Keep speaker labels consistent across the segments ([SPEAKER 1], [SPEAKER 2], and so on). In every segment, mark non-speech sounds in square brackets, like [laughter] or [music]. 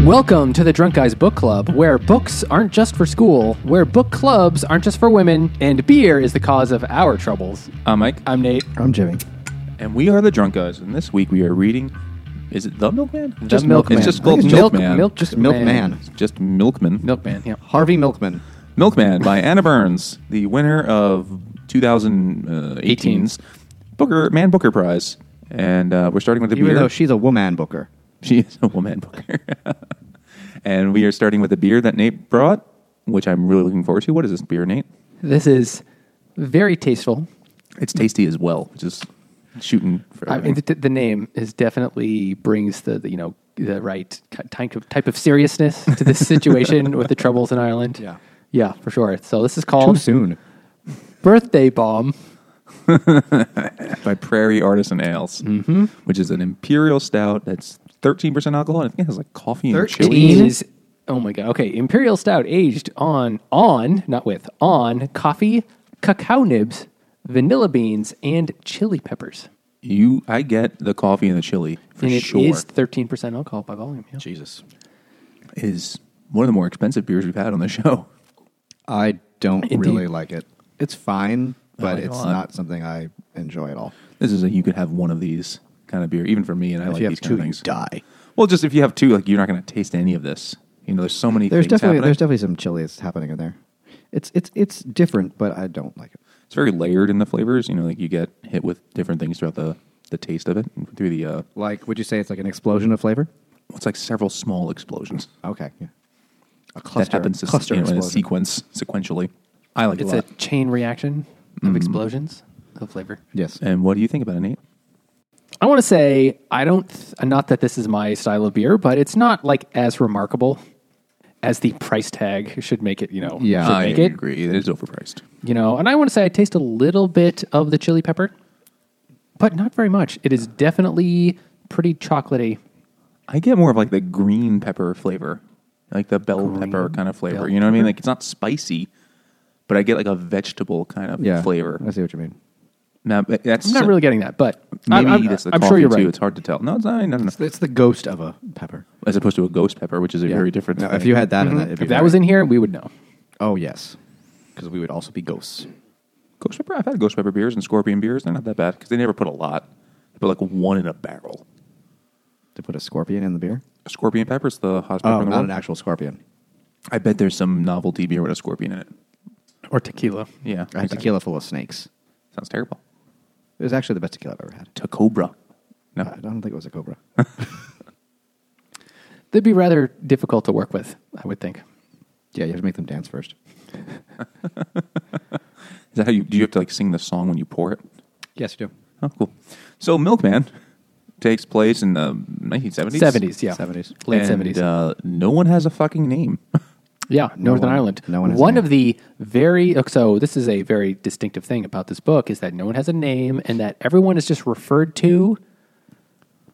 [SPEAKER 1] Welcome to the Drunk Guys Book Club, where books aren't just for school, where book clubs aren't just for women, and beer is the cause of our troubles.
[SPEAKER 2] I'm Uh, Mike,
[SPEAKER 1] I'm Nate.
[SPEAKER 3] I'm Jimmy.
[SPEAKER 2] and we are the Drunk Guys, and this week we are reading. Is it the Milkman?
[SPEAKER 1] Just Milkman.
[SPEAKER 2] It's just
[SPEAKER 3] I think
[SPEAKER 2] called
[SPEAKER 3] it's
[SPEAKER 1] Milk-
[SPEAKER 2] Milkman.
[SPEAKER 1] Milk-
[SPEAKER 3] Just Milkman.
[SPEAKER 2] It's just Milkman.
[SPEAKER 1] Milkman, yeah.
[SPEAKER 3] Harvey Milkman.
[SPEAKER 2] Milkman by Anna Burns, the winner of 2018's Booker Man Booker Prize, and uh, we're starting with the
[SPEAKER 3] Even
[SPEAKER 2] beer. [laughs]
[SPEAKER 3] though she's a woman booker.
[SPEAKER 2] She is a woman booker, [laughs] and we are starting with the beer that Nate brought, which I'm really looking forward to. What is this beer, Nate?
[SPEAKER 1] This is very tasteful.
[SPEAKER 2] It's tasty as well, which is shooting. For
[SPEAKER 1] I mean, the, the name is definitely brings the, the, you know the right ki- type of type of seriousness to this
[SPEAKER 3] [laughs]
[SPEAKER 1] situation with the troubles in Ireland.
[SPEAKER 3] Yeah.
[SPEAKER 1] yeah, for sure. So this is
[SPEAKER 3] Too
[SPEAKER 1] called
[SPEAKER 3] soon.
[SPEAKER 1] Birthday Bomb.
[SPEAKER 2] by Prairie Artisan Ales, mm-hmm. which is an imperial stout that's 13% alcohol. And I think it has like coffee and chili.
[SPEAKER 3] 13?
[SPEAKER 1] It is oh my god. Okay, Imperial Stout aged on on not with on coffee, cacao nibs, vanilla beans, and chili peppers.
[SPEAKER 2] You, I get the coffee and the chili for
[SPEAKER 1] and it
[SPEAKER 2] sure.
[SPEAKER 1] is thirteen percent alcohol by volume. Yeah.
[SPEAKER 2] Jesus, it is one of the more expensive beers we've had on the show.
[SPEAKER 3] I don't
[SPEAKER 1] Indeed.
[SPEAKER 3] really like it. It's fine, but
[SPEAKER 2] my
[SPEAKER 3] it's
[SPEAKER 2] God.
[SPEAKER 3] not something I enjoy at all.
[SPEAKER 2] This is a you could have one of these kind of beer, even for me, and I
[SPEAKER 3] If
[SPEAKER 2] like
[SPEAKER 3] you
[SPEAKER 2] these
[SPEAKER 3] have
[SPEAKER 2] kind
[SPEAKER 3] two,
[SPEAKER 2] of
[SPEAKER 3] you
[SPEAKER 2] things.
[SPEAKER 3] die.
[SPEAKER 2] Well, just if you have two, like you're not going to taste any of this. You know, there's so many
[SPEAKER 3] There's
[SPEAKER 2] things
[SPEAKER 3] definitely
[SPEAKER 2] happening.
[SPEAKER 3] there's definitely some chili that's happening in there. It's it's it's different, but I don't like it.
[SPEAKER 2] it's very layered in the flavors. You know, like you get hit with different things throughout the the taste of it through the. uh
[SPEAKER 3] Like, would you say it's like an explosion of flavor?
[SPEAKER 2] It's like several small explosions.
[SPEAKER 3] Okay. Yeah. A cluster.
[SPEAKER 2] that happens to,
[SPEAKER 3] cluster
[SPEAKER 2] you know, in a
[SPEAKER 3] explosion.
[SPEAKER 2] sequence sequentially. I like
[SPEAKER 1] It's
[SPEAKER 2] it a
[SPEAKER 1] a
[SPEAKER 2] lot. Mm-hmm.
[SPEAKER 1] chain reaction of explosions of flavor.
[SPEAKER 3] Yes.
[SPEAKER 2] and what do you think about it, Nate?
[SPEAKER 1] I want to say I don't. Th- not that this is my style of beer, but it's not like as remarkable as the price tag should make it. You know,
[SPEAKER 3] Yeah,
[SPEAKER 1] should
[SPEAKER 2] I
[SPEAKER 1] make it.
[SPEAKER 2] agree. It is overpriced.
[SPEAKER 1] You know, and I want to say I taste a little bit of the chili pepper, but not very much. It is definitely pretty chocolatey.
[SPEAKER 2] I get more of like the green pepper flavor, like the bell pepper kind of flavor.
[SPEAKER 1] bell
[SPEAKER 2] You know what I mean? Like it's not spicy, but I get like a vegetable kind of
[SPEAKER 3] yeah.
[SPEAKER 2] flavor.
[SPEAKER 3] I see what you mean.
[SPEAKER 2] Now but that's
[SPEAKER 1] I'm not really getting that, but
[SPEAKER 2] Maybe
[SPEAKER 1] I'm, I'm,
[SPEAKER 2] that's the
[SPEAKER 1] I'm
[SPEAKER 2] coffee
[SPEAKER 1] sure you're
[SPEAKER 2] too.
[SPEAKER 1] right.
[SPEAKER 2] It's hard to tell. No, it's not. No, no, no.
[SPEAKER 3] It's the ghost of a pepper.
[SPEAKER 2] As opposed to a ghost pepper, which is a
[SPEAKER 3] Yeah.
[SPEAKER 2] very different.
[SPEAKER 3] No,
[SPEAKER 2] thing.
[SPEAKER 3] if you had that in that, it'd
[SPEAKER 1] Mm-hmm.
[SPEAKER 3] be
[SPEAKER 1] if that
[SPEAKER 3] very-
[SPEAKER 1] was in here, we would know.
[SPEAKER 3] Oh yes, because we would also be ghosts.
[SPEAKER 2] ghost pepper, I've had ghost pepper beers and scorpion beers. They're not that bad because they never put a lot. They put like one in a barrel.
[SPEAKER 3] To put a scorpion in the beer?
[SPEAKER 2] Scorpion pepper's the hottest pepper
[SPEAKER 3] Oh,
[SPEAKER 2] in the
[SPEAKER 3] not
[SPEAKER 2] world.
[SPEAKER 3] an actual scorpion.
[SPEAKER 2] I bet there's some novelty beer with a scorpion in it.
[SPEAKER 1] Or tequila.
[SPEAKER 2] Yeah,
[SPEAKER 3] I had tequila full of snakes.
[SPEAKER 2] Sounds terrible.
[SPEAKER 3] It was actually the best tequila I've ever had.
[SPEAKER 2] To Cobra. No,
[SPEAKER 3] I don't think it was a [laughs] cobra.
[SPEAKER 1] They'd be rather difficult to work with, I would think.
[SPEAKER 3] yeah, you have to make them dance first.
[SPEAKER 2] is that how you do? You have to like sing the song when you pour it.
[SPEAKER 3] Yes, you do.
[SPEAKER 2] Oh, cool. So Milkman takes place in the 1970s.
[SPEAKER 1] 70s, yeah.
[SPEAKER 3] 70s.
[SPEAKER 1] Late
[SPEAKER 2] And,
[SPEAKER 1] 70s.
[SPEAKER 2] Uh, no one has a fucking name.
[SPEAKER 1] Yeah, Northern
[SPEAKER 3] one-
[SPEAKER 1] Ireland.
[SPEAKER 3] no one has a
[SPEAKER 1] one
[SPEAKER 3] name.
[SPEAKER 1] of the very oh, so this is a very distinctive thing about this book is that no one has a name and that everyone is just referred to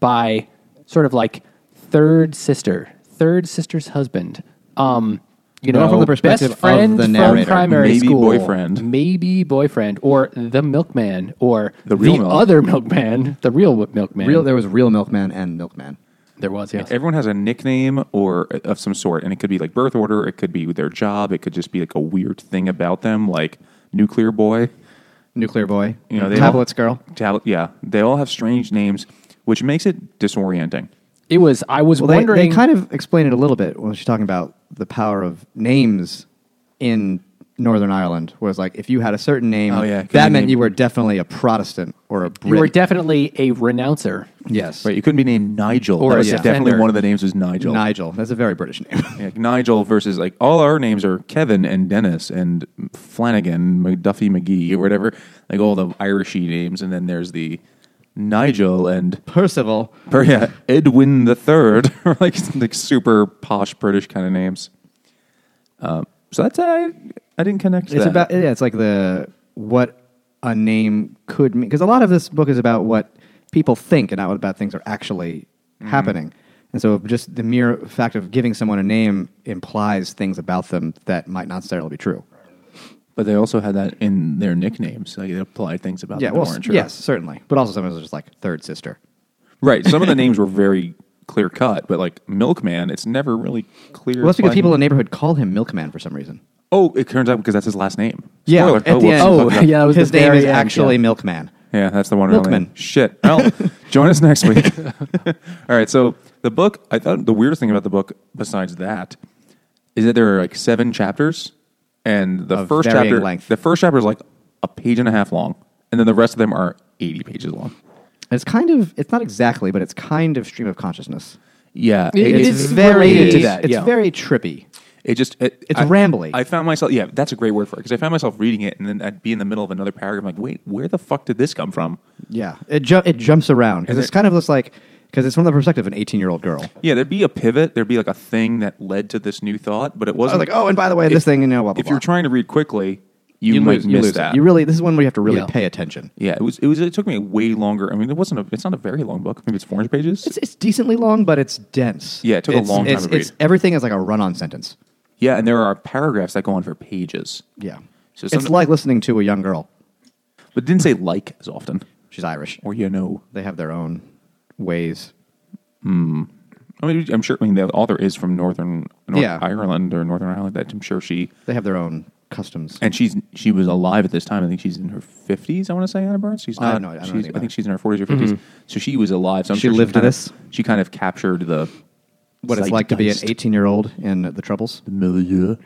[SPEAKER 1] by sort of like third sister, third sister's husband. Um, you
[SPEAKER 3] Not
[SPEAKER 1] know,
[SPEAKER 3] from the perspective
[SPEAKER 1] best friend
[SPEAKER 3] of the
[SPEAKER 1] from
[SPEAKER 3] narrator.
[SPEAKER 1] primary
[SPEAKER 2] Maybe
[SPEAKER 1] school,
[SPEAKER 2] boyfriend.
[SPEAKER 1] maybe boyfriend, or the milkman, or
[SPEAKER 2] The real milk.
[SPEAKER 1] other milkman, the real milkman.
[SPEAKER 3] Real, there was real milkman and milkman.
[SPEAKER 1] there was yes.
[SPEAKER 2] Everyone has a nickname or uh, of some sort, and it could be like birth order, it could be their job, it could just be like a weird thing about them, like nuclear boy.
[SPEAKER 3] Nuclear boy.
[SPEAKER 2] You know, they
[SPEAKER 3] tablets
[SPEAKER 2] all,
[SPEAKER 3] girl.
[SPEAKER 2] Tablet, yeah, they all have strange names, which makes it disorienting.
[SPEAKER 1] it was. I was
[SPEAKER 3] Well, they,
[SPEAKER 1] wondering.
[SPEAKER 3] they kind of explained it a little bit when she's talking about the power of names in Northern Ireland. Whereas, like, if you had a certain name,
[SPEAKER 2] Oh, yeah, 'cause
[SPEAKER 3] that
[SPEAKER 2] your
[SPEAKER 3] meant
[SPEAKER 2] name-
[SPEAKER 3] you were definitely a Protestant or a Brit.
[SPEAKER 1] you were definitely a renouncer.
[SPEAKER 3] yes,
[SPEAKER 2] Right, you couldn't be named Nigel.
[SPEAKER 1] Or
[SPEAKER 2] That
[SPEAKER 1] a
[SPEAKER 2] was
[SPEAKER 1] defender.
[SPEAKER 2] definitely one of the names was Nigel.
[SPEAKER 3] Nigel. That's a very British name. [laughs]
[SPEAKER 2] Like Nigel versus like all our names are Kevin and Dennis and Flanagan, McDuffie McGee or whatever, like all the Irishy names, and then there's the Nigel and
[SPEAKER 3] Percival.
[SPEAKER 2] or, yeah, Edwin the Third, [laughs] or like like super posh British kind of names. Um, so that's I I didn't connect. to
[SPEAKER 3] It's
[SPEAKER 2] that.
[SPEAKER 3] about yeah. It's like the what a name could mean because a lot of this book is about what people think and not what about things are actually happening. And so, just the mere fact of giving someone a name implies things about them that might not necessarily be true.
[SPEAKER 2] but they also had that in their nicknames. Like they applied things about
[SPEAKER 3] Yeah,
[SPEAKER 2] them that
[SPEAKER 3] well,
[SPEAKER 2] weren't true.
[SPEAKER 3] yes, certainly, but also sometimes it's just like third sister.
[SPEAKER 2] right. Some of the names were very clear cut, but like Milkman, it's never really clear.
[SPEAKER 3] Well, that's because
[SPEAKER 2] fun.
[SPEAKER 3] people in the neighborhood call him Milkman for some reason.
[SPEAKER 2] Oh, it turns out because that's his last name.
[SPEAKER 3] Yeah,
[SPEAKER 2] Spoiler.
[SPEAKER 3] at the
[SPEAKER 2] whoops.
[SPEAKER 3] end.
[SPEAKER 1] Oh,
[SPEAKER 3] [laughs]
[SPEAKER 1] yeah, that was
[SPEAKER 3] his
[SPEAKER 1] the
[SPEAKER 3] name
[SPEAKER 1] very
[SPEAKER 3] is
[SPEAKER 1] end,
[SPEAKER 3] actually
[SPEAKER 1] yeah.
[SPEAKER 3] Milkman.
[SPEAKER 2] Yeah, that's the one. and only.
[SPEAKER 3] Milkman.
[SPEAKER 2] Shit.
[SPEAKER 3] [laughs]
[SPEAKER 2] Well, join us next week. [laughs] All right. So the book. I thought the weirdest thing about the book, besides that, is that there are like seven chapters, and the
[SPEAKER 3] Of
[SPEAKER 2] first
[SPEAKER 3] varying
[SPEAKER 2] chapter,
[SPEAKER 3] length.
[SPEAKER 2] the first chapter is like a page and a half long, and then the rest of them are eighty pages long.
[SPEAKER 3] It's kind of it's not exactly, but it's kind of stream of consciousness.
[SPEAKER 2] Yeah,
[SPEAKER 1] It- it
[SPEAKER 3] It's
[SPEAKER 1] is
[SPEAKER 3] very
[SPEAKER 1] related to that,
[SPEAKER 3] it's
[SPEAKER 1] yeah.
[SPEAKER 3] very trippy.
[SPEAKER 2] It just it,
[SPEAKER 3] It's
[SPEAKER 2] I-
[SPEAKER 3] rambly.
[SPEAKER 2] I found myself yeah, that's a great word for it because I found myself reading it and then I'd be in the middle of another paragraph like, wait, where the fuck did this come from?
[SPEAKER 3] Yeah, it ju- it jumps around because
[SPEAKER 2] And
[SPEAKER 3] it's
[SPEAKER 2] it-
[SPEAKER 3] kind of looks like because it's from the perspective of an eighteen year old girl.
[SPEAKER 2] Yeah, there'd be a pivot, there'd be like a thing that led to this new thought, but it
[SPEAKER 3] I was
[SPEAKER 2] wasn't
[SPEAKER 3] like, oh, and by the way, this thing, you know, blah blah.
[SPEAKER 2] if you're
[SPEAKER 3] blah.
[SPEAKER 2] trying to read quickly, you,
[SPEAKER 3] you
[SPEAKER 2] might
[SPEAKER 3] lose,
[SPEAKER 2] miss
[SPEAKER 3] you lose
[SPEAKER 2] that.
[SPEAKER 3] It. You really this is one where you have to really
[SPEAKER 1] Yeah.
[SPEAKER 3] pay attention.
[SPEAKER 2] yeah, it was it was it took me way longer. I mean, it wasn't a it's not a very long book. Maybe it's four hundred pages.
[SPEAKER 3] It's, it's decently long, but it's dense.
[SPEAKER 2] Yeah, it took a
[SPEAKER 3] It's-
[SPEAKER 2] long time
[SPEAKER 3] it's-
[SPEAKER 2] to read.
[SPEAKER 3] it's- everything is like a run on sentence.
[SPEAKER 2] yeah, and there are paragraphs that go on for pages.
[SPEAKER 3] Yeah,
[SPEAKER 2] So
[SPEAKER 3] it's
[SPEAKER 2] some-
[SPEAKER 3] like listening to a young girl.
[SPEAKER 2] But it didn't say like as often.
[SPEAKER 3] She's Irish.
[SPEAKER 2] Or you know.
[SPEAKER 3] They have their own ways.
[SPEAKER 2] I mean, I'm sure. I mean, the author is from Northern North
[SPEAKER 3] Yeah.
[SPEAKER 2] Ireland or Northern Ireland. That I'm sure she
[SPEAKER 3] They have their own customs.
[SPEAKER 2] and she's she was alive at this time. I think she's in her fifties. I want to say Anna Burns. She's
[SPEAKER 3] I
[SPEAKER 2] not.
[SPEAKER 3] have no idea. I don't know
[SPEAKER 2] she's-
[SPEAKER 3] anything about
[SPEAKER 2] think
[SPEAKER 3] her.
[SPEAKER 2] she's in her forties or 50s So she was alive. So I'm
[SPEAKER 3] Mm-hmm. She
[SPEAKER 2] sure
[SPEAKER 3] lived
[SPEAKER 2] kind
[SPEAKER 3] this?
[SPEAKER 2] Of, she kind of captured the
[SPEAKER 3] What it's like to be an
[SPEAKER 2] zeitgeist.
[SPEAKER 3] eighteen year old in the Troubles.
[SPEAKER 2] milieu.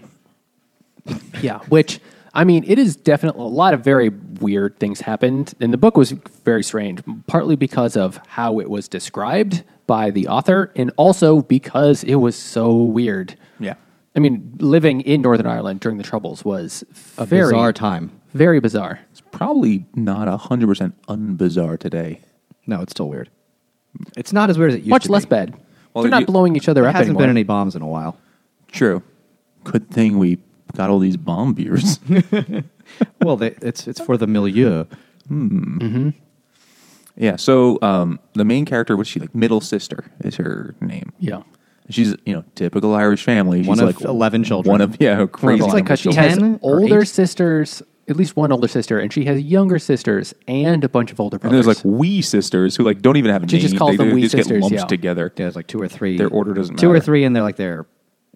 [SPEAKER 1] Yeah, which I mean, it is definitely a lot of very weird things happened, and the book was very strange, partly because of how it was described by the author, and also because it was so weird.
[SPEAKER 2] Yeah.
[SPEAKER 1] I mean, living in Northern Ireland during the Troubles was a very
[SPEAKER 3] bizarre time.
[SPEAKER 1] very bizarre.
[SPEAKER 2] It's probably not hundred percent unbizarre today.
[SPEAKER 3] No, it's still weird. It's not as weird as it used
[SPEAKER 1] Much
[SPEAKER 3] to
[SPEAKER 1] less
[SPEAKER 3] be.
[SPEAKER 1] bad.
[SPEAKER 2] Well,
[SPEAKER 1] They're not
[SPEAKER 2] you-
[SPEAKER 1] blowing each other
[SPEAKER 3] There
[SPEAKER 1] up
[SPEAKER 3] hasn't
[SPEAKER 1] anymore.
[SPEAKER 3] been any bombs in a while.
[SPEAKER 2] True. Good thing we got all these bomb beers.
[SPEAKER 3] [laughs] well, they, it's it's for the milieu.
[SPEAKER 2] yeah. So um, the main character, what's she like? Middle sister is her name.
[SPEAKER 1] yeah,
[SPEAKER 2] She's you know typical Irish family. She's
[SPEAKER 3] One of
[SPEAKER 2] like
[SPEAKER 3] 11 children.
[SPEAKER 2] One of yeah, crazy.
[SPEAKER 1] it's
[SPEAKER 3] Well,
[SPEAKER 1] like
[SPEAKER 2] number of
[SPEAKER 1] because she
[SPEAKER 2] children.
[SPEAKER 1] has
[SPEAKER 3] 10 or
[SPEAKER 1] older
[SPEAKER 3] 8?
[SPEAKER 1] sisters, at least one older sister, and she has younger sisters and a bunch of older
[SPEAKER 2] And
[SPEAKER 1] brothers.
[SPEAKER 2] there's like we sisters who like don't even have a
[SPEAKER 1] She
[SPEAKER 2] name.
[SPEAKER 1] just calls
[SPEAKER 2] they,
[SPEAKER 1] them
[SPEAKER 2] they
[SPEAKER 1] we
[SPEAKER 2] just get
[SPEAKER 1] sisters,
[SPEAKER 2] lumped
[SPEAKER 1] yeah.
[SPEAKER 2] together.
[SPEAKER 3] There's like two or three.
[SPEAKER 2] Their order doesn't
[SPEAKER 3] Two or
[SPEAKER 2] matter.
[SPEAKER 3] three, and they're like their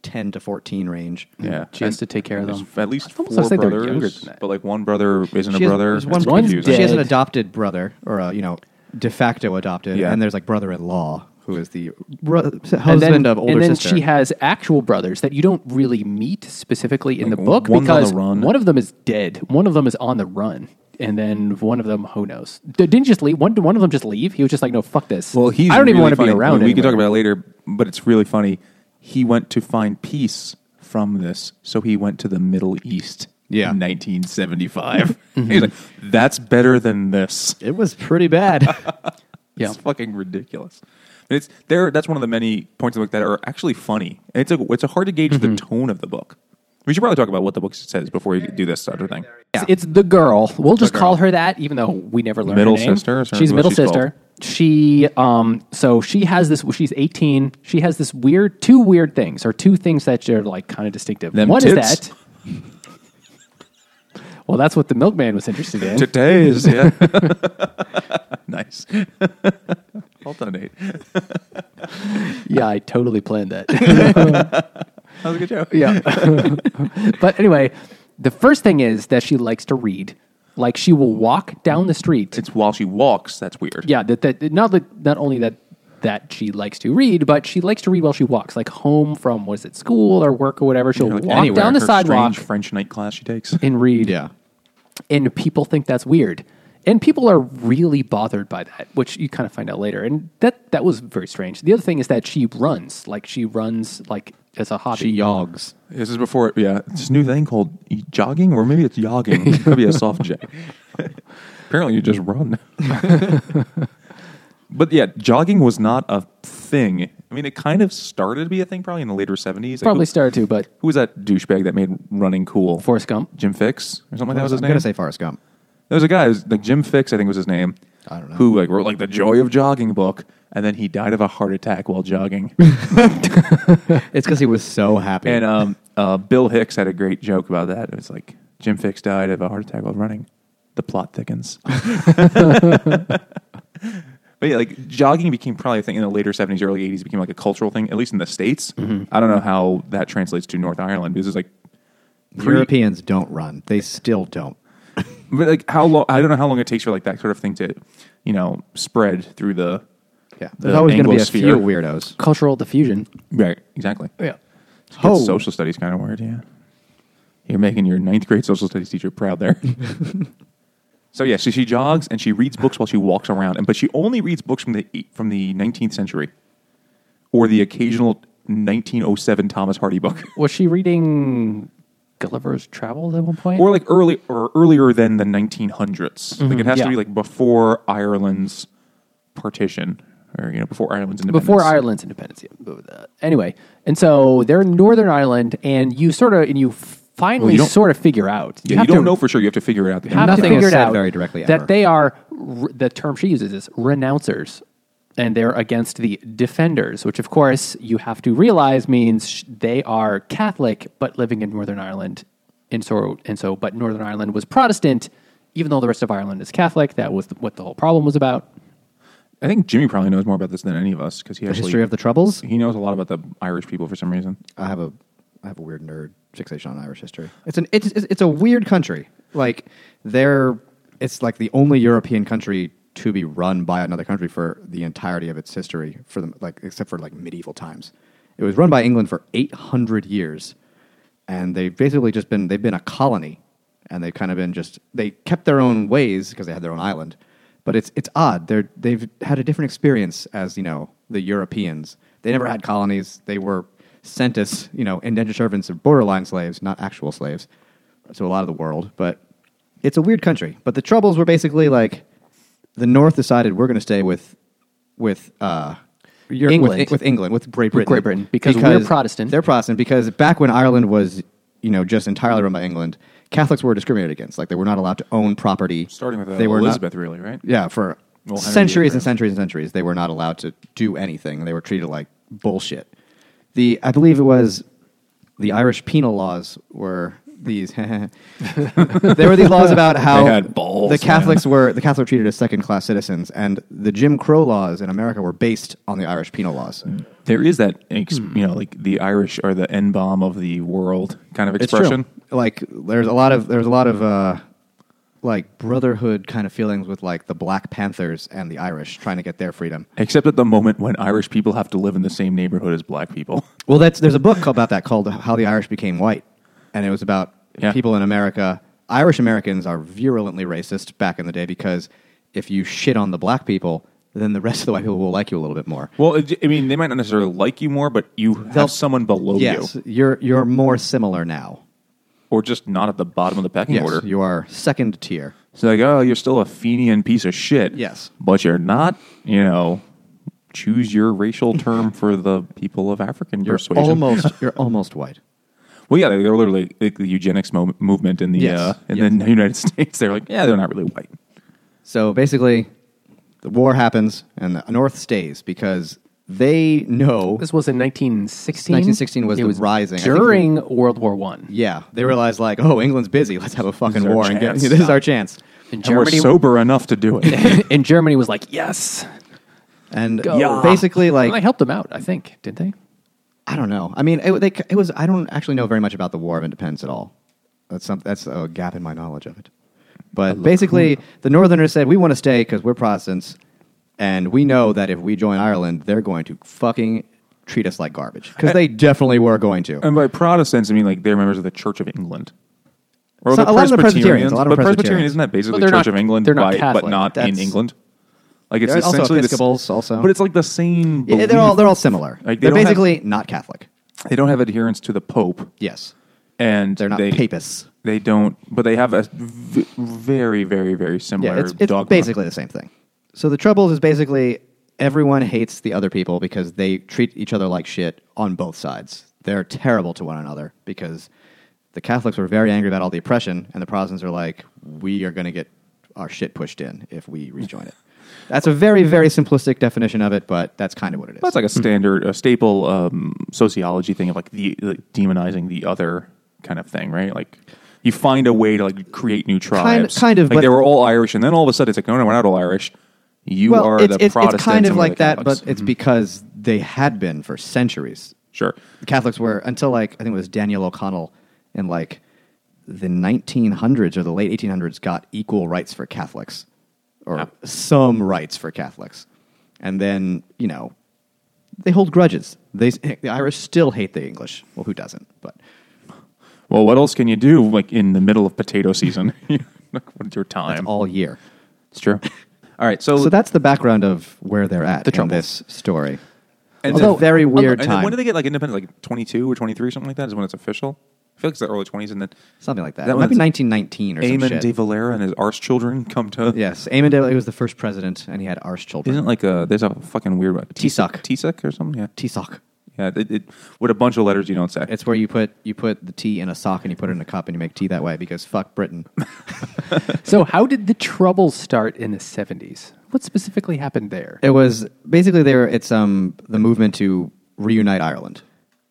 [SPEAKER 3] ten to fourteen range.
[SPEAKER 2] Yeah,
[SPEAKER 1] She has to take care of
[SPEAKER 2] There's
[SPEAKER 1] them.
[SPEAKER 2] At least
[SPEAKER 1] I
[SPEAKER 2] four
[SPEAKER 1] almost think they're
[SPEAKER 2] brothers,
[SPEAKER 1] younger than that.
[SPEAKER 2] but like one brother isn't
[SPEAKER 3] She
[SPEAKER 2] a
[SPEAKER 3] has,
[SPEAKER 2] brother.
[SPEAKER 3] there's one,
[SPEAKER 2] It's
[SPEAKER 1] one's
[SPEAKER 2] confusing.
[SPEAKER 3] she has an
[SPEAKER 1] dead.
[SPEAKER 3] adopted brother, or a, you know, de facto adopted,
[SPEAKER 2] Yeah.
[SPEAKER 3] and there's like brother-in-law who is the bro-
[SPEAKER 1] and
[SPEAKER 3] husband
[SPEAKER 1] then,
[SPEAKER 3] of older
[SPEAKER 1] and then
[SPEAKER 3] sister.
[SPEAKER 1] she has actual brothers that you don't really meet specifically in
[SPEAKER 2] Like,
[SPEAKER 1] the book
[SPEAKER 2] one's on the
[SPEAKER 1] because
[SPEAKER 2] run.
[SPEAKER 1] one of them is dead, one of them is on the run, and then one of them who knows? They didn't just leave. One one of them just leave. He was just like, no, fuck this.
[SPEAKER 2] Well, he's
[SPEAKER 1] I don't even
[SPEAKER 2] really
[SPEAKER 1] want to be
[SPEAKER 2] funny.
[SPEAKER 1] around.
[SPEAKER 2] We can talk
[SPEAKER 1] anywhere.
[SPEAKER 2] about it later, but it's really funny. He went to find peace from this, so he went to the Middle East.
[SPEAKER 3] Yeah.
[SPEAKER 2] in 1975. He's like, that's better than this.
[SPEAKER 3] it was
[SPEAKER 1] [laughs]
[SPEAKER 3] pretty bad.
[SPEAKER 1] Yeah.
[SPEAKER 2] It's fucking ridiculous. And it's there. That's one of the many points in the book that are actually funny. And it's a, it's a hard to gauge
[SPEAKER 1] Mm-hmm.
[SPEAKER 2] the tone of the book. We should probably talk about what the book says before we do this sort of thing.
[SPEAKER 1] It's- It's the girl. We'll just call her that, even though we never learned
[SPEAKER 2] Middle
[SPEAKER 1] her name.
[SPEAKER 2] sister is her-
[SPEAKER 1] She's
[SPEAKER 2] what
[SPEAKER 1] middle
[SPEAKER 2] she's called.
[SPEAKER 1] sister. She um so she has this she's 18. She has this weird two weird things or two things that are like kind of distinctive.
[SPEAKER 2] Them
[SPEAKER 1] One is
[SPEAKER 2] tits.
[SPEAKER 1] that Well, that's what the milkman was interested in.
[SPEAKER 2] Today's, yeah. [laughs] nice. [laughs] well done, Nate. That
[SPEAKER 1] Yeah, I totally planned that. [laughs]
[SPEAKER 2] was a good joke.
[SPEAKER 1] yeah. [laughs] but anyway, the first thing is that she likes to read. Like she will walk down the street
[SPEAKER 2] It's while she walks. That's weird.
[SPEAKER 1] yeah that, that not that not only that that she likes to read but she likes to read while she walks like home from was it school or work or whatever she'll
[SPEAKER 2] Like
[SPEAKER 1] walk
[SPEAKER 2] anywhere,
[SPEAKER 1] down the
[SPEAKER 2] her
[SPEAKER 1] sidewalk
[SPEAKER 2] strange French night class she takes.
[SPEAKER 1] and read
[SPEAKER 3] yeah,
[SPEAKER 1] and people think that's weird and people are really bothered by that which you kind of find out later and that that was very strange the other thing is that she runs like she runs like as a hobby
[SPEAKER 3] she yogs.
[SPEAKER 2] This is before, yeah. It's this new thing called jogging, or maybe it's jogging. It could be a soft J. Apparently, you just run. [laughs] but yeah, jogging was not a thing. I mean, it kind of started to be a thing probably in the later 70s. Like,
[SPEAKER 1] probably
[SPEAKER 2] who,
[SPEAKER 1] started to but
[SPEAKER 2] who was that douchebag that made running cool?
[SPEAKER 1] Forrest Gump
[SPEAKER 2] Jim Fix or something like that was his
[SPEAKER 3] I'm
[SPEAKER 2] name?
[SPEAKER 3] gonna say Forrest Gump.
[SPEAKER 2] There was a guy, it was like Jim Fix, I think was his name.
[SPEAKER 3] I don't know.
[SPEAKER 2] Who like wrote like the Joy of Jogging book, and then he died of a heart attack while jogging.
[SPEAKER 3] It's because he was so happy.
[SPEAKER 2] and um, uh, Bill Hicks had a great joke about that. It was like Jim Fix died of a heart attack while running. The plot thickens. but [laughs] But yeah, like jogging became probably a thing in the later seventies, early eighties became like a cultural thing, at least in the states. I don't know how that translates to North Ireland because it's like, Pre-
[SPEAKER 3] Europeans don't run. They still don't.
[SPEAKER 2] but like how long? I don't know how long it takes for like that sort of thing to, you know, spread through the.
[SPEAKER 3] Yeah.
[SPEAKER 2] the
[SPEAKER 3] There's always going to be a
[SPEAKER 2] Anglosphere.
[SPEAKER 3] few weirdos.
[SPEAKER 1] Cultural diffusion.
[SPEAKER 2] Right. Exactly.
[SPEAKER 1] Yeah.
[SPEAKER 3] Oh.
[SPEAKER 2] That's social studies kind of weird, yeah. You're making your ninth grade social studies teacher proud there. so yeah, so she jogs and she reads books while she walks around, and but she only reads books from the e, from the 19th century, or the occasional 1907 Thomas Hardy book, [laughs]
[SPEAKER 1] Was she reading Gulliver's Travels at one point?
[SPEAKER 2] or like early or earlier than the 1900s. Like it has to
[SPEAKER 1] yeah.
[SPEAKER 2] be like before Ireland's partition, or you know before Ireland's independence.
[SPEAKER 1] before Ireland's independence. yeah. Uh, Anyway, and so they're in Northern Ireland, and you sort of and you finally
[SPEAKER 2] Well, you don't-
[SPEAKER 1] sort of figure out.
[SPEAKER 2] yeah, you,
[SPEAKER 1] have
[SPEAKER 2] don't
[SPEAKER 1] to-
[SPEAKER 2] know for sure. You have to figure it out.
[SPEAKER 1] have
[SPEAKER 3] Nothing
[SPEAKER 1] to
[SPEAKER 3] is
[SPEAKER 1] figure it
[SPEAKER 3] said
[SPEAKER 1] out
[SPEAKER 3] very directly ever.
[SPEAKER 1] that they are r- the term she uses is renouncers and they're against the defenders which of course you have to realize means sh- they are catholic but living in northern ireland and so and so but northern ireland was protestant even though the rest of ireland is catholic that was what the whole problem was about
[SPEAKER 2] I think Jimmy probably knows more about this than any of us because he
[SPEAKER 3] The
[SPEAKER 2] actually
[SPEAKER 3] history of the Troubles.
[SPEAKER 2] He knows a lot about the Irish people for some reason.
[SPEAKER 3] I have a I have a weird nerd fixation on Irish history. It's an it's it's it's a weird country. Like they're it's like the only European country to be run by another country for the entirety of its history for the like except for like medieval times. It was run by England for 800 years and they've basically just been they've been a colony and they've kind of been just they kept their own ways because they had their own island but it's it's odd they're they've had a different experience as you know the europeans they never had colonies they were sent as you know indentured servants or borderline slaves not actual slaves to a lot of the world but it's a weird country but the troubles were basically like the north decided we're going to stay with with uh Europe- with-
[SPEAKER 1] England.
[SPEAKER 3] with, England, with Great Britain,
[SPEAKER 1] Great Britain, because we're Protestant.
[SPEAKER 3] They're Protestant because back when Ireland was, you know, just entirely run by England, Catholics were discriminated against. Like they were not allowed to own property.
[SPEAKER 2] Starting with uh,
[SPEAKER 3] they were not-
[SPEAKER 2] Elizabeth, really, right?
[SPEAKER 3] yeah, for
[SPEAKER 2] Well, Henry
[SPEAKER 3] centuries
[SPEAKER 2] VIII.
[SPEAKER 3] and centuries and centuries, they were not allowed to do anything. They were treated like bullshit. The I believe it was the Irish penal laws were these. [laughs] there were these laws about
[SPEAKER 2] [laughs]
[SPEAKER 3] how
[SPEAKER 2] They had balls,
[SPEAKER 3] the Catholics were the Catholics were treated as second class citizens, and the Jim Crow laws in America were based on the Irish penal laws.
[SPEAKER 2] There is that, ex- you know, like the Irish are the N bomb of the world kind of expression.
[SPEAKER 3] It's true. Like there's a lot of there's a lot of uh, like brotherhood kind of feelings with like the Black Panthers and the Irish trying to get their freedom.
[SPEAKER 2] Except at the moment when Irish people have to live in the same neighborhood as black people.
[SPEAKER 3] Well, that's there's a book about that called "How the Irish Became White," and it was about
[SPEAKER 2] Yeah.
[SPEAKER 3] people in America. Irish Americans are virulently racist back in the day because if you shit on the black people, then the rest of the white people will like you a little bit more.
[SPEAKER 2] [laughs] Well, it, I mean, they might not necessarily like you more, but you
[SPEAKER 3] They'll-
[SPEAKER 2] have someone below
[SPEAKER 3] yes,
[SPEAKER 2] you,
[SPEAKER 3] you're you're more similar now.
[SPEAKER 2] or just not at the bottom of the pecking
[SPEAKER 3] Yes,
[SPEAKER 2] order.
[SPEAKER 3] you are second tier.
[SPEAKER 2] So like, oh, you're still a Fenian piece of shit.
[SPEAKER 3] Yes.
[SPEAKER 2] but you're not. You know, choose your racial term for the people of African
[SPEAKER 3] You're
[SPEAKER 2] persuasion.
[SPEAKER 3] almost you're almost white.
[SPEAKER 2] Well, yeah, they were literally like the eugenics mo- movement in the
[SPEAKER 3] Yes.
[SPEAKER 2] uh, in the [laughs] United States. They're like, yeah, they're not really white.
[SPEAKER 3] So basically, the war happens and the North stays because they know.
[SPEAKER 1] this was in 1916
[SPEAKER 3] 1916 was
[SPEAKER 1] It
[SPEAKER 3] the rising. I think
[SPEAKER 1] during world war one
[SPEAKER 3] Yeah, they realize like, oh, England's busy. Let's have a fucking
[SPEAKER 2] This is our
[SPEAKER 3] war and get
[SPEAKER 2] chance.
[SPEAKER 3] [laughs] this is our chance.
[SPEAKER 1] and
[SPEAKER 2] And we're
[SPEAKER 1] germany, [laughs]
[SPEAKER 2] sober enough to do it.
[SPEAKER 1] and germany was like yes
[SPEAKER 3] And
[SPEAKER 1] go.
[SPEAKER 3] basically, like,
[SPEAKER 1] And they helped them out i think did they
[SPEAKER 3] I don't know. I mean, it, they, it was. I don't actually know very much about the War of Independence at all. That's some, that's a gap in my knowledge of it. But basically, the Northerners said we want to stay because we're Protestants, and we know that if we join Ireland, they're going to fucking treat us like garbage because they definitely were going to.
[SPEAKER 2] [laughs] and by Protestants, I mean like they're members of the Church of England. Or
[SPEAKER 3] So- a lot of the Presbyterians, a lot of
[SPEAKER 2] but Presbyterian
[SPEAKER 3] Presbyterians.
[SPEAKER 2] isn't that basically
[SPEAKER 1] But they're not-
[SPEAKER 2] Church of England,
[SPEAKER 1] they're not
[SPEAKER 2] by-
[SPEAKER 1] Catholic.
[SPEAKER 2] but not in
[SPEAKER 3] That's-
[SPEAKER 2] England. Like it's
[SPEAKER 3] They're also
[SPEAKER 2] essentially the s-
[SPEAKER 3] Episcopals also.
[SPEAKER 2] but it's like the same.
[SPEAKER 3] Yeah, they're
[SPEAKER 2] belief.
[SPEAKER 3] all they're all similar.
[SPEAKER 2] Like, they
[SPEAKER 3] they are
[SPEAKER 2] don't have-
[SPEAKER 3] basically not Catholic.
[SPEAKER 2] They don't have adherence to the Pope,
[SPEAKER 3] Yes,
[SPEAKER 2] and
[SPEAKER 3] they're not
[SPEAKER 2] they,
[SPEAKER 3] papists.
[SPEAKER 2] They don't, but they have a v- very, very, very similar
[SPEAKER 3] Yeah, it's, it's
[SPEAKER 2] dogma.
[SPEAKER 3] basically the same thing. So the troubles is basically everyone hates the other people because they treat each other like shit on both sides. They're terrible to one another because the Catholics were very angry about all the oppression, and the Protestants are like, we are going to get our shit pushed in if we rejoin it. That's a very, very simplistic definition of it, but that's kind of what it is.
[SPEAKER 2] That's like a standard, a staple um, sociology thing of like the like demonizing the other kind of thing, right? Like you find a way to like create new tribes.
[SPEAKER 3] kind of,
[SPEAKER 2] like
[SPEAKER 3] but-
[SPEAKER 2] they were all Irish, and then all of a sudden it's like, no, no, we're not all Irish. You
[SPEAKER 3] well,
[SPEAKER 2] are
[SPEAKER 3] it's,
[SPEAKER 2] the
[SPEAKER 3] it's,
[SPEAKER 2] Protestant.
[SPEAKER 3] it's kind of
[SPEAKER 2] and we're
[SPEAKER 3] like
[SPEAKER 2] the
[SPEAKER 3] that,
[SPEAKER 2] Catholics.
[SPEAKER 3] but it's because they had been for centuries.
[SPEAKER 2] sure.
[SPEAKER 3] Catholics were until like I think it was Daniel O'Connell in like the 1900s or the late 1800s got equal rights for Catholics or
[SPEAKER 2] Yeah.
[SPEAKER 3] some rights for Catholics, and then you know they hold grudges. They [laughs] the Irish still hate the English. Well, who doesn't? But
[SPEAKER 2] Well, what else can you do? Like in the middle of potato season, [laughs] like, what's your time?
[SPEAKER 3] that's all year.
[SPEAKER 2] It's true. All right, so,
[SPEAKER 3] So that's the background of where they're at in
[SPEAKER 2] trouble.
[SPEAKER 3] this story.
[SPEAKER 2] and
[SPEAKER 3] it's a very weird
[SPEAKER 2] and then When
[SPEAKER 3] time.
[SPEAKER 2] do they get like independent? Like twenty two or twenty three, something like that, is when it's official. I feel like it's the early twenties, and then
[SPEAKER 3] Something like that.
[SPEAKER 2] That
[SPEAKER 3] it might be
[SPEAKER 2] one's-
[SPEAKER 3] 1919 or some
[SPEAKER 2] Amon
[SPEAKER 3] shit.
[SPEAKER 2] de Valera and his arse children come to.
[SPEAKER 3] yes, Amon de he was the first president, and he had arse children.
[SPEAKER 2] Isn't it like a there's a fucking weird
[SPEAKER 3] Tisak.
[SPEAKER 2] Tisak or something? Yeah,
[SPEAKER 3] T sock.
[SPEAKER 2] yeah. It, it, with a bunch of letters you don't say.
[SPEAKER 3] It's where you put you put the tea in a sock and you put it in a cup and you make tea that way because fuck Britain.
[SPEAKER 1] So, how did the trouble start in the 70s? What specifically happened there?
[SPEAKER 3] it was basically there. It's um the movement to reunite Ireland.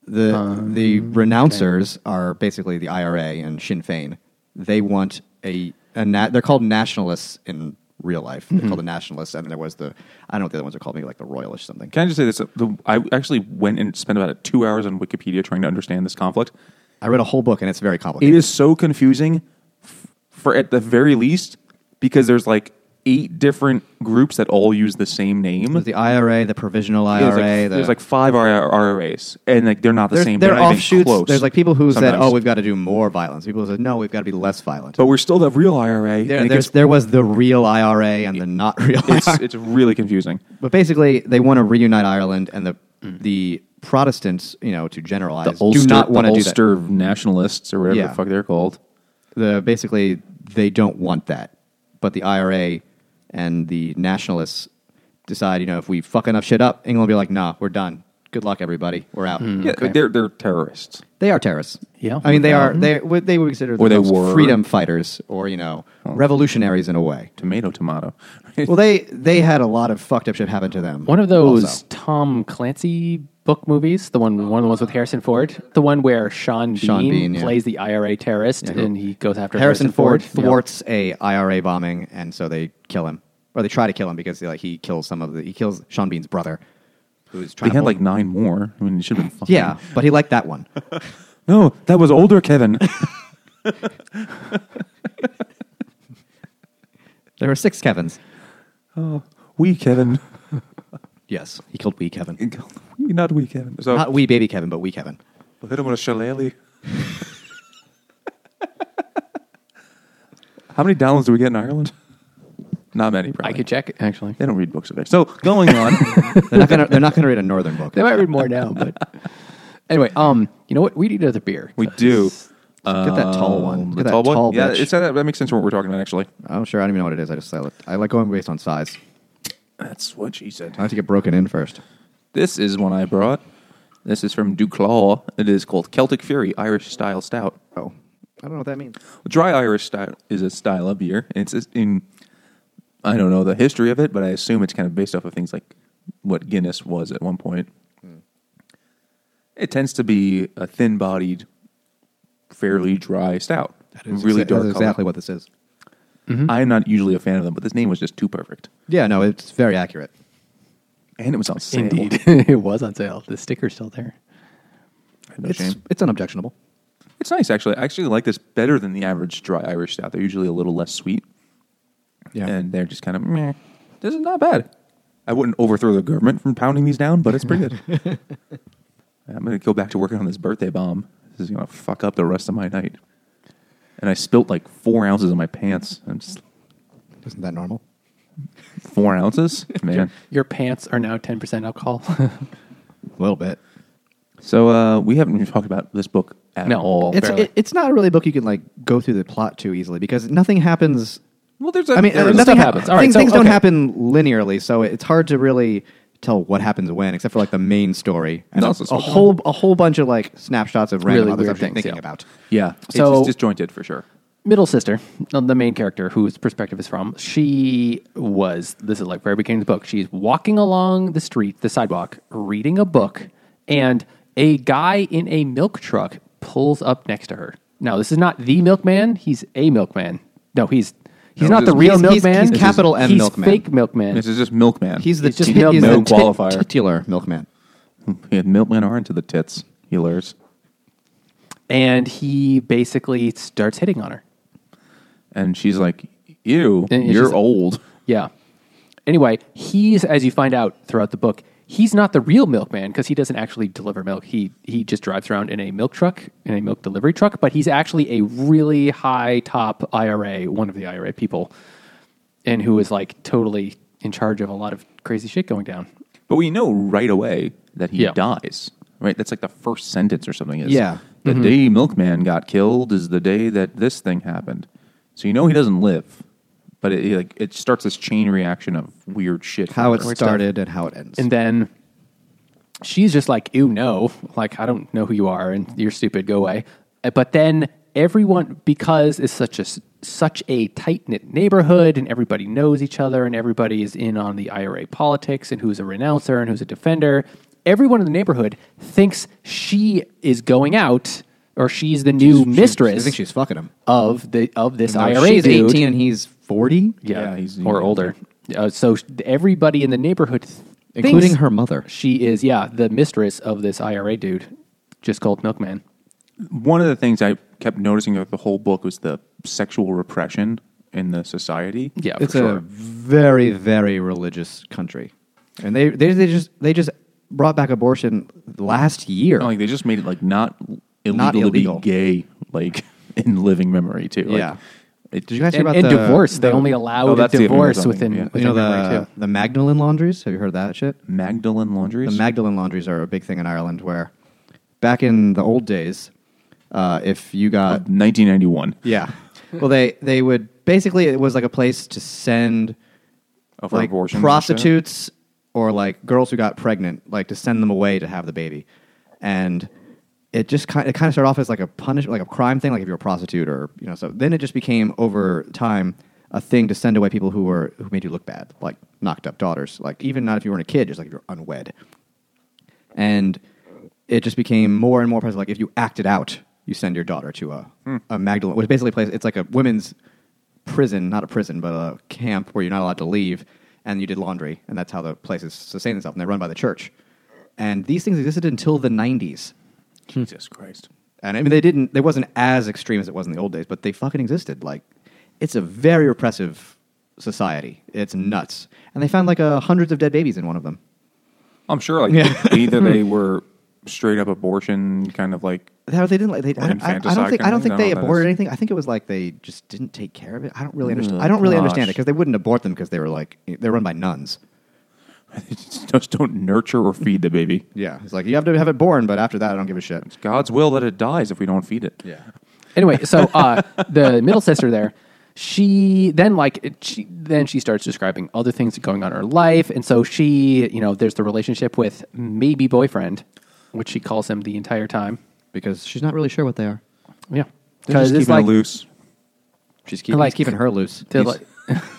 [SPEAKER 3] The the renouncers are basically the IRA and Sinn Fein. They want a, a na- they're called nationalists in real life. They're called the nationalists, and there was the I don't know what the other ones are called, maybe like the royalists or something.
[SPEAKER 2] Can I just say this? The, I actually went and spent about two hours on Wikipedia trying to understand this conflict.
[SPEAKER 3] I read a whole book and it's very
[SPEAKER 2] It
[SPEAKER 3] complicated.
[SPEAKER 2] is so confusing, f- for at the very least, because there's like eight different groups that all use the same name.
[SPEAKER 3] There's the IRA, the provisional
[SPEAKER 2] there's,
[SPEAKER 3] IRA,
[SPEAKER 2] like,
[SPEAKER 3] the,
[SPEAKER 2] there's like five IRAs, and like they're not the
[SPEAKER 3] there's-
[SPEAKER 2] same.
[SPEAKER 3] They're
[SPEAKER 2] they're not even
[SPEAKER 3] offshoots.
[SPEAKER 2] Close
[SPEAKER 3] There's like people who said,
[SPEAKER 2] sometimes.
[SPEAKER 3] "Oh, we've got to do more violence." People who said, "No, we've got to be less violent."
[SPEAKER 2] but we're still the real IRA.
[SPEAKER 3] there,
[SPEAKER 2] and it
[SPEAKER 3] there's,
[SPEAKER 2] gets-
[SPEAKER 3] there was the real IRA and the not real. IRA. [laughs]
[SPEAKER 2] it's, it's really confusing.
[SPEAKER 3] But basically, they want to reunite Ireland, and the the Protestants, you know, to generalize, do not want to do that.
[SPEAKER 2] Mm. Ulster nationalists or whatever
[SPEAKER 3] Yeah.
[SPEAKER 2] the fuck they're called.
[SPEAKER 3] The basically they don't want that, but the IRA and the nationalists decide, you know, if we fuck enough shit up, England will be like, nah, we're done. Good luck, everybody. We're out.
[SPEAKER 2] Yeah, they're they're terrorists.
[SPEAKER 3] They are terrorists.
[SPEAKER 1] Yeah. Mm-hmm.
[SPEAKER 3] I mean, they are. They would they would consider
[SPEAKER 2] Or they
[SPEAKER 3] themselves
[SPEAKER 2] were.
[SPEAKER 3] freedom fighters, or you know,
[SPEAKER 1] Oh.
[SPEAKER 3] revolutionaries in a way.
[SPEAKER 2] Tomato, tomato.
[SPEAKER 3] Well, they they had a lot of fucked up shit happen to them.
[SPEAKER 1] One of those
[SPEAKER 3] also.
[SPEAKER 1] Tom Clancy book movies, the one one of the ones with Harrison Ford, the one where Sean Bean,
[SPEAKER 3] Sean Bean, yeah.
[SPEAKER 1] plays the IRA terrorist
[SPEAKER 3] who-
[SPEAKER 1] and he goes after
[SPEAKER 3] Harrison Ford
[SPEAKER 1] Yep.
[SPEAKER 3] thwarts a IRA bombing, and so they kill him, or they try to kill him because like he kills some of the he kills Sean Bean's brother, who's
[SPEAKER 2] They
[SPEAKER 3] trying to
[SPEAKER 2] had
[SPEAKER 3] hold-
[SPEAKER 2] like nine more. I mean, it should have been fucking.
[SPEAKER 3] yeah, but he liked that one. [laughs]
[SPEAKER 2] No, that was older Kevin. [laughs]
[SPEAKER 3] there were six Kevin's.
[SPEAKER 2] we Kevin. [laughs]
[SPEAKER 3] Yes, he killed wee Kevin,
[SPEAKER 2] We, not we Kevin. So
[SPEAKER 3] [laughs] not wee baby Kevin, but wee Kevin.
[SPEAKER 2] we'll hit him with a shillelagh. [laughs] How many downloads do we get in Ireland? Not many, probably.
[SPEAKER 1] I could check actually.
[SPEAKER 2] They don't read books over there. So going on.
[SPEAKER 3] They're not gonna they're not gonna read a
[SPEAKER 2] [laughs]
[SPEAKER 3] northern book.
[SPEAKER 1] They might read more now, but [laughs] anyway, um, you know what? We need another beer.
[SPEAKER 2] We do. um,
[SPEAKER 3] Get that tall one. Get
[SPEAKER 2] the
[SPEAKER 3] that
[SPEAKER 2] tall one? yeah,
[SPEAKER 3] bitch.
[SPEAKER 2] it's, that, that makes sense for what we're talking about, actually.
[SPEAKER 3] I'm sure I don't even know what it is. I just I like, I like going based on size.
[SPEAKER 2] That's what she said.
[SPEAKER 3] I like to get broken in first.
[SPEAKER 2] This is one I brought. This is from Duclaw. It is called Celtic Fury Irish Style Stout.
[SPEAKER 3] Oh, I don't know what that means.
[SPEAKER 2] Dry Irish style is a style of beer. and It's in I don't know the history of it, but I assume it's kind of based off of things like what Guinness was at one point.
[SPEAKER 3] Hmm.
[SPEAKER 2] It tends to be a thin-bodied, fairly dry stout. really dark.
[SPEAKER 3] exa- That's
[SPEAKER 2] color.
[SPEAKER 3] exactly what Mm-hmm. this is.
[SPEAKER 2] I am not usually a fan of them, but this name was just too perfect,
[SPEAKER 3] Yeah, no, it's very accurate.
[SPEAKER 2] and it was on sale.
[SPEAKER 1] Indeed, [laughs] it was on sale. The sticker's still there.
[SPEAKER 2] No
[SPEAKER 3] it's
[SPEAKER 2] shame.
[SPEAKER 3] it's unobjectionable.
[SPEAKER 2] It's nice actually. I actually like this better than the average dry Irish stout. They're usually a little less sweet.
[SPEAKER 3] Yeah.
[SPEAKER 2] and they're just kind of meh. This is not bad. I wouldn't overthrow the government from pounding these down, but it's pretty
[SPEAKER 3] [laughs]
[SPEAKER 2] good. I'm going to go back to working on this birthday bomb. This is going to fuck up the rest of my night. And I spilt like four ounces of my pants. I'm just,
[SPEAKER 3] Isn't that normal?
[SPEAKER 2] four
[SPEAKER 3] [laughs]
[SPEAKER 2] ounces, man.
[SPEAKER 1] Your pants are now ten percent alcohol. [laughs]
[SPEAKER 3] A little bit.
[SPEAKER 2] So uh, we haven't even talked about this book at
[SPEAKER 1] No.
[SPEAKER 2] all.
[SPEAKER 3] It's
[SPEAKER 1] Barely.
[SPEAKER 3] it, it's not really a book you can like go through the plot too easily because nothing happens.
[SPEAKER 2] well, there's a,
[SPEAKER 3] I mean,
[SPEAKER 2] there
[SPEAKER 3] uh,
[SPEAKER 2] is-
[SPEAKER 3] nothing
[SPEAKER 1] Stuff
[SPEAKER 3] happens.
[SPEAKER 1] happens. All right,
[SPEAKER 3] things
[SPEAKER 1] so-
[SPEAKER 3] things don't
[SPEAKER 1] okay.
[SPEAKER 3] happen linearly, so it's hard to really tell what happens when, except for like the main story and
[SPEAKER 2] No,
[SPEAKER 3] a,
[SPEAKER 2] it's-
[SPEAKER 3] a whole a whole bunch of like snapshots of random
[SPEAKER 1] Really
[SPEAKER 3] other
[SPEAKER 1] weird
[SPEAKER 3] stuff you're
[SPEAKER 1] things,
[SPEAKER 3] thinking
[SPEAKER 1] yeah.
[SPEAKER 3] about.
[SPEAKER 2] yeah, it's
[SPEAKER 1] So-
[SPEAKER 2] just disjointed for sure.
[SPEAKER 1] middle sister, uh, the main character whose perspective is from, she was, this is like very beginning of the book, she's walking along the street, the sidewalk, reading a book, and a guy in a milk truck pulls up next to her. Now, this is not the milkman, he's a milkman. No, he's He's
[SPEAKER 2] No,
[SPEAKER 1] not the
[SPEAKER 2] this-
[SPEAKER 1] real
[SPEAKER 3] He's- he's-
[SPEAKER 1] milkman.
[SPEAKER 3] he's capital M
[SPEAKER 1] He's
[SPEAKER 3] Milkman.
[SPEAKER 1] fake milkman.
[SPEAKER 2] This is just milkman.
[SPEAKER 3] He's the
[SPEAKER 1] He's just
[SPEAKER 3] ti-
[SPEAKER 1] milk-
[SPEAKER 3] [laughs] he's
[SPEAKER 1] no
[SPEAKER 3] the tit-
[SPEAKER 2] qualifier.
[SPEAKER 3] titular milkman.
[SPEAKER 2] he had milkman are into the tits. He lures,
[SPEAKER 1] and he basically starts hitting on her.
[SPEAKER 2] and she's like, "Ew,
[SPEAKER 1] And it's
[SPEAKER 2] you're
[SPEAKER 1] just-
[SPEAKER 2] old."
[SPEAKER 1] Yeah. Anyway, he's as you find out throughout the book, he's not the real milkman because he doesn't actually deliver milk. He he just drives around in a milk truck, in a milk delivery truck, but he's actually a really high top IRA, one of the IRA people, and who is like totally in charge of a lot of crazy shit going down.
[SPEAKER 2] But we know right away that he
[SPEAKER 1] Yeah.
[SPEAKER 2] dies. Right? That's like the first sentence or something. Is
[SPEAKER 3] Yeah.
[SPEAKER 2] The
[SPEAKER 1] Mm-hmm.
[SPEAKER 2] day Milkman got killed is the day that this thing happened. So you know he doesn't live, but it, it, like it starts this chain reaction of weird shit.
[SPEAKER 3] How it
[SPEAKER 1] Weird stuff.
[SPEAKER 3] started and how it ends.
[SPEAKER 1] And then she's just like, ew, no. Like, I don't know who you are and you're stupid. Go away. Uh, But then everyone, because it's such a, s- such a tight knit neighborhood and everybody knows each other and everybody is in on the IRA politics and who's a renouncer and who's a defender, everyone in the neighborhood thinks she is going out or she's the new
[SPEAKER 3] She-
[SPEAKER 1] mistress
[SPEAKER 3] I think she's fucking him.
[SPEAKER 1] of, the, of this
[SPEAKER 3] No,
[SPEAKER 1] IRA
[SPEAKER 3] she's
[SPEAKER 1] dude.
[SPEAKER 3] 18 and he's 40,
[SPEAKER 1] Yeah,
[SPEAKER 2] Yeah, he's-
[SPEAKER 1] or older. Uh, so sh- everybody in the neighborhood, th-
[SPEAKER 3] including
[SPEAKER 1] thinks
[SPEAKER 3] her mother.
[SPEAKER 1] she is yeah the mistress of this IRA dude, just called Milkman.
[SPEAKER 2] One of the things I kept noticing throughout the whole book was the sexual repression in the society.
[SPEAKER 1] Yeah,
[SPEAKER 3] it's uh,
[SPEAKER 1] for
[SPEAKER 3] a
[SPEAKER 1] sure.
[SPEAKER 3] very very religious country, and they, they they just they just brought back abortion last year.
[SPEAKER 1] Oh,
[SPEAKER 2] Like they just made it like not illegal,
[SPEAKER 3] Not illegal.
[SPEAKER 2] to be gay, like [laughs] in living memory too. Like,
[SPEAKER 3] Yeah.
[SPEAKER 2] It,
[SPEAKER 3] Did you guys hear
[SPEAKER 1] And,
[SPEAKER 3] about
[SPEAKER 1] and
[SPEAKER 3] the,
[SPEAKER 1] divorce, they
[SPEAKER 3] the-
[SPEAKER 1] only allowed
[SPEAKER 2] Oh, that's the American
[SPEAKER 1] divorce
[SPEAKER 2] thing,
[SPEAKER 1] within,
[SPEAKER 2] yeah. You
[SPEAKER 1] within
[SPEAKER 3] you know
[SPEAKER 1] memory,
[SPEAKER 3] the
[SPEAKER 1] too.
[SPEAKER 3] the Magdalene laundries. Have you heard of that shit?
[SPEAKER 2] Magdalene laundries?
[SPEAKER 3] The Magdalene laundries are a big thing in Ireland where back in the old days, uh, if you got
[SPEAKER 2] 1991.
[SPEAKER 3] yeah, well they they would basically it was like a place to send
[SPEAKER 2] Of
[SPEAKER 3] like
[SPEAKER 2] abortions and
[SPEAKER 3] prostitutes or like girls who got pregnant, like to send them away to have the baby, and it just kind it kind of started off as like a punish like a crime thing, like if you're a prostitute or you know. So then it just became over time a thing to send away people who were who made you look bad, like knocked up daughters, like even not if you weren't a kid, just like if you're unwed, and it just became more and more present. Like if you acted out, you send your daughter to a a Magdalene, which basically plays. It's like a women's prison, not a prison, but a camp where you're not allowed to leave, and you did laundry, and that's how the places sustain themselves, and they're run by the church. And these things existed until the '90s,
[SPEAKER 2] Jesus Christ.
[SPEAKER 3] and I mean they didn't. They wasn't as extreme as it was in the old days, but they fucking existed. Like it's a very repressive society. It's nuts, and they found like uh, hundreds of dead babies in one of them.
[SPEAKER 2] I'm sure, like e-, either
[SPEAKER 3] Hmm.
[SPEAKER 2] they were straight up abortion, kind of like [laughs]
[SPEAKER 3] How they didn't like they. I, don't- I- I
[SPEAKER 2] infanticide kind of
[SPEAKER 3] don't think. I don't
[SPEAKER 2] thing?
[SPEAKER 3] think
[SPEAKER 2] I don't
[SPEAKER 3] they
[SPEAKER 2] know what that
[SPEAKER 3] aborted
[SPEAKER 2] is.
[SPEAKER 3] anything. I think it was like they just didn't take care of it. I don't really understand.
[SPEAKER 2] Oh,
[SPEAKER 3] I don't really
[SPEAKER 2] gosh.
[SPEAKER 3] understand it because they wouldn't abort them because they were like they're run by nuns.
[SPEAKER 2] just don't nurture or feed the baby.
[SPEAKER 3] Yeah, it's like you have to have it born, but after that, I don't give a shit.
[SPEAKER 2] It's God's will that it dies if we don't feed it.
[SPEAKER 3] Yeah,
[SPEAKER 1] Anyway, so uh,
[SPEAKER 3] [laughs]
[SPEAKER 1] the middle sister there, she then like it- she then she starts describing other things going on in her life, and so she you know there's the relationship with maybe boyfriend, which she calls him the entire time.
[SPEAKER 3] because she's not really sure what they are.
[SPEAKER 1] Yeah,
[SPEAKER 2] They're
[SPEAKER 1] because
[SPEAKER 2] just
[SPEAKER 1] it's
[SPEAKER 2] keeping
[SPEAKER 1] like
[SPEAKER 2] it loose.
[SPEAKER 3] She's keeping,
[SPEAKER 1] Like-
[SPEAKER 3] he's keeping her loose.
[SPEAKER 1] they're
[SPEAKER 3] He's-
[SPEAKER 1] like-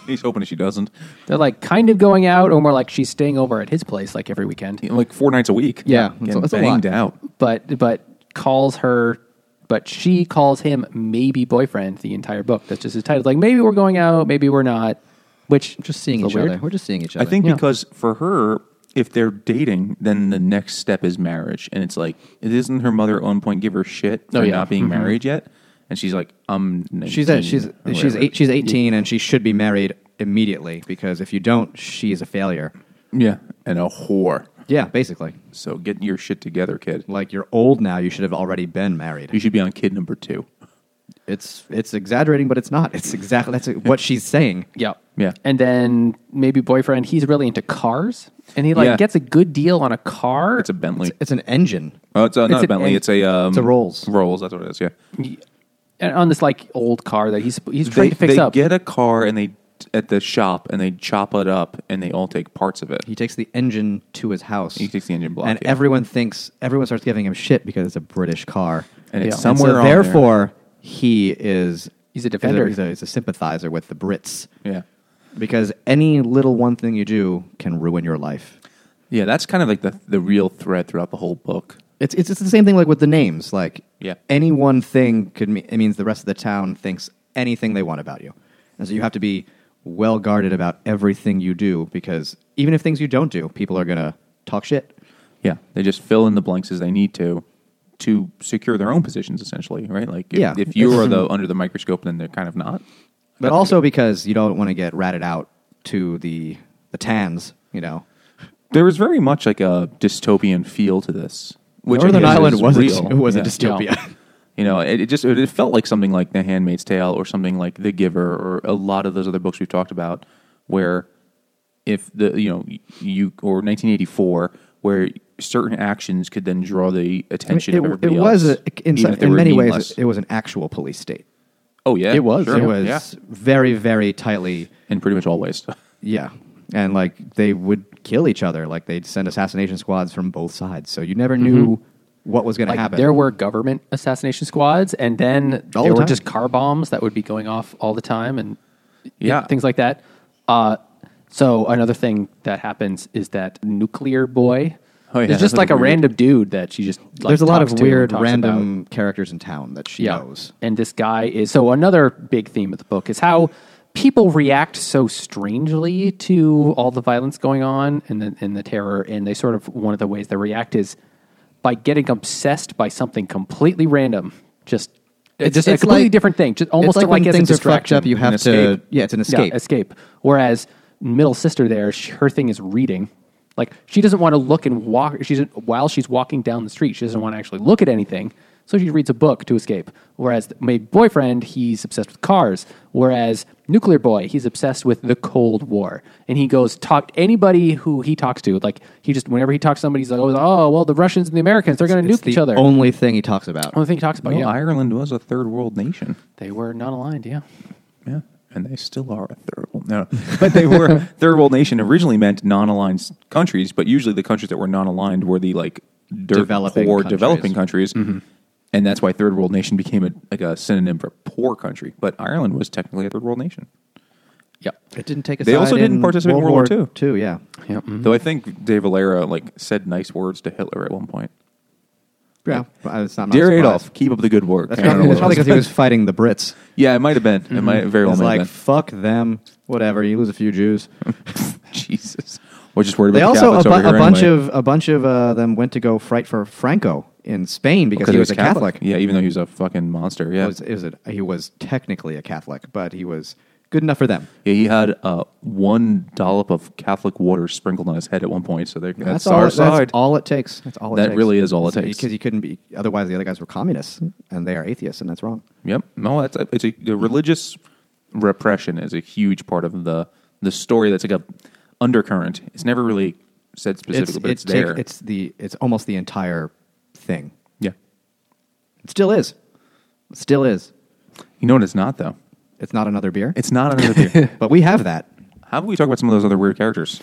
[SPEAKER 2] He's hoping she doesn't.
[SPEAKER 1] They're like kind of going out, or more like she's staying over at his place like every weekend.
[SPEAKER 2] Like four nights a week.
[SPEAKER 3] Yeah,
[SPEAKER 2] Getting
[SPEAKER 3] that's a- that's a
[SPEAKER 2] banged
[SPEAKER 3] lot.
[SPEAKER 2] out.
[SPEAKER 1] But but calls her, but she calls him maybe boyfriend the entire book. That's just his title. Like maybe we're going out, maybe we're not. Which
[SPEAKER 3] just seeing
[SPEAKER 1] is a
[SPEAKER 3] each
[SPEAKER 1] weird.
[SPEAKER 3] other. We're just seeing each other.
[SPEAKER 2] I think
[SPEAKER 1] Yeah.
[SPEAKER 2] because for her, if they're dating, then the next step is marriage, and it's like it isn't her mother at one point give her shit for
[SPEAKER 1] Oh, yeah.
[SPEAKER 2] not being married yet, and she's like, I'm. 19
[SPEAKER 3] she's at, she's
[SPEAKER 2] or
[SPEAKER 3] she's
[SPEAKER 2] whatever.
[SPEAKER 3] eight, she's eighteen, and she should be married immediately because if you don't, she is a failure.
[SPEAKER 2] yeah, and a whore.
[SPEAKER 3] Yeah, basically.
[SPEAKER 2] So get your shit together, kid.
[SPEAKER 3] Like you're old now, you should have already been married.
[SPEAKER 2] You should be on kid number two.
[SPEAKER 3] It's it's exaggerating, but it's not. It's exactly that's what she's saying.
[SPEAKER 1] Yeah.
[SPEAKER 2] Yeah.
[SPEAKER 1] And then maybe boyfriend, he's really into cars. And he like
[SPEAKER 2] Yeah.
[SPEAKER 1] gets a good deal on a car.
[SPEAKER 2] It's a Bentley.
[SPEAKER 3] It's an engine.
[SPEAKER 2] oh, it's uh, not
[SPEAKER 1] it's
[SPEAKER 2] a
[SPEAKER 1] an
[SPEAKER 2] Bentley.
[SPEAKER 1] en-
[SPEAKER 2] It's a um,
[SPEAKER 3] it's a Rolls.
[SPEAKER 2] Rolls. That's what it is. Yeah.
[SPEAKER 1] and on this like old car that he's he's trying to fix
[SPEAKER 2] they
[SPEAKER 1] up.
[SPEAKER 2] get a car and they at the shop and they chop it up and they all take parts of it.
[SPEAKER 3] He takes the engine to his house.
[SPEAKER 2] He takes the engine block,
[SPEAKER 3] and
[SPEAKER 2] yeah.
[SPEAKER 3] everyone thinks everyone starts giving him shit because it's a British car.
[SPEAKER 2] And it's
[SPEAKER 1] Yeah.
[SPEAKER 3] And so
[SPEAKER 2] somewhere. on there.
[SPEAKER 3] therefore, he is
[SPEAKER 1] He's a defender.
[SPEAKER 3] He's a, he's a sympathizer with the Brits
[SPEAKER 2] yeah,
[SPEAKER 3] because any little one thing you do can ruin your life.
[SPEAKER 2] yeah. That's kind of like the the real thread throughout the whole book.
[SPEAKER 3] It's it's, it's the same thing like with the names. Like
[SPEAKER 2] Yeah.
[SPEAKER 3] any one thing could mean it means the rest of the town thinks anything they want about you. And so you have to be well guarded about everything you do because even if things you don't do, people are going to talk shit.
[SPEAKER 2] Yeah, they just fill in the blanks as they need to to secure their own positions, essentially, right? Like, if,
[SPEAKER 3] Yeah.
[SPEAKER 2] if you are the under the microscope, then they're kind of not.
[SPEAKER 3] But also because you don't want to get ratted out to the the tans, you know.
[SPEAKER 2] There was very much like a dystopian feel to this. Which I
[SPEAKER 3] Northern
[SPEAKER 2] guess
[SPEAKER 3] Ireland
[SPEAKER 2] is
[SPEAKER 3] was
[SPEAKER 2] real.
[SPEAKER 3] [laughs] a, was
[SPEAKER 2] Yeah.
[SPEAKER 3] a dystopia.
[SPEAKER 2] You know, it, it just it, felt like something like The Handmaid's Tale or something like The Giver or a lot of those other books we've talked about, where if the you know you or 1984, where certain actions could then draw the attention
[SPEAKER 3] it,
[SPEAKER 2] of
[SPEAKER 3] it
[SPEAKER 2] everybody
[SPEAKER 3] was
[SPEAKER 2] else,
[SPEAKER 3] a, in,
[SPEAKER 2] even
[SPEAKER 3] so-
[SPEAKER 2] if they
[SPEAKER 3] in
[SPEAKER 2] were
[SPEAKER 3] many ways
[SPEAKER 2] meaningless.
[SPEAKER 3] it, was an actual police state.
[SPEAKER 2] oh yeah, sure.
[SPEAKER 3] It was
[SPEAKER 2] yeah.
[SPEAKER 3] very very tightly
[SPEAKER 2] in pretty much all [laughs] ways.
[SPEAKER 3] Yeah. And like they would kill each other. Like they'd send assassination squads from both sides. So you never knew what was going to
[SPEAKER 1] Mm-hmm. Like,
[SPEAKER 3] happen.
[SPEAKER 1] there were government assassination squads, and then
[SPEAKER 3] All
[SPEAKER 1] there
[SPEAKER 3] the
[SPEAKER 1] were
[SPEAKER 3] time.
[SPEAKER 1] just car bombs that would be going off all the time, and
[SPEAKER 2] Yeah.
[SPEAKER 1] things like that. Uh, so another thing that happens is that nuclear boy.
[SPEAKER 2] Oh, yeah,
[SPEAKER 1] there's
[SPEAKER 2] that's
[SPEAKER 1] just like a
[SPEAKER 2] weird.
[SPEAKER 1] random dude that she just like,
[SPEAKER 3] There's a lot
[SPEAKER 1] talks
[SPEAKER 3] of
[SPEAKER 1] to and
[SPEAKER 3] weird
[SPEAKER 1] talks about.
[SPEAKER 3] random characters in town that she
[SPEAKER 1] Yeah.
[SPEAKER 3] knows.
[SPEAKER 1] And this guy is so another big theme of the book is how people react so strangely to all the violence going on and the, and the terror. And they sort of one of the ways they react is by getting obsessed by something completely random, just
[SPEAKER 3] It's-
[SPEAKER 1] just a
[SPEAKER 3] it's
[SPEAKER 1] completely
[SPEAKER 3] like-
[SPEAKER 1] different thing, just almost
[SPEAKER 3] it's like,
[SPEAKER 1] like,
[SPEAKER 3] when
[SPEAKER 1] as
[SPEAKER 3] things
[SPEAKER 1] a
[SPEAKER 3] are fucked
[SPEAKER 1] distraction.
[SPEAKER 3] up, you have to.
[SPEAKER 2] escape.
[SPEAKER 3] Yeah, it's an escape.
[SPEAKER 1] Yeah, escape. Whereas middle sister there, sh her thing is reading. Like she doesn't want to look and walk. She's while she's walking down the street, she doesn't want to actually look at anything. So she reads a book to escape. Whereas my boyfriend, he's obsessed with cars. Whereas nuclear boy, he's obsessed with the Cold War, and he goes talk to anybody who he talks to. Like he just whenever he talks to somebody, he's like, oh, oh well, the Russians and the Americans, they're going to
[SPEAKER 3] It's
[SPEAKER 1] nuke
[SPEAKER 3] the
[SPEAKER 1] each other. Only,
[SPEAKER 3] only thing he talks about.
[SPEAKER 1] thing he talks about.
[SPEAKER 2] Well,
[SPEAKER 1] yeah,
[SPEAKER 2] Ireland was a third world nation.
[SPEAKER 1] they were not aligned. Yeah,
[SPEAKER 2] Yeah. And they still are a third world. No, but they were third world nation originally meant non-aligned s- countries, but usually the countries that were non-aligned were the like dirt
[SPEAKER 3] Developing
[SPEAKER 2] poor
[SPEAKER 3] countries.
[SPEAKER 2] developing countries, and that's why third world nation became a, like a synonym for poor country. But Ireland was technically a third world nation,
[SPEAKER 1] yep.
[SPEAKER 3] It didn't take a
[SPEAKER 2] They
[SPEAKER 3] side
[SPEAKER 2] also didn't participate in World War
[SPEAKER 3] Two. yeah.
[SPEAKER 2] though I think De Valera like said nice words to Hitler at one point.
[SPEAKER 3] Yeah. Well, It's not my
[SPEAKER 2] Dear
[SPEAKER 3] surprise.
[SPEAKER 2] Adolf, keep up the good work.
[SPEAKER 3] That's
[SPEAKER 2] I don't
[SPEAKER 3] probably,
[SPEAKER 2] know what
[SPEAKER 3] that's probably
[SPEAKER 2] it was.
[SPEAKER 3] because he was fighting the Brits.
[SPEAKER 2] yeah, it might have been. It might very well
[SPEAKER 3] It's
[SPEAKER 2] might
[SPEAKER 3] like
[SPEAKER 2] have been.
[SPEAKER 3] fuck them, whatever. You lose a few Jews. [laughs]
[SPEAKER 2] Jesus, we're just worried about
[SPEAKER 3] They
[SPEAKER 2] the
[SPEAKER 3] also a,
[SPEAKER 2] Catholics
[SPEAKER 3] bu-
[SPEAKER 2] over
[SPEAKER 3] a
[SPEAKER 2] here
[SPEAKER 3] bunch
[SPEAKER 2] anyway.
[SPEAKER 3] of a bunch of uh, them went to go fight for Franco in Spain because he was, a Catholic.
[SPEAKER 2] Yeah, even though he was a fucking monster. Yeah,
[SPEAKER 3] It was, it was a, he was technically a Catholic, but he was good enough for them.
[SPEAKER 2] yeah he had uh, one dollop of Catholic water sprinkled on his head at one point. So there- that's,
[SPEAKER 3] all.
[SPEAKER 2] our
[SPEAKER 3] That's
[SPEAKER 2] side.
[SPEAKER 3] all it takes. That's all. It
[SPEAKER 2] That
[SPEAKER 3] takes.
[SPEAKER 2] really is all it takes.
[SPEAKER 3] Because you couldn't be. Otherwise, the other guys were communists, and they are atheists, and that's wrong.
[SPEAKER 2] Yep. No, that's a, it's a the religious repression is a huge part of the the story. That's like a undercurrent. It's never really said specifically, but it's,
[SPEAKER 3] take-
[SPEAKER 2] there.
[SPEAKER 3] it's the. It's almost the entire thing.
[SPEAKER 2] yeah.
[SPEAKER 3] It still is. It still is.
[SPEAKER 2] You know what? It's not though.
[SPEAKER 3] It's not another beer.
[SPEAKER 2] It's not another
[SPEAKER 3] [laughs]
[SPEAKER 2] beer.
[SPEAKER 3] but we have that.
[SPEAKER 2] How about we talk about some of those other weird characters?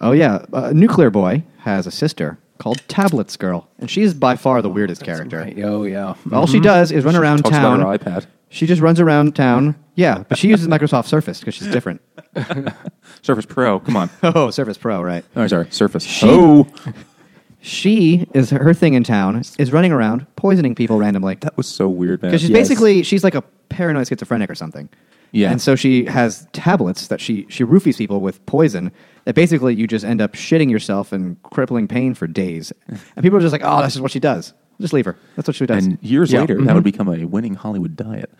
[SPEAKER 3] Oh yeah, uh, Nuclear Boy has a sister called Tablets Girl, and she is by far the weirdest character.
[SPEAKER 1] Right. Oh yeah.
[SPEAKER 3] All she does is run around
[SPEAKER 2] Mm-hmm. talks about
[SPEAKER 3] town.
[SPEAKER 2] her iPad.
[SPEAKER 3] She just runs around town. Yeah, but she uses Microsoft Surface because she's
[SPEAKER 2] [laughs]
[SPEAKER 3] different.
[SPEAKER 2] Surface Pro. Come
[SPEAKER 3] [laughs]
[SPEAKER 2] on.
[SPEAKER 3] Oh, Surface Pro, right?
[SPEAKER 2] Oh, sorry, Surface. oh,
[SPEAKER 3] She is her thing in town is running around poisoning people randomly
[SPEAKER 2] that was so weird, man.
[SPEAKER 3] because she's
[SPEAKER 2] Yes.
[SPEAKER 3] basically she's like a paranoid schizophrenic or something.
[SPEAKER 2] Yeah.
[SPEAKER 3] and so she has tablets that she she roofies people with poison that basically you just end up shitting yourself and crippling pain for days, and people are just like, oh, that's just what she does. Just leave her. That's what she does.
[SPEAKER 2] And years
[SPEAKER 1] Yeah.
[SPEAKER 2] later,
[SPEAKER 3] Mm-hmm.
[SPEAKER 2] that would become a winning Hollywood diet.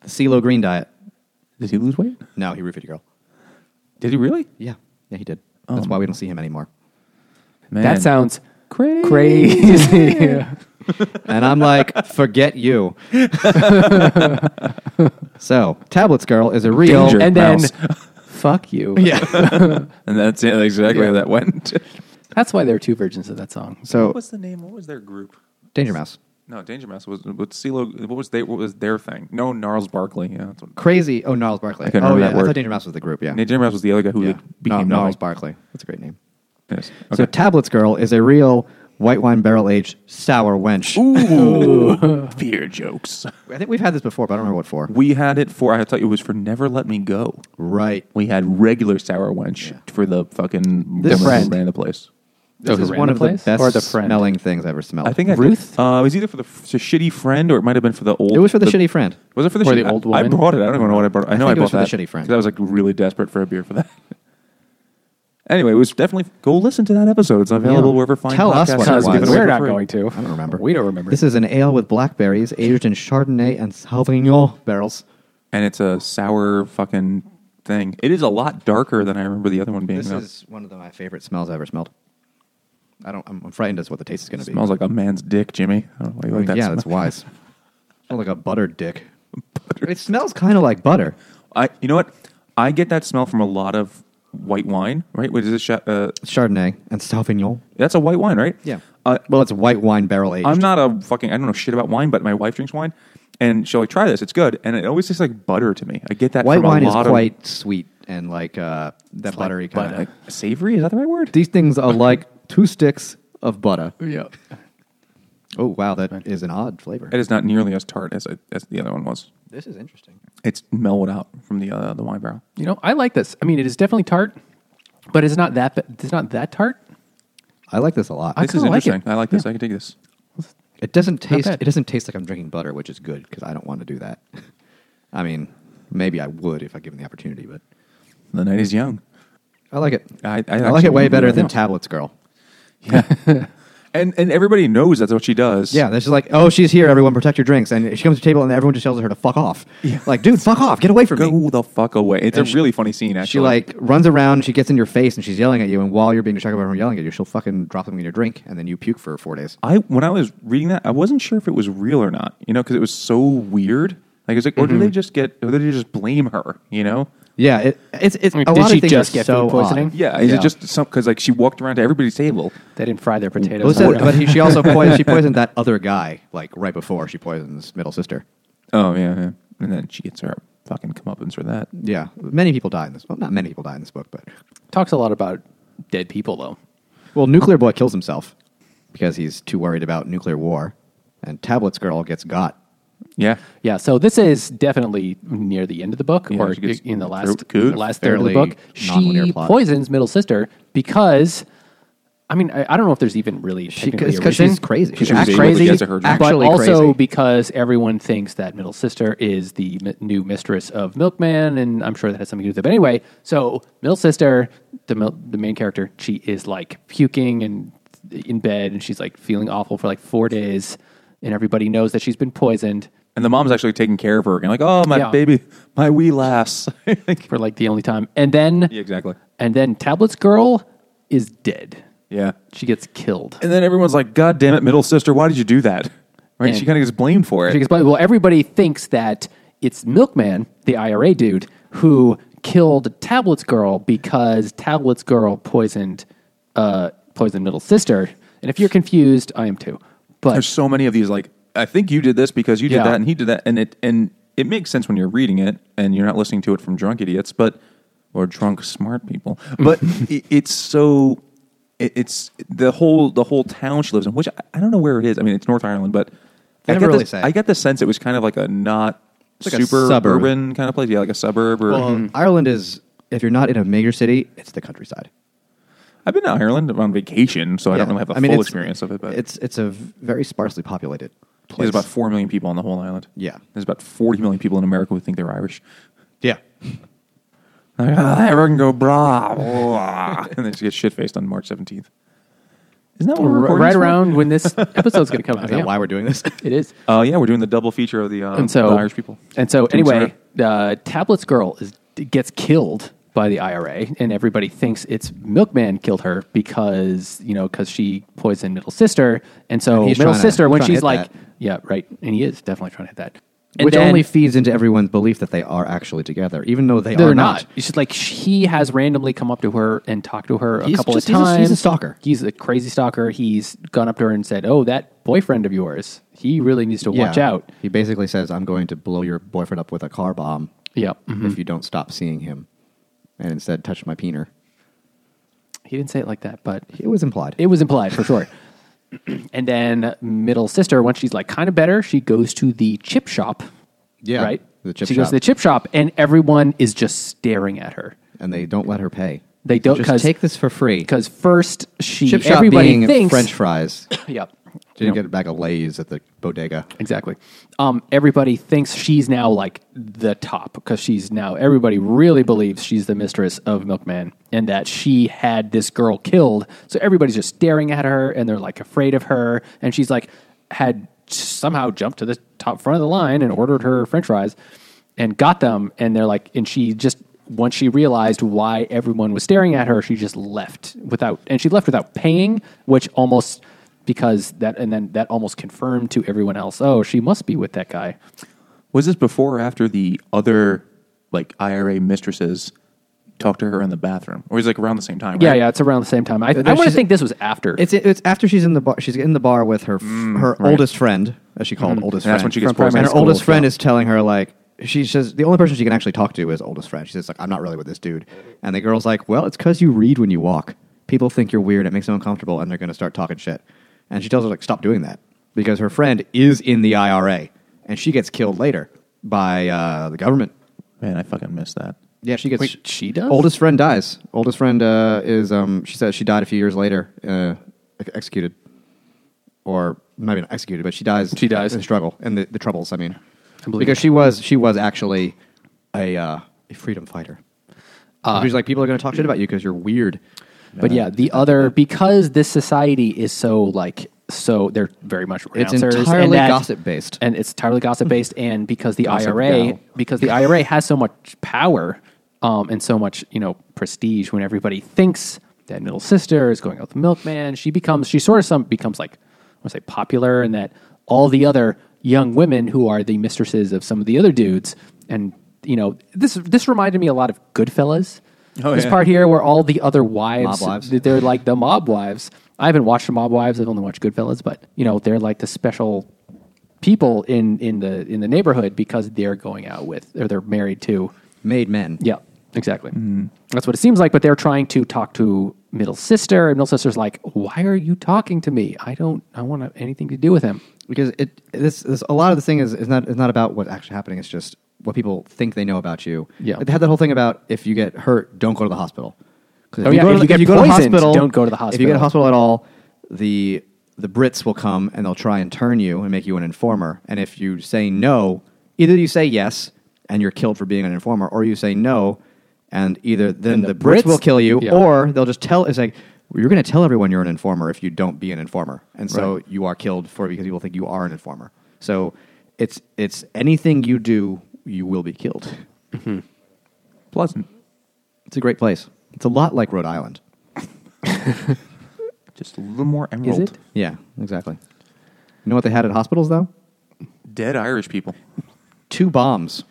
[SPEAKER 3] the CeeLo Green diet.
[SPEAKER 2] Did he lose weight?
[SPEAKER 3] No, he roofied a girl.
[SPEAKER 2] Did he really?
[SPEAKER 3] Yeah, yeah, he did.
[SPEAKER 2] Oh.
[SPEAKER 3] That's why we don't see him anymore.
[SPEAKER 2] Man.
[SPEAKER 1] That sounds [laughs]
[SPEAKER 2] crazy.
[SPEAKER 1] crazy.
[SPEAKER 3] And I'm like, forget you. [laughs] so, Tablets Girl is a real.
[SPEAKER 2] Danger.
[SPEAKER 1] and then
[SPEAKER 2] mouse.
[SPEAKER 1] [laughs] fuck you.
[SPEAKER 2] [laughs]
[SPEAKER 3] [laughs] Yeah.
[SPEAKER 2] And that's it, exactly how that went. [laughs]
[SPEAKER 1] That's why there are two versions of that song.
[SPEAKER 3] So,
[SPEAKER 2] the name? What was their group?
[SPEAKER 3] Danger Mouse.
[SPEAKER 2] No, Danger Mouse was what CeeLo. What was they? What was their thing? No, Gnarls Barkley. Yeah, that's what.
[SPEAKER 3] Crazy. Oh, Gnarls Barkley.
[SPEAKER 2] I couldn't
[SPEAKER 3] oh,
[SPEAKER 2] remember
[SPEAKER 3] yeah.
[SPEAKER 2] that
[SPEAKER 3] I
[SPEAKER 2] word.
[SPEAKER 3] thought Danger Mouse was the group. Yeah.
[SPEAKER 2] And Danger Mouse was the other guy who
[SPEAKER 3] yeah.
[SPEAKER 2] like,
[SPEAKER 3] No,
[SPEAKER 2] became
[SPEAKER 3] Gnarls
[SPEAKER 2] Gnarls
[SPEAKER 3] Barkley. That's a great name.
[SPEAKER 2] Yes.
[SPEAKER 3] So, Tablets Girl is a real white wine barrel aged sour wench. [laughs]
[SPEAKER 2] Ooh, [laughs] fear jokes.
[SPEAKER 3] I think we've had this before, but I don't remember what for.
[SPEAKER 2] We had it for. I thought it was for Never Let Me Go.
[SPEAKER 3] Right.
[SPEAKER 2] We had regular sour wench for the fucking
[SPEAKER 3] This-
[SPEAKER 2] woman who ran the place.
[SPEAKER 1] Oh,
[SPEAKER 3] This
[SPEAKER 1] who
[SPEAKER 3] is
[SPEAKER 1] ran
[SPEAKER 3] one
[SPEAKER 1] the
[SPEAKER 3] of the
[SPEAKER 1] place?
[SPEAKER 3] best
[SPEAKER 1] Or the friend?
[SPEAKER 3] smelling things I ever smelled.
[SPEAKER 2] I think I
[SPEAKER 1] Ruth?
[SPEAKER 2] Did, uh, it was either for the f- shitty friend or it might have been for the old.
[SPEAKER 3] it was for the, shitty friend.
[SPEAKER 2] Was it for the,
[SPEAKER 1] Or
[SPEAKER 2] shitty-
[SPEAKER 1] the old
[SPEAKER 2] I- I
[SPEAKER 1] woman?
[SPEAKER 2] brought it. I don't even know what I brought. I know I,
[SPEAKER 3] think it
[SPEAKER 2] bought
[SPEAKER 3] was for the
[SPEAKER 2] that
[SPEAKER 3] shitty friend.
[SPEAKER 2] 'cause I was like really desperate for a beer for that. [laughs] anyway, it was definitely go listen to that episode. It's available wherever fine
[SPEAKER 3] Tell us
[SPEAKER 2] podcasts
[SPEAKER 3] what
[SPEAKER 2] are
[SPEAKER 3] it
[SPEAKER 1] Because
[SPEAKER 3] was.
[SPEAKER 2] given away
[SPEAKER 1] we're
[SPEAKER 2] for
[SPEAKER 1] not
[SPEAKER 2] free.
[SPEAKER 1] going to.
[SPEAKER 3] I don't remember.
[SPEAKER 1] We don't remember.
[SPEAKER 3] This is an ale with blackberries aged in Chardonnay and Sauvignon barrels.
[SPEAKER 2] And it's a sour fucking thing. It is a lot darker than I remember the other one being.
[SPEAKER 3] This
[SPEAKER 2] though.
[SPEAKER 3] is one of the, my favorite smells I ever smelled. I don't. I'm, I'm frightened as what the taste is going to be.
[SPEAKER 2] smells like a man's dick, Jimmy. I don't know why you like that.
[SPEAKER 3] Oh, yeah,
[SPEAKER 2] smell.
[SPEAKER 3] that's wise. Smell like a buttered dick.
[SPEAKER 2] [laughs]
[SPEAKER 3] It smells kind of like butter.
[SPEAKER 2] I, you know what? I get that smell from a lot of white wine, right? Which is a, sha- uh,
[SPEAKER 3] Chardonnay and Sauvignon.
[SPEAKER 2] that's a white wine, right? Uh,
[SPEAKER 3] well, it's white wine barrel aged.
[SPEAKER 2] I'm not a fucking. I don't know shit about wine, but my wife drinks wine, and she'll like try this. It's good, and it always tastes like butter to me. I get that.
[SPEAKER 3] white
[SPEAKER 2] from
[SPEAKER 3] wine
[SPEAKER 2] a
[SPEAKER 3] is
[SPEAKER 2] lot
[SPEAKER 3] quite sweet and like uh, that buttery
[SPEAKER 2] of,
[SPEAKER 3] kind of.
[SPEAKER 2] like, savory. Is that the right word?
[SPEAKER 3] These things are like two sticks of butter.
[SPEAKER 1] Yeah.
[SPEAKER 3] Oh wow, that is an odd flavor.
[SPEAKER 2] It is not nearly as tart as I, as the other one was.
[SPEAKER 3] This is interesting.
[SPEAKER 2] It's mellowed out from the uh, the wine barrel.
[SPEAKER 1] You know, I like this. I mean, it is definitely tart, but it's not that. It's not that tart.
[SPEAKER 3] I like this a lot.
[SPEAKER 2] This is
[SPEAKER 1] kinda like it.
[SPEAKER 2] interesting. I like this. I can take this.
[SPEAKER 3] It doesn't taste.
[SPEAKER 1] bad.
[SPEAKER 3] It doesn't taste like I'm drinking butter, which is good because I don't want to do that. I mean, maybe I would if I given the opportunity, but
[SPEAKER 2] The night is young.
[SPEAKER 3] I like it.
[SPEAKER 2] I- I
[SPEAKER 3] like
[SPEAKER 2] actually
[SPEAKER 3] it way
[SPEAKER 2] really
[SPEAKER 3] better
[SPEAKER 2] like
[SPEAKER 3] than
[SPEAKER 2] it.
[SPEAKER 3] tablets, girl.
[SPEAKER 2] And and everybody knows that's what she does.
[SPEAKER 3] Yeah, that's just like, oh, she's here. Everyone, protect your drinks. And she comes to the table, and everyone just tells her to fuck off. Like, dude, fuck off. Get away from me.
[SPEAKER 2] Go the fuck away. It's
[SPEAKER 3] And
[SPEAKER 2] a
[SPEAKER 3] she-
[SPEAKER 2] really funny scene. Actually,
[SPEAKER 3] She like runs around. She gets in your face, and she's yelling at you. And while you're being distracted by her yelling at you, she'll fucking drop them in your drink, and then you puke for four days.
[SPEAKER 2] I when I was reading that, I wasn't sure if it was real or not. You know, because it was so weird. Like, it was like, or did they just get? Or did they just blame her? You know?
[SPEAKER 3] Yeah, it, it's it's a
[SPEAKER 1] Did
[SPEAKER 3] lot
[SPEAKER 1] she
[SPEAKER 3] of things
[SPEAKER 1] just
[SPEAKER 3] are
[SPEAKER 1] get
[SPEAKER 3] so
[SPEAKER 1] food poisoning?
[SPEAKER 3] odd.
[SPEAKER 2] Yeah. Is
[SPEAKER 3] Yeah.
[SPEAKER 2] it just some? Because like she walked around to everybody's table.
[SPEAKER 1] They didn't fry their potatoes.
[SPEAKER 3] Well, it says-
[SPEAKER 1] I don't know.
[SPEAKER 3] but he, she
[SPEAKER 1] [laughs]
[SPEAKER 3] also poisoned, she poisoned that other guy like right before she poisons middle sister.
[SPEAKER 2] Oh yeah, yeah. And then she gets her fucking comeuppance for that.
[SPEAKER 3] Yeah, many people die in this. Well, not many people die in this book, but
[SPEAKER 1] talks a lot about dead people, though.
[SPEAKER 3] well, nuclear boy kills himself because he's too worried about nuclear war, and tablets girl gets got.
[SPEAKER 2] Yeah.
[SPEAKER 1] Yeah, so this is definitely near the end of the book,
[SPEAKER 2] Yeah,
[SPEAKER 1] or
[SPEAKER 2] she gets
[SPEAKER 1] in the
[SPEAKER 2] through-
[SPEAKER 1] last
[SPEAKER 2] good.
[SPEAKER 1] the last third of the
[SPEAKER 3] Fairly
[SPEAKER 1] book.
[SPEAKER 3] nonlinear
[SPEAKER 1] She
[SPEAKER 3] plot.
[SPEAKER 1] poisons middle sister because, I mean, I, I don't know if there's even really technically
[SPEAKER 3] it's
[SPEAKER 1] a
[SPEAKER 3] 'cause
[SPEAKER 1] reason.
[SPEAKER 3] she's crazy.
[SPEAKER 1] She's
[SPEAKER 3] She was
[SPEAKER 1] actually
[SPEAKER 2] able to
[SPEAKER 1] crazy,
[SPEAKER 2] get to her drink.
[SPEAKER 1] but
[SPEAKER 3] Actually
[SPEAKER 1] also
[SPEAKER 3] crazy.
[SPEAKER 1] because everyone thinks that middle sister is the m- new mistress of Milkman, and I'm sure that has something to do with it. But anyway, so middle sister, the mil- the main character, she is like puking and in bed, and she's like feeling awful for like four days, and everybody knows that she's been poisoned.
[SPEAKER 2] And the mom's actually taking care of her and like, oh my
[SPEAKER 1] Yeah.
[SPEAKER 2] baby, my wee lass. [laughs] Like,
[SPEAKER 1] for like the only time. And then
[SPEAKER 2] yeah, exactly.
[SPEAKER 1] and then Tablet's girl is dead.
[SPEAKER 2] Yeah.
[SPEAKER 1] She gets killed.
[SPEAKER 2] And then everyone's like, God damn it, middle sister, why did you do that? Right?
[SPEAKER 1] And-
[SPEAKER 2] she kind of gets blamed for it.
[SPEAKER 1] She gets blamed. Well, everybody thinks that it's Milkman, the IRA dude, who killed Tablet's girl because Tablet's girl poisoned uh poisoned middle sister. And if you're confused, I am too.
[SPEAKER 2] There's
[SPEAKER 1] But
[SPEAKER 2] so many of these. Like, I think you did this because you did
[SPEAKER 1] Yeah.
[SPEAKER 2] that, and he did that, and it and it makes sense when you're reading it and you're not listening to it from drunk idiots, but or drunk smart
[SPEAKER 3] [laughs]
[SPEAKER 2] people. But it, it's so it, it's the whole the whole town she lives in, which I, I don't know where it is. I mean, it's North Ireland, but
[SPEAKER 3] They
[SPEAKER 2] I
[SPEAKER 3] never
[SPEAKER 2] get
[SPEAKER 3] really
[SPEAKER 2] the,
[SPEAKER 3] say.
[SPEAKER 2] I get the sense it was kind of like a not
[SPEAKER 3] It's like a
[SPEAKER 2] super
[SPEAKER 3] suburb.
[SPEAKER 2] urban kind of place. Yeah, like a suburb. Or
[SPEAKER 3] Well, Ireland is if you're not in a major city, it's the countryside.
[SPEAKER 2] I've been to Ireland on vacation, so I don't
[SPEAKER 3] Yeah.
[SPEAKER 2] really have the
[SPEAKER 3] I mean,
[SPEAKER 2] full
[SPEAKER 3] it's-
[SPEAKER 2] experience of it. But
[SPEAKER 3] it's it's a very sparsely populated place.
[SPEAKER 2] there's about four million people on the whole island.
[SPEAKER 3] Yeah.
[SPEAKER 2] there's about forty million people in America who think they're Irish.
[SPEAKER 3] yeah.
[SPEAKER 2] Like, "Ah, everyone go bra, blah," and then she gets shit faced on March seventeenth. Isn't that what we're recording
[SPEAKER 1] right
[SPEAKER 2] this for?
[SPEAKER 1] around when
[SPEAKER 2] [laughs]
[SPEAKER 1] this episode's going to come out,
[SPEAKER 3] Is that
[SPEAKER 1] yeah.
[SPEAKER 3] why we're doing
[SPEAKER 1] [laughs]
[SPEAKER 3] this?
[SPEAKER 1] it is.
[SPEAKER 2] Uh, yeah, we're doing the double feature of the, um,
[SPEAKER 1] and so
[SPEAKER 2] the Irish people.
[SPEAKER 1] And so
[SPEAKER 2] Two weeks in a
[SPEAKER 1] anyway, uh, Tablet's girl is gets killed by the IRA, and everybody thinks it's Milkman killed her because you know because she poisoned middle sister, and so
[SPEAKER 3] And he's
[SPEAKER 1] middle
[SPEAKER 3] trying to-
[SPEAKER 1] sister
[SPEAKER 3] he's
[SPEAKER 1] when
[SPEAKER 3] trying to
[SPEAKER 1] she's
[SPEAKER 3] hit
[SPEAKER 1] like,
[SPEAKER 3] that.
[SPEAKER 1] yeah, right, and he is definitely trying to hit that,
[SPEAKER 3] [laughs]
[SPEAKER 1] And
[SPEAKER 3] Which
[SPEAKER 1] then-
[SPEAKER 3] only feeds into everyone's belief that they are actually together, even though they
[SPEAKER 1] they're
[SPEAKER 3] are
[SPEAKER 1] not. It's just like he has randomly come up to her and talked to her a
[SPEAKER 3] He's
[SPEAKER 1] couple
[SPEAKER 3] just-
[SPEAKER 1] of
[SPEAKER 3] he's a- he's a
[SPEAKER 1] times.
[SPEAKER 3] stalker.
[SPEAKER 1] He's a crazy stalker. He's gone up to her and said, "Oh, that boyfriend of yours, he really needs to watch
[SPEAKER 3] Yeah.
[SPEAKER 1] out."
[SPEAKER 3] He basically says, "I'm going to blow your boyfriend up with a car bomb
[SPEAKER 1] Yeah, mm-hmm.
[SPEAKER 3] if you don't stop seeing him," and instead touch my peener.
[SPEAKER 1] he didn't say it like that, but
[SPEAKER 3] It was implied.
[SPEAKER 1] It was implied for sure. [clears throat] and then middle sister, once she's like kind of better, she goes to the chip shop.
[SPEAKER 3] Yeah,
[SPEAKER 1] Right?
[SPEAKER 3] the chip
[SPEAKER 1] she
[SPEAKER 3] shop.
[SPEAKER 1] goes to the chip shop and everyone is just staring at her.
[SPEAKER 3] and they don't let her pay.
[SPEAKER 1] They don't
[SPEAKER 3] Just
[SPEAKER 1] because
[SPEAKER 3] take this for free.
[SPEAKER 1] because first she
[SPEAKER 3] Chip shop
[SPEAKER 1] everybody
[SPEAKER 3] being
[SPEAKER 1] thinks [coughs]
[SPEAKER 3] French fries.
[SPEAKER 1] Yep.
[SPEAKER 3] Didn't get a bag of Lay's at the bodega.
[SPEAKER 1] Exactly. Um, everybody thinks she's now like the top because she's now everybody really believes she's the mistress of Milkman and that she had this girl killed. So everybody's just staring at her and they're like afraid of her. And she's like had somehow jumped to the top front of the line and ordered her French fries and got them. And they're like, and she just once she realized why everyone was staring at her, she just left without, and she left without paying, which almost because that, and then that almost confirmed to everyone else, oh, she must be with that guy.
[SPEAKER 2] Was this before or after the other like IRA mistresses talked to her in the bathroom, or was it, like around the same time? Right?
[SPEAKER 1] Yeah, yeah, it's around the same time. I, I
[SPEAKER 3] There's-
[SPEAKER 1] want to
[SPEAKER 3] she's-
[SPEAKER 1] think this was after.
[SPEAKER 3] It's it's after she's in the bar. She's in the bar with her f her oldest friend, as she called oldest
[SPEAKER 2] Mm, Mm-hmm. And
[SPEAKER 3] friend.
[SPEAKER 2] that's when she gets
[SPEAKER 1] From
[SPEAKER 2] poisoned.
[SPEAKER 1] primary
[SPEAKER 3] and her
[SPEAKER 1] school,
[SPEAKER 3] oldest friend
[SPEAKER 1] yeah.
[SPEAKER 3] is telling her like she says the only person she can actually talk to is oldest friend. She says like I'm not really with this dude. And the girl's like, well, it's because you read when you walk. People think you're weird. It makes them uncomfortable, and they're going to start talking shit. And she tells her like stop doing that because her friend is in the IRA, and she gets killed later by uh, the government.
[SPEAKER 2] Man, I fucking missed that.
[SPEAKER 3] Yeah, she gets.
[SPEAKER 1] Wait, she does?
[SPEAKER 3] Oldest friend dies. Oldest friend uh, is. Um, she says she died a few years later, uh, ex- executed, or not even executed, but she dies.
[SPEAKER 1] She dies.
[SPEAKER 3] in the struggle and the, the troubles. I mean,
[SPEAKER 1] believe
[SPEAKER 3] because
[SPEAKER 1] it.
[SPEAKER 3] she was she was actually a uh, a freedom fighter.
[SPEAKER 1] Uh,
[SPEAKER 3] She's like people are going to talk shit about you because you're weird.
[SPEAKER 1] but yeah, the other because this society is so like so they're very much
[SPEAKER 3] It's
[SPEAKER 1] announcers and
[SPEAKER 3] entirely
[SPEAKER 1] that-
[SPEAKER 3] gossip-based.
[SPEAKER 1] and it's entirely gossip
[SPEAKER 3] [laughs]
[SPEAKER 1] based and because the
[SPEAKER 3] Gossip
[SPEAKER 1] IRA
[SPEAKER 3] gal.
[SPEAKER 1] because the IRA has so much power um, and so much you know prestige when everybody thinks that middle sister is going out with the milkman she becomes she sort of some becomes like I want to say popular and that all the other young women who are the mistresses of some of the other dudes and you know this this reminded me a lot of Goodfellas.
[SPEAKER 2] Oh,
[SPEAKER 1] this
[SPEAKER 2] yeah.
[SPEAKER 1] part here where all the other wives
[SPEAKER 3] Mob wives.
[SPEAKER 1] th- They're like the mob wives. I haven't watched the mob wives. I've only watched Goodfellas, but you know they're like the special people in in the in the neighborhood because they're going out with or they're married to.
[SPEAKER 3] Made men.
[SPEAKER 1] Yeah, exactly.
[SPEAKER 2] Mm-hmm.
[SPEAKER 1] That's what it seems like. But they're trying to talk to middle sister. And middle sister's like, "Why are you talking to me? I don't. I want to have anything to do with him."
[SPEAKER 3] because it this, this a lot of the thing is is not is not about what's actually happening. It's just what people think they know about you.
[SPEAKER 1] Yeah.
[SPEAKER 3] they had that whole thing about if you get hurt, don't go to the hospital. 'Cause
[SPEAKER 1] Oh, yeah, if
[SPEAKER 3] to-
[SPEAKER 1] you get poisoned, don't go to the
[SPEAKER 3] If you get
[SPEAKER 1] hospital.
[SPEAKER 3] to the hospital at all, the the Brits will come and they'll try and turn you and make you an informer. And if you say no, either you say yes and you're killed for being an informer, or you say no, and either then the, Brits,
[SPEAKER 1] Brits-
[SPEAKER 3] will kill you,
[SPEAKER 1] Yeah.
[SPEAKER 3] or they'll just tell. It's like you're going to tell everyone you're an informer if you don't be an informer, and so
[SPEAKER 1] Right.
[SPEAKER 3] you are killed for because people think you are an informer. So it's it's anything you do, you will be killed.
[SPEAKER 2] Pleasant.
[SPEAKER 3] It's a great place. It's a lot like Rhode Island.
[SPEAKER 2] Just a little more emerald.
[SPEAKER 1] it?
[SPEAKER 3] Yeah, exactly. You know what they had at hospitals though?
[SPEAKER 2] Dead Irish people.
[SPEAKER 3] Two bombs.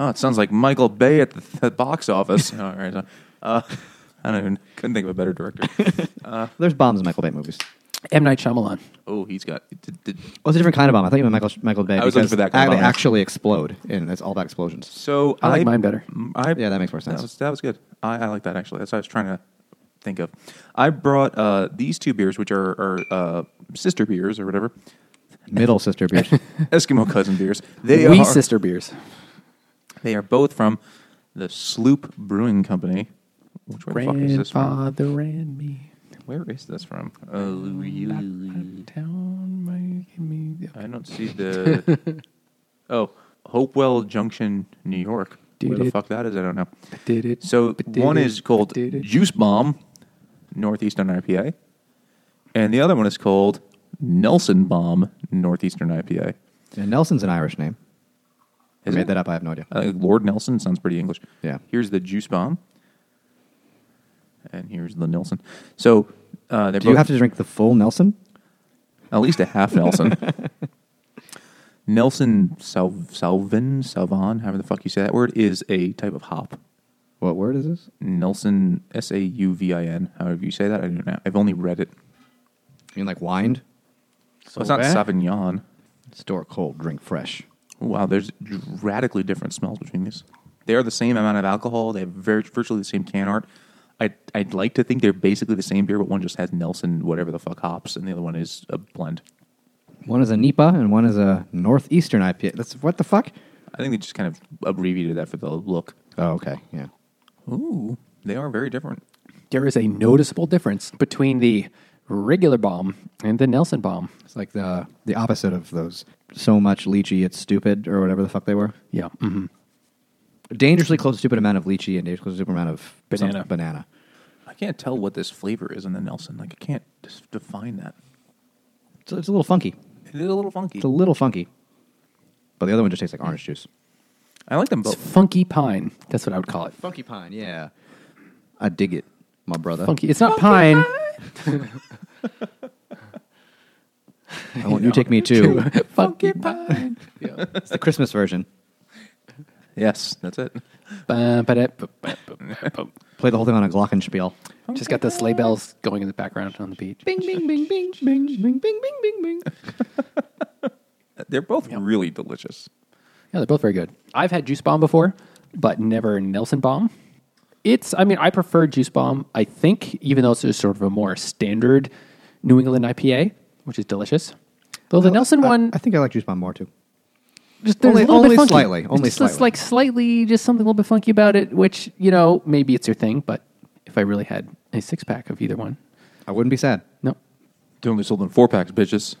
[SPEAKER 2] Oh, it sounds like Michael Bay at the, the box office. [laughs] All right, so, uh, [laughs] I don't even couldn't think of a better [laughs] director.
[SPEAKER 3] There's bombs in Michael Bay movies.
[SPEAKER 1] M Night Shyamalan.
[SPEAKER 2] oh, he's got. Did, did,
[SPEAKER 3] Oh, it's a different kind of bomb. I thought you meant Michael Michael Bay.
[SPEAKER 2] I was looking
[SPEAKER 3] because
[SPEAKER 2] for that kind of
[SPEAKER 3] they
[SPEAKER 2] bomb.
[SPEAKER 3] actually explode, and it's all about explosions.
[SPEAKER 2] so
[SPEAKER 1] I like mine better.
[SPEAKER 2] I,
[SPEAKER 3] Yeah, that makes more sense.
[SPEAKER 2] That was, that was good. I, I like that actually. That's what I was trying to think of. I brought uh, these two beers, which are, are uh, sister beers or whatever, [laughs]
[SPEAKER 3] Middle sister beers.
[SPEAKER 2] Eskimo cousin beers. They
[SPEAKER 1] we
[SPEAKER 2] are
[SPEAKER 1] sister beers.
[SPEAKER 2] They are both from the Sloop Brewing Company. Which where the fuck is this from?
[SPEAKER 1] Grandfather and me.
[SPEAKER 2] Where is this from? Oh, you.
[SPEAKER 1] Town making me.
[SPEAKER 2] I don't
[SPEAKER 1] [laughs]
[SPEAKER 2] see the. oh, Hopewell Junction, New York.
[SPEAKER 1] Did
[SPEAKER 2] Where the
[SPEAKER 1] it.
[SPEAKER 2] fuck that is, I don't know.
[SPEAKER 1] Did it.
[SPEAKER 2] So
[SPEAKER 1] Did
[SPEAKER 2] one
[SPEAKER 1] it.
[SPEAKER 2] is called
[SPEAKER 1] Did it.
[SPEAKER 2] Juice Bomb, Northeastern IPA, and the other one is called Nelson Bomb, Northeastern IPA.
[SPEAKER 3] and Nelson's an Irish name. I
[SPEAKER 2] Is
[SPEAKER 3] made
[SPEAKER 2] it?
[SPEAKER 3] that up. I have no idea.
[SPEAKER 2] Uh, Lord Nelson sounds pretty English.
[SPEAKER 3] Yeah.
[SPEAKER 2] Here's the Juice Bomb, and here's the Nelson. So uh, they're
[SPEAKER 3] Do you
[SPEAKER 2] both-
[SPEAKER 3] have to drink the full Nelson?
[SPEAKER 2] At least a half
[SPEAKER 3] [laughs]
[SPEAKER 2] Nelson. Nelson Sal- Salvin, Salvan, however the fuck you say that word, is a type of hop.
[SPEAKER 3] What word is this?
[SPEAKER 2] Nelson, S A U V I N, however you say that, I don't know. I've only read it.
[SPEAKER 3] You mean like wined?
[SPEAKER 2] So it's not
[SPEAKER 1] Sauvin?
[SPEAKER 2] Sauvignon.
[SPEAKER 3] Store cold, drink fresh.
[SPEAKER 2] Wow, there's radically different smells between these. They are the same amount of alcohol. They have very, virtually the same can art. I, I'd like to think they're basically the same beer, but one just has Nelson, whatever the fuck hops, and the other one is a blend.
[SPEAKER 3] One is a NEPA and one is a Northeastern IPA. That's what the fuck?
[SPEAKER 2] I think they just kind of abbreviated that for the look.
[SPEAKER 3] Oh, okay, yeah.
[SPEAKER 2] Ooh, they are very different.
[SPEAKER 1] There is a noticeable difference between the regular bomb and the Nelson bomb.
[SPEAKER 3] It's like the the opposite of those. So much lychee, it's stupid, or whatever the fuck they were.
[SPEAKER 1] Yeah. hmm
[SPEAKER 3] Dangerously close, stupid amount of lychee, and dangerously stupid amount of
[SPEAKER 1] Banana.
[SPEAKER 3] something- banana.
[SPEAKER 2] I can't tell what this flavor is in the Nelson. Like, I can't just define that.
[SPEAKER 3] It's, it's a little funky.
[SPEAKER 2] It is a little funky.
[SPEAKER 3] It's a little funky. But the other one just tastes like orange juice.
[SPEAKER 2] I like them
[SPEAKER 1] It's
[SPEAKER 2] both.
[SPEAKER 1] funky pine. That's what I would call it.
[SPEAKER 3] Funky pine, yeah. I dig it, my brother.
[SPEAKER 1] Funky. It's not pine.
[SPEAKER 3] I want you take
[SPEAKER 1] [laughs]
[SPEAKER 3] me too. [laughs]
[SPEAKER 1] funky pine. Yeah.
[SPEAKER 3] it's the Christmas version.
[SPEAKER 2] Yes, that's it.
[SPEAKER 1] Bum, ba-da, bu- bu- bu- bu- bu-
[SPEAKER 3] Play the whole thing on a glockenspiel.
[SPEAKER 1] Just got the sleigh bells going in the background on the beach.
[SPEAKER 3] Bing, bing, bing, bing, bing, bing, bing, bing, bing, bing.
[SPEAKER 2] They're both really delicious.
[SPEAKER 1] Yeah, they're both very good. I've had Juice Bomb before, but never Nelson Bomb. It's, I mean, I prefer Juice Bomb, I think, even though it's just sort of a more standard New England IPA, which is delicious. Though the Nelson one,
[SPEAKER 3] I, I think I like juice bomb more too.
[SPEAKER 1] just there's
[SPEAKER 3] only-
[SPEAKER 1] a little
[SPEAKER 3] only
[SPEAKER 1] bit funky.
[SPEAKER 3] slightly,
[SPEAKER 1] It's
[SPEAKER 3] only
[SPEAKER 1] just, just
[SPEAKER 3] slightly.
[SPEAKER 1] like slightly, just something a little bit funky about it, which, you know, maybe it's your thing, but if I really had a six pack of either one,
[SPEAKER 3] I wouldn't be sad.
[SPEAKER 1] no.
[SPEAKER 2] They only sold in four packs, bitches.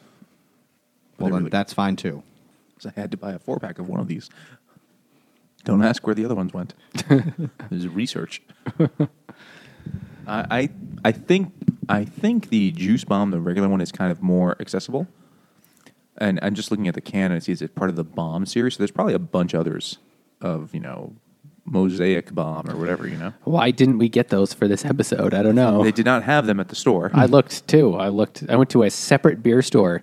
[SPEAKER 2] They're
[SPEAKER 3] Well, then
[SPEAKER 2] really-
[SPEAKER 3] that's fine too.
[SPEAKER 2] So I had to buy a four pack of one of these. Don't ask where the other
[SPEAKER 1] [laughs]
[SPEAKER 2] ones went. this is research. I, I I think I think the juice bomb, the regular one, is kind of more accessible. And I'm just looking at the can and it sees it's part of the bomb series. So there's probably a bunch others of you know mosaic bomb or whatever you know.
[SPEAKER 1] Why didn't we get those for this episode? I don't know.
[SPEAKER 2] They did not have them at the store.
[SPEAKER 1] I looked too. I looked. I went to a separate beer store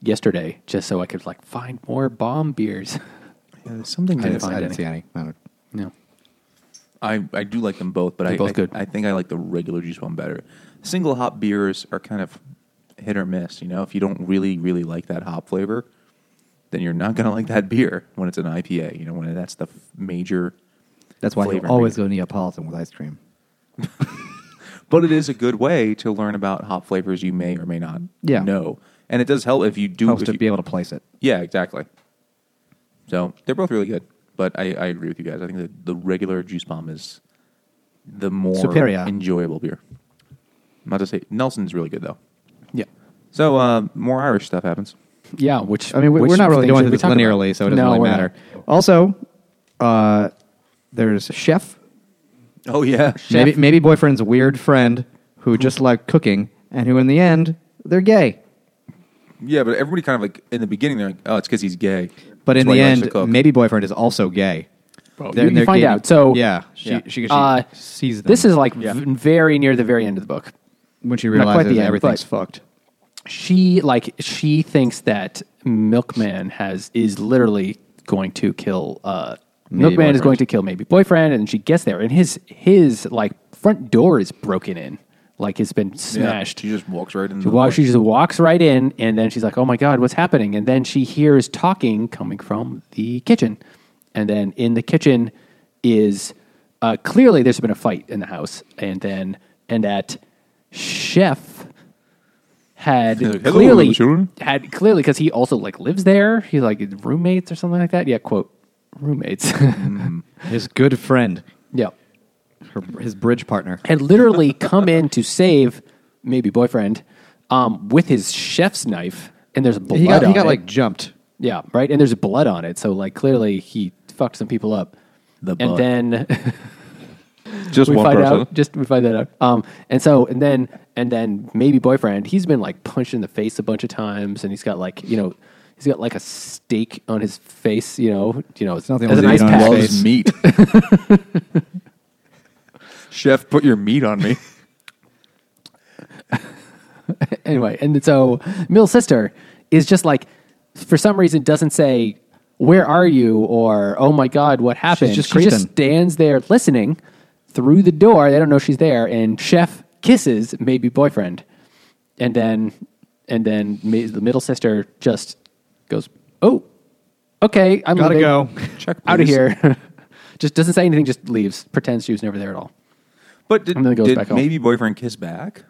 [SPEAKER 1] yesterday just so I could like find more bomb beers. [laughs]
[SPEAKER 2] Yeah, something
[SPEAKER 1] I
[SPEAKER 3] I
[SPEAKER 1] didn't
[SPEAKER 3] didn't,
[SPEAKER 1] find
[SPEAKER 3] I didn't
[SPEAKER 1] any.
[SPEAKER 3] see any. I don't,
[SPEAKER 1] No,
[SPEAKER 2] I, I do like them both, but I,
[SPEAKER 1] They're both
[SPEAKER 2] I-
[SPEAKER 1] good.
[SPEAKER 2] I think I like the regular juice bomb better. Single hop beers are kind of hit or miss. You know, if you don't really really like that hop flavor, then you're not gonna [laughs] like that beer when it's an IPA. You know, when that's the f- major.
[SPEAKER 3] that's why you
[SPEAKER 2] Flavor
[SPEAKER 3] always go Neapolitan with ice cream.
[SPEAKER 2] But it is a good way to learn about hop flavors you may or may not
[SPEAKER 3] Yeah.
[SPEAKER 2] know, and it does help if you do.
[SPEAKER 3] Helps
[SPEAKER 2] if
[SPEAKER 3] to
[SPEAKER 2] you-
[SPEAKER 3] be able to place it.
[SPEAKER 2] yeah, exactly. So they're both really good, but I, I agree with you guys. I think the, the regular juice bomb is the more
[SPEAKER 3] Superior.
[SPEAKER 2] enjoyable beer. Not to say Nelson's really good though.
[SPEAKER 1] yeah,
[SPEAKER 2] So uh, more Irish stuff happens.
[SPEAKER 1] yeah. Which
[SPEAKER 3] I mean, we-
[SPEAKER 1] which
[SPEAKER 3] we're not really
[SPEAKER 1] things did
[SPEAKER 3] going through
[SPEAKER 1] we
[SPEAKER 3] this
[SPEAKER 1] talk about?
[SPEAKER 3] linearly, so it doesn't
[SPEAKER 1] No,
[SPEAKER 3] really
[SPEAKER 1] we're
[SPEAKER 3] matter.
[SPEAKER 1] not.
[SPEAKER 3] Also, uh, there's chef
[SPEAKER 2] Oh yeah,
[SPEAKER 3] maybe, maybe boyfriend's weird friend who just liked cooking and who in the end they're gay
[SPEAKER 2] [laughs] yeah. But everybody kind of like in the beginning they're like, oh, it's because he's gay.
[SPEAKER 3] but
[SPEAKER 2] That's
[SPEAKER 3] in
[SPEAKER 2] why he
[SPEAKER 3] the
[SPEAKER 2] likes to
[SPEAKER 3] end
[SPEAKER 2] cook.
[SPEAKER 3] maybe boyfriend is also gay
[SPEAKER 1] Well,
[SPEAKER 3] They're-
[SPEAKER 1] you- you
[SPEAKER 3] they're
[SPEAKER 1] find
[SPEAKER 3] gay-
[SPEAKER 1] out. So
[SPEAKER 3] yeah she,
[SPEAKER 1] Yeah.
[SPEAKER 3] She, she,
[SPEAKER 1] Uh,
[SPEAKER 3] sees them
[SPEAKER 1] This is like
[SPEAKER 2] Yeah.
[SPEAKER 1] v- very near the very end of the book.
[SPEAKER 3] when she
[SPEAKER 1] not quite
[SPEAKER 3] realizes
[SPEAKER 1] the end,
[SPEAKER 3] everything's
[SPEAKER 1] but-
[SPEAKER 3] fucked
[SPEAKER 1] She like she thinks that Milkman has is literally going to kill. uh
[SPEAKER 3] Maybe
[SPEAKER 1] Milkman is
[SPEAKER 3] boyfriend.
[SPEAKER 1] going to kill maybe boyfriend, and she gets there, and his his like front door is broken in, like it's been smashed.
[SPEAKER 2] She just walks right in.
[SPEAKER 1] She, walks, she just walks right in, and then she's like, "Oh my god, what's happening?" And then she hears talking coming from the kitchen, and then in the kitchen is uh, clearly there's been a fight in the house, and then and that chef had
[SPEAKER 2] Hello,
[SPEAKER 1] clearly
[SPEAKER 2] children.
[SPEAKER 1] had clearly because he also like lives there. He's like roommates or something like that. Yeah, quote roommates. [laughs]
[SPEAKER 3] his good friend
[SPEAKER 1] yeah,
[SPEAKER 3] her, his bridge partner
[SPEAKER 1] had literally come in to save maybe boyfriend um, with his chef's knife. And there's blood
[SPEAKER 3] he got,
[SPEAKER 1] on
[SPEAKER 3] he got
[SPEAKER 1] it.
[SPEAKER 3] like jumped
[SPEAKER 1] Yeah, right. And there's blood on it, so like clearly he fucked some people up.
[SPEAKER 2] The
[SPEAKER 1] and
[SPEAKER 2] butt.
[SPEAKER 1] then [laughs]
[SPEAKER 2] just
[SPEAKER 1] we
[SPEAKER 2] one
[SPEAKER 1] find
[SPEAKER 2] person.
[SPEAKER 1] out just we find that out. Um, and so and then and then maybe boyfriend. He's been like punched in the face a bunch of times, and he's got like you know he's got like a steak on his face. You know, you know, it's
[SPEAKER 3] nothing
[SPEAKER 1] as an
[SPEAKER 3] we'll
[SPEAKER 1] ice
[SPEAKER 3] eat on
[SPEAKER 1] pack.
[SPEAKER 3] his
[SPEAKER 2] loves meat. [laughs] Chef, put your meat on me.
[SPEAKER 1] anyway, and so Mill's sister is just like, for some reason, doesn't say, "Where are you?" or "Oh my God, what happened?"
[SPEAKER 3] just
[SPEAKER 1] she just
[SPEAKER 3] creeping.
[SPEAKER 1] stands there listening through the door. They don't know she's there, and Chef kisses maybe boyfriend, and then and then ma- the middle sister just goes, "Oh, okay, I'm
[SPEAKER 3] Gotta
[SPEAKER 1] leaving.
[SPEAKER 3] go.
[SPEAKER 2] Check,
[SPEAKER 1] out of
[SPEAKER 2] please."
[SPEAKER 1] here." [laughs] just doesn't say anything. Just leaves. Pretends she was never there at all.
[SPEAKER 2] But
[SPEAKER 1] [laughs]
[SPEAKER 2] did,
[SPEAKER 1] And then it goes
[SPEAKER 2] did
[SPEAKER 1] back home.
[SPEAKER 2] maybe boyfriend kiss back?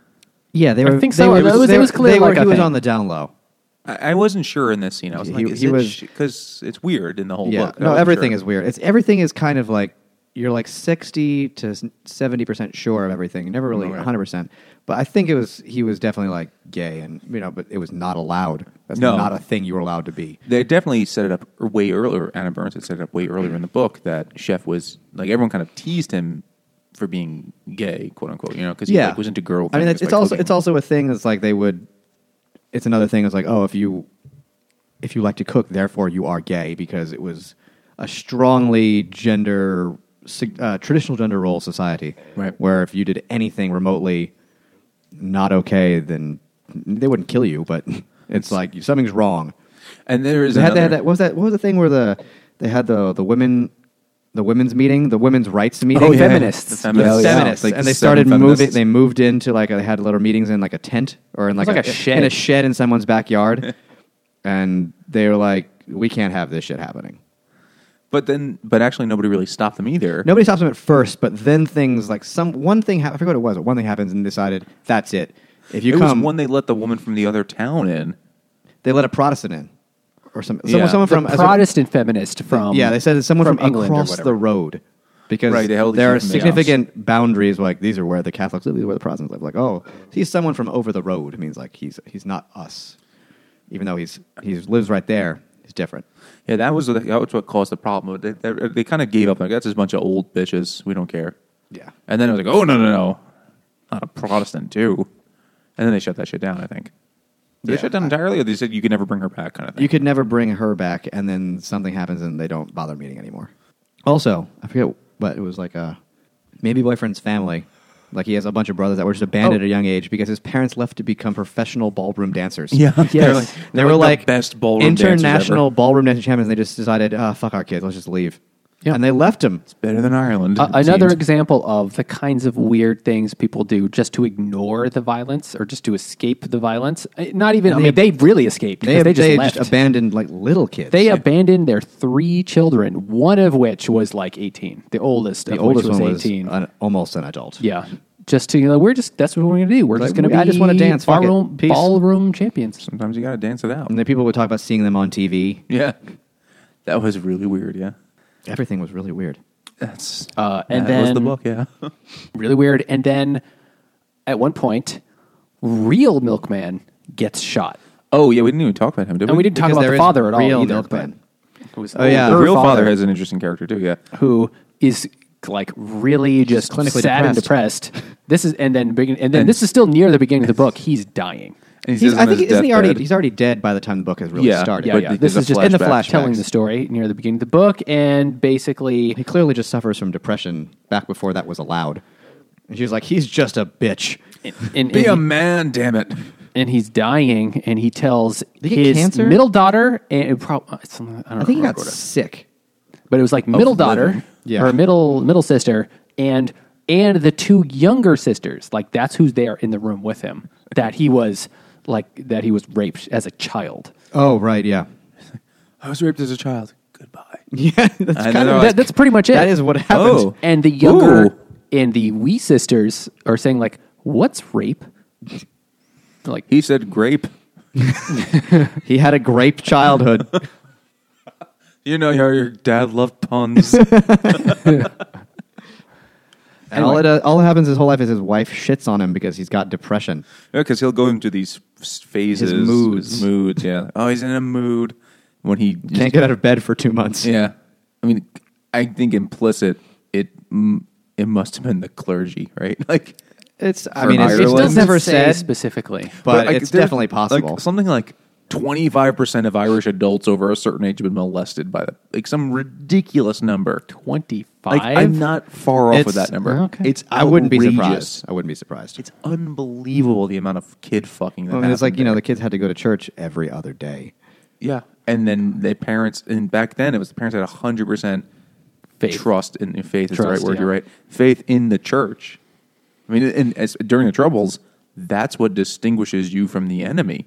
[SPEAKER 3] yeah they
[SPEAKER 1] I
[SPEAKER 3] were
[SPEAKER 1] think
[SPEAKER 3] they
[SPEAKER 1] so.
[SPEAKER 3] were,
[SPEAKER 1] It was-
[SPEAKER 3] they
[SPEAKER 1] it
[SPEAKER 3] were-
[SPEAKER 1] was clearly
[SPEAKER 3] they were-
[SPEAKER 1] like a
[SPEAKER 3] he was
[SPEAKER 1] thing.
[SPEAKER 3] on the down low
[SPEAKER 2] I, I wasn't sure in this scene. I was
[SPEAKER 3] He-
[SPEAKER 2] like,
[SPEAKER 3] he
[SPEAKER 2] is it
[SPEAKER 3] was-
[SPEAKER 2] because it's weird in the whole
[SPEAKER 3] yeah
[SPEAKER 2] book. I
[SPEAKER 3] no
[SPEAKER 2] wasn't
[SPEAKER 3] everything
[SPEAKER 2] sure.
[SPEAKER 3] is weird it's everything is kind of like you're like 60 to 70 percent sure of everything. You never really
[SPEAKER 2] Right.
[SPEAKER 3] 100 percent. But I think it was he was definitely like gay, and you know, but it was not allowed. That's
[SPEAKER 2] No.
[SPEAKER 3] not a thing you were allowed to be.
[SPEAKER 2] They definitely set it up way earlier. Anna Burns had set it up way earlier in the book that Chef was like everyone kind of teased him for being gay, quote unquote. You know, because he like, was into girl.
[SPEAKER 3] I mean,
[SPEAKER 2] things
[SPEAKER 3] it's,
[SPEAKER 2] by
[SPEAKER 3] it's also
[SPEAKER 2] cooking.
[SPEAKER 3] it's also a thing that's like they would. It's another thing. It's like oh, if you if you like to cook, therefore you are gay because it was a strongly gender sig- uh, traditional gender role society,
[SPEAKER 2] Right.
[SPEAKER 3] Where if you did anything remotely not okay, then they wouldn't kill you, but [laughs] it's like something's wrong.
[SPEAKER 2] and there is
[SPEAKER 3] They had, they had
[SPEAKER 2] another-
[SPEAKER 3] that. What was that? What was the thing where the they had the the women the women's meeting, the women's rights meeting? [laughs]
[SPEAKER 1] Oh, yeah. Feminists.
[SPEAKER 2] The feminists.
[SPEAKER 1] Yeah, yeah.
[SPEAKER 3] feminists,
[SPEAKER 2] Like
[SPEAKER 3] and
[SPEAKER 2] the
[SPEAKER 3] they started
[SPEAKER 2] seven feminists.
[SPEAKER 3] moving. They moved into like they had little meetings in like a tent or in like,
[SPEAKER 1] It's like a shed.
[SPEAKER 3] in a shed in
[SPEAKER 1] [laughs]
[SPEAKER 3] someone's backyard, and they were like, "We can't have this shit happening."
[SPEAKER 2] but then, but actually, nobody really stopped them either.
[SPEAKER 3] Nobody stops them at first, but then things like some one thing hap- I forget what it was. But one thing happens and decided that's it. If you
[SPEAKER 2] it
[SPEAKER 3] come,
[SPEAKER 2] was when they let the woman from the other town in.
[SPEAKER 3] they let a Protestant in, or some someone,
[SPEAKER 2] Yeah.
[SPEAKER 3] someone
[SPEAKER 1] The
[SPEAKER 3] from as a-
[SPEAKER 1] Protestant feminist from
[SPEAKER 3] yeah, they said it's someone from,
[SPEAKER 1] England or
[SPEAKER 3] across
[SPEAKER 1] whatever.
[SPEAKER 3] the road because
[SPEAKER 2] Right, they held
[SPEAKER 3] there
[SPEAKER 2] you
[SPEAKER 3] are
[SPEAKER 2] from the
[SPEAKER 3] significant boundaries. Like these are where the Catholics live, these are where the Protestants live. Like, oh, he's someone from over the road means like he's he's not us, even though he's he lives right there. He's different.
[SPEAKER 2] Yeah, that was that was what caused the problem. They, they, they kind of gave up. Like that's just a bunch of old bitches. We don't care.
[SPEAKER 3] Yeah.
[SPEAKER 2] And then it was like, oh no no no, not a Protestant too. And then they shut that shit down. I think. Did
[SPEAKER 3] Yeah.
[SPEAKER 2] they shut down entirely, or they said you can never bring her back, kind of thing.
[SPEAKER 3] You could never bring her back, and then something happens, and they don't bother meeting anymore. Also, I forget, but it was like a maybe boyfriend's family. Like he has a bunch of brothers that were just abandoned
[SPEAKER 1] Oh.
[SPEAKER 3] at a young age because his parents left to become professional ballroom dancers.
[SPEAKER 2] Yeah.
[SPEAKER 3] [laughs] they
[SPEAKER 1] Yes.
[SPEAKER 3] were like,
[SPEAKER 2] They're
[SPEAKER 3] they were
[SPEAKER 2] like
[SPEAKER 3] like,
[SPEAKER 2] the best ballroom dancers
[SPEAKER 3] international
[SPEAKER 2] ever.
[SPEAKER 3] ballroom dancing champions. And they just decided, ah, fuck our kids, let's just leave.
[SPEAKER 1] Yeah.
[SPEAKER 3] And they left him.
[SPEAKER 2] better than Ireland.
[SPEAKER 1] A-
[SPEAKER 2] it
[SPEAKER 1] another
[SPEAKER 2] seems.
[SPEAKER 1] example of the kinds of weird things people do just to ignore the violence or just to escape the violence. Uh, Not even. I mean, they really escaped.
[SPEAKER 3] They,
[SPEAKER 1] They, they just left.
[SPEAKER 3] abandoned like little kids.
[SPEAKER 1] they uh, abandoned their three children, one of which was like eighteen. The oldest,
[SPEAKER 3] the
[SPEAKER 1] of
[SPEAKER 3] oldest
[SPEAKER 1] which was
[SPEAKER 3] one was
[SPEAKER 1] eighteen.
[SPEAKER 3] an- almost an adult.
[SPEAKER 1] yeah. Just to you know, we're just that's what we're gonna do. We're just
[SPEAKER 3] Like,
[SPEAKER 1] gonna be.
[SPEAKER 3] I just wanna dance, fuck it.
[SPEAKER 1] Ballroom,
[SPEAKER 3] Peace.
[SPEAKER 1] ballroom champions.
[SPEAKER 2] [laughs] Sometimes you got to dance it out.
[SPEAKER 3] And then people would talk about seeing them on TV.
[SPEAKER 2] Yeah, that was really weird. Yeah,
[SPEAKER 3] Everything was really weird.
[SPEAKER 2] that's
[SPEAKER 1] Uh, and
[SPEAKER 2] that was the
[SPEAKER 1] then-
[SPEAKER 2] book. Yeah,
[SPEAKER 1] Really weird. And then, at one point, real milkman gets shot,
[SPEAKER 2] [laughs] oh yeah, we didn't even talk about him, did we?
[SPEAKER 1] and we didn't talk
[SPEAKER 3] Because
[SPEAKER 1] about
[SPEAKER 3] there
[SPEAKER 1] the
[SPEAKER 3] is
[SPEAKER 1] father at all
[SPEAKER 3] real
[SPEAKER 1] either.
[SPEAKER 3] milkman.
[SPEAKER 1] but it was
[SPEAKER 3] Oh, yeah.
[SPEAKER 2] The
[SPEAKER 1] her
[SPEAKER 2] real father has an interesting character too. Yeah,
[SPEAKER 1] who is like really just
[SPEAKER 3] clinically
[SPEAKER 1] sad and depressed. This is and then begin, and then this is still near the beginning of the book. He's dying.
[SPEAKER 2] and he
[SPEAKER 3] He's,
[SPEAKER 2] says
[SPEAKER 3] I
[SPEAKER 2] on
[SPEAKER 3] think
[SPEAKER 2] his
[SPEAKER 3] isn't he
[SPEAKER 2] deathbed-
[SPEAKER 3] already? He's already dead by the time the book has really
[SPEAKER 2] Yeah,
[SPEAKER 3] started.
[SPEAKER 1] Yeah,
[SPEAKER 2] But
[SPEAKER 1] yeah.
[SPEAKER 2] it-
[SPEAKER 1] This
[SPEAKER 2] there's
[SPEAKER 1] is
[SPEAKER 2] a
[SPEAKER 1] just in the
[SPEAKER 2] flashback.
[SPEAKER 1] flash telling the story near the beginning of the book, and
[SPEAKER 3] He
[SPEAKER 1] basically,
[SPEAKER 3] clearly just suffers from depression back before that was allowed. And she was like, "He's just a bitch."
[SPEAKER 1] and, and,
[SPEAKER 2] Be a
[SPEAKER 1] and,
[SPEAKER 2] man, damn it.
[SPEAKER 1] and he's dying, and he tells
[SPEAKER 3] he get
[SPEAKER 1] his
[SPEAKER 3] cancer?
[SPEAKER 1] middle daughter, and it prob- uh, some- I don't
[SPEAKER 3] I think he
[SPEAKER 1] know,
[SPEAKER 3] got sick.
[SPEAKER 1] but it was like middle
[SPEAKER 2] living.
[SPEAKER 1] daughter,
[SPEAKER 3] Yeah.
[SPEAKER 1] or middle middle sister, and and the two younger sisters. Like that's who's there in the room with him. That he was like that he was raped as a child.
[SPEAKER 3] Oh right, yeah,
[SPEAKER 2] I was raped as a child. Goodbye.
[SPEAKER 3] [laughs] yeah. That's
[SPEAKER 2] And
[SPEAKER 3] kind
[SPEAKER 2] then
[SPEAKER 3] of
[SPEAKER 2] I-
[SPEAKER 1] that, that's pretty much it.
[SPEAKER 3] That is what happens.
[SPEAKER 2] Oh.
[SPEAKER 1] And the younger
[SPEAKER 2] Ooh.
[SPEAKER 1] and the we sisters are saying like, "What's rape?" Like,
[SPEAKER 2] He said grape.
[SPEAKER 3] he had a grape childhood.
[SPEAKER 2] You know how your dad loved
[SPEAKER 3] [laughs]
[SPEAKER 2] puns.
[SPEAKER 3] And all it uh, all that happens his whole life is his wife shits on him because he's got depression.
[SPEAKER 2] Because he'll go into these phases,
[SPEAKER 3] His moods.
[SPEAKER 2] his moods. Yeah. Oh, he's in a mood when he
[SPEAKER 3] Can't get out of bed for two months.
[SPEAKER 2] Yeah. I mean, I think implicit it mm, it must have been the clergy, right? [laughs] Like,
[SPEAKER 3] It's I
[SPEAKER 2] For
[SPEAKER 3] mean it's,
[SPEAKER 2] Ireland.
[SPEAKER 3] it's,
[SPEAKER 2] It
[SPEAKER 1] doesn't
[SPEAKER 3] never
[SPEAKER 1] say
[SPEAKER 3] said,
[SPEAKER 1] specifically.
[SPEAKER 3] but,
[SPEAKER 2] like,
[SPEAKER 3] it's
[SPEAKER 2] there's,
[SPEAKER 3] definitely possible.
[SPEAKER 2] Like, something like. 25% of Irish adults over a certain age have been molested by the, like some ridiculous number.
[SPEAKER 1] Twenty five.
[SPEAKER 2] Like, I'm not far off
[SPEAKER 3] It's-
[SPEAKER 2] of that number.
[SPEAKER 1] okay.
[SPEAKER 2] It's
[SPEAKER 3] I wouldn't be
[SPEAKER 2] outrageous.
[SPEAKER 3] surprised. I wouldn't be surprised.
[SPEAKER 2] It's unbelievable the amount of kid fucking that
[SPEAKER 3] I mean, it's like
[SPEAKER 2] happened
[SPEAKER 3] you know
[SPEAKER 2] there.
[SPEAKER 3] the kids had to go to church every other day.
[SPEAKER 2] yeah. And then the parents, and back then it was the parents had hundred percent
[SPEAKER 1] Faith.
[SPEAKER 2] trust in, in faith is the right
[SPEAKER 1] Trust,
[SPEAKER 2] word.
[SPEAKER 1] yeah.
[SPEAKER 2] You're right. Faith in the church. I mean, and as, during the troubles, that's what distinguishes you from the enemy,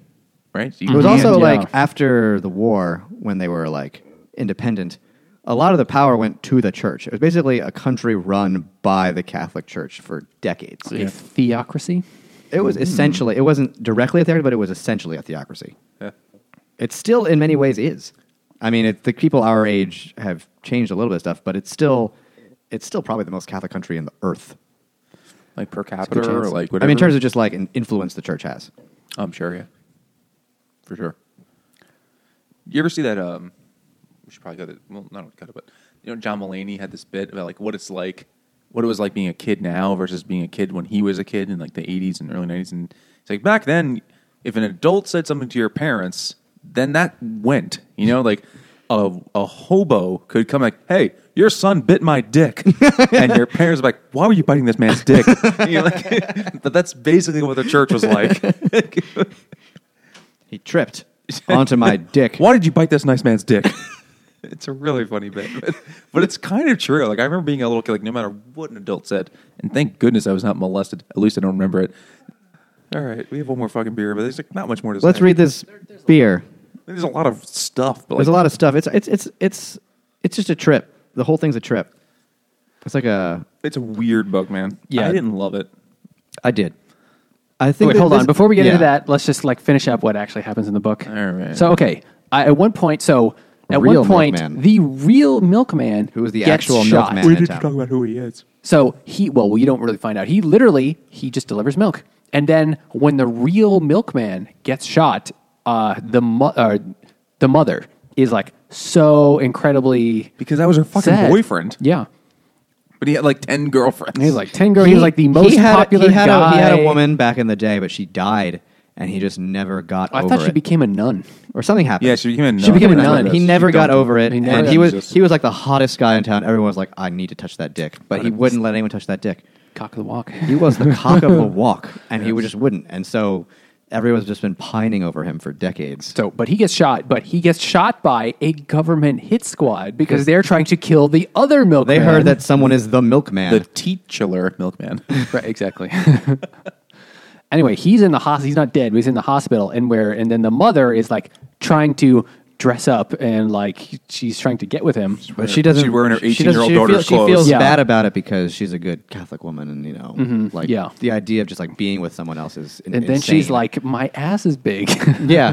[SPEAKER 2] right? So you
[SPEAKER 3] It was
[SPEAKER 2] can't-
[SPEAKER 3] also
[SPEAKER 1] Yeah.
[SPEAKER 3] like after the war when they were like independent, a lot of the power went to the church. It was basically a country run by the Catholic Church for decades.
[SPEAKER 1] a theocracy.
[SPEAKER 3] It was
[SPEAKER 2] Mm-hmm.
[SPEAKER 3] essentially it wasn't directly a theocracy, but it was essentially a theocracy.
[SPEAKER 2] Yeah.
[SPEAKER 3] It still, in many ways, is. I mean, it, the people our age have changed a little bit of stuff, but it's still it's still probably the most Catholic country in the earth.
[SPEAKER 2] [laughs] like per
[SPEAKER 3] Good
[SPEAKER 2] capita or
[SPEAKER 3] chance.
[SPEAKER 2] like
[SPEAKER 3] I
[SPEAKER 2] whatever.
[SPEAKER 3] mean, in terms of just like an influence the church has.
[SPEAKER 2] Oh, I'm sure, yeah, for sure. You ever see that? Um, we should probably cut it. Well, not cut it, but you know, John Mulaney had this bit about like what it's like, what it was like being a kid now versus being a kid when he was a kid in like the '80s and early '90s, and it's like back then, if an adult said something to your parents, then that went. You know, like a a hobo could come like, "Hey, your son bit my dick," and your parents are like, "Why were you biting this man's dick?" you know, like, [laughs] but that's basically what the church was like.
[SPEAKER 3] He tripped onto [laughs] my dick.
[SPEAKER 2] Why did you bite this nice man's dick? [laughs] it's a really funny bit, but, but it's kind of true. Like I remember being a little kid, like no matter what an adult said, and thank goodness I was not molested. At least I don't remember it. All right, we have one more fucking beer, but there's like not much more to
[SPEAKER 3] Let's
[SPEAKER 2] say.
[SPEAKER 3] read this beer.
[SPEAKER 2] There's a lot of stuff, but like,
[SPEAKER 3] There's a lot of stuff. It's it's it's it's it's just a trip. The whole thing's a trip. It's like a
[SPEAKER 2] it's a weird book, man.
[SPEAKER 1] Yeah.
[SPEAKER 2] I didn't love it.
[SPEAKER 3] I did. I think.
[SPEAKER 1] Wait,
[SPEAKER 3] that
[SPEAKER 1] hold
[SPEAKER 3] this-
[SPEAKER 1] on. Before we get
[SPEAKER 3] yeah.
[SPEAKER 1] into that, let's just like finish up what actually happens in the book.
[SPEAKER 2] All right.
[SPEAKER 1] So okay, I, at one point, so at
[SPEAKER 3] Real
[SPEAKER 1] one point,
[SPEAKER 3] milkman.
[SPEAKER 1] the real milkman,
[SPEAKER 3] Who is the
[SPEAKER 1] gets
[SPEAKER 3] actual
[SPEAKER 1] shot.
[SPEAKER 3] milkman. We need to talk
[SPEAKER 2] about who he is.
[SPEAKER 1] So he, well, you don't really find out. He literally he just delivers milk, and then when the real milkman gets shot, uh, the mo- uh, the mother is like so incredibly
[SPEAKER 2] Because that was her fucking
[SPEAKER 1] sad.
[SPEAKER 2] boyfriend,
[SPEAKER 1] Yeah,
[SPEAKER 2] but he had like ten girlfriends.
[SPEAKER 1] he's like ten girl. He's like the most
[SPEAKER 3] he had,
[SPEAKER 1] popular
[SPEAKER 3] he had
[SPEAKER 1] guy.
[SPEAKER 3] A, he had a woman back in the day, but she died, and he just never got
[SPEAKER 1] I
[SPEAKER 3] over
[SPEAKER 1] thought she
[SPEAKER 3] it.
[SPEAKER 1] became a nun.
[SPEAKER 3] or something happened.
[SPEAKER 2] yeah, she became a nun.
[SPEAKER 1] She became a
[SPEAKER 2] That's what
[SPEAKER 1] nun.
[SPEAKER 2] it is.
[SPEAKER 3] He
[SPEAKER 2] She
[SPEAKER 3] never got
[SPEAKER 2] dumped him.
[SPEAKER 3] over it,
[SPEAKER 1] He never
[SPEAKER 3] and
[SPEAKER 1] got
[SPEAKER 3] he was
[SPEAKER 2] Jesus.
[SPEAKER 3] he was like the hottest guy in town. Everyone was like, "I need to touch that dick," but he wouldn't let anyone touch that dick.
[SPEAKER 1] Cock of the walk.
[SPEAKER 3] He was the
[SPEAKER 1] [laughs]
[SPEAKER 3] cock of the walk, and he would just wouldn't. And so everyone's just been pining over him for decades.
[SPEAKER 1] So, but he gets shot, but he gets shot by a government hit squad because they're trying to kill the other
[SPEAKER 3] They
[SPEAKER 1] milkman.
[SPEAKER 3] heard that someone is the milkman.
[SPEAKER 2] the teacher [laughs] milkman.
[SPEAKER 1] Right, exactly. [laughs] anyway, he's in the hospital. He's not dead, but he's in the hospital, and where, and then the mother is like trying to dress up and like she's trying to get with him.
[SPEAKER 3] but she doesn't.
[SPEAKER 2] She's wearing her
[SPEAKER 3] she doesn't-
[SPEAKER 2] 18-year-old
[SPEAKER 3] she feel-
[SPEAKER 2] daughter's
[SPEAKER 3] She
[SPEAKER 2] clothes.
[SPEAKER 3] feels
[SPEAKER 1] Yeah. Mm-hmm.
[SPEAKER 3] bad about it because she's a good Catholic woman, and you know, like
[SPEAKER 1] Yeah.
[SPEAKER 3] the idea of just like being with someone else is. in-
[SPEAKER 1] And then
[SPEAKER 3] insane.
[SPEAKER 1] she's like, "My ass is big."
[SPEAKER 3] Yeah,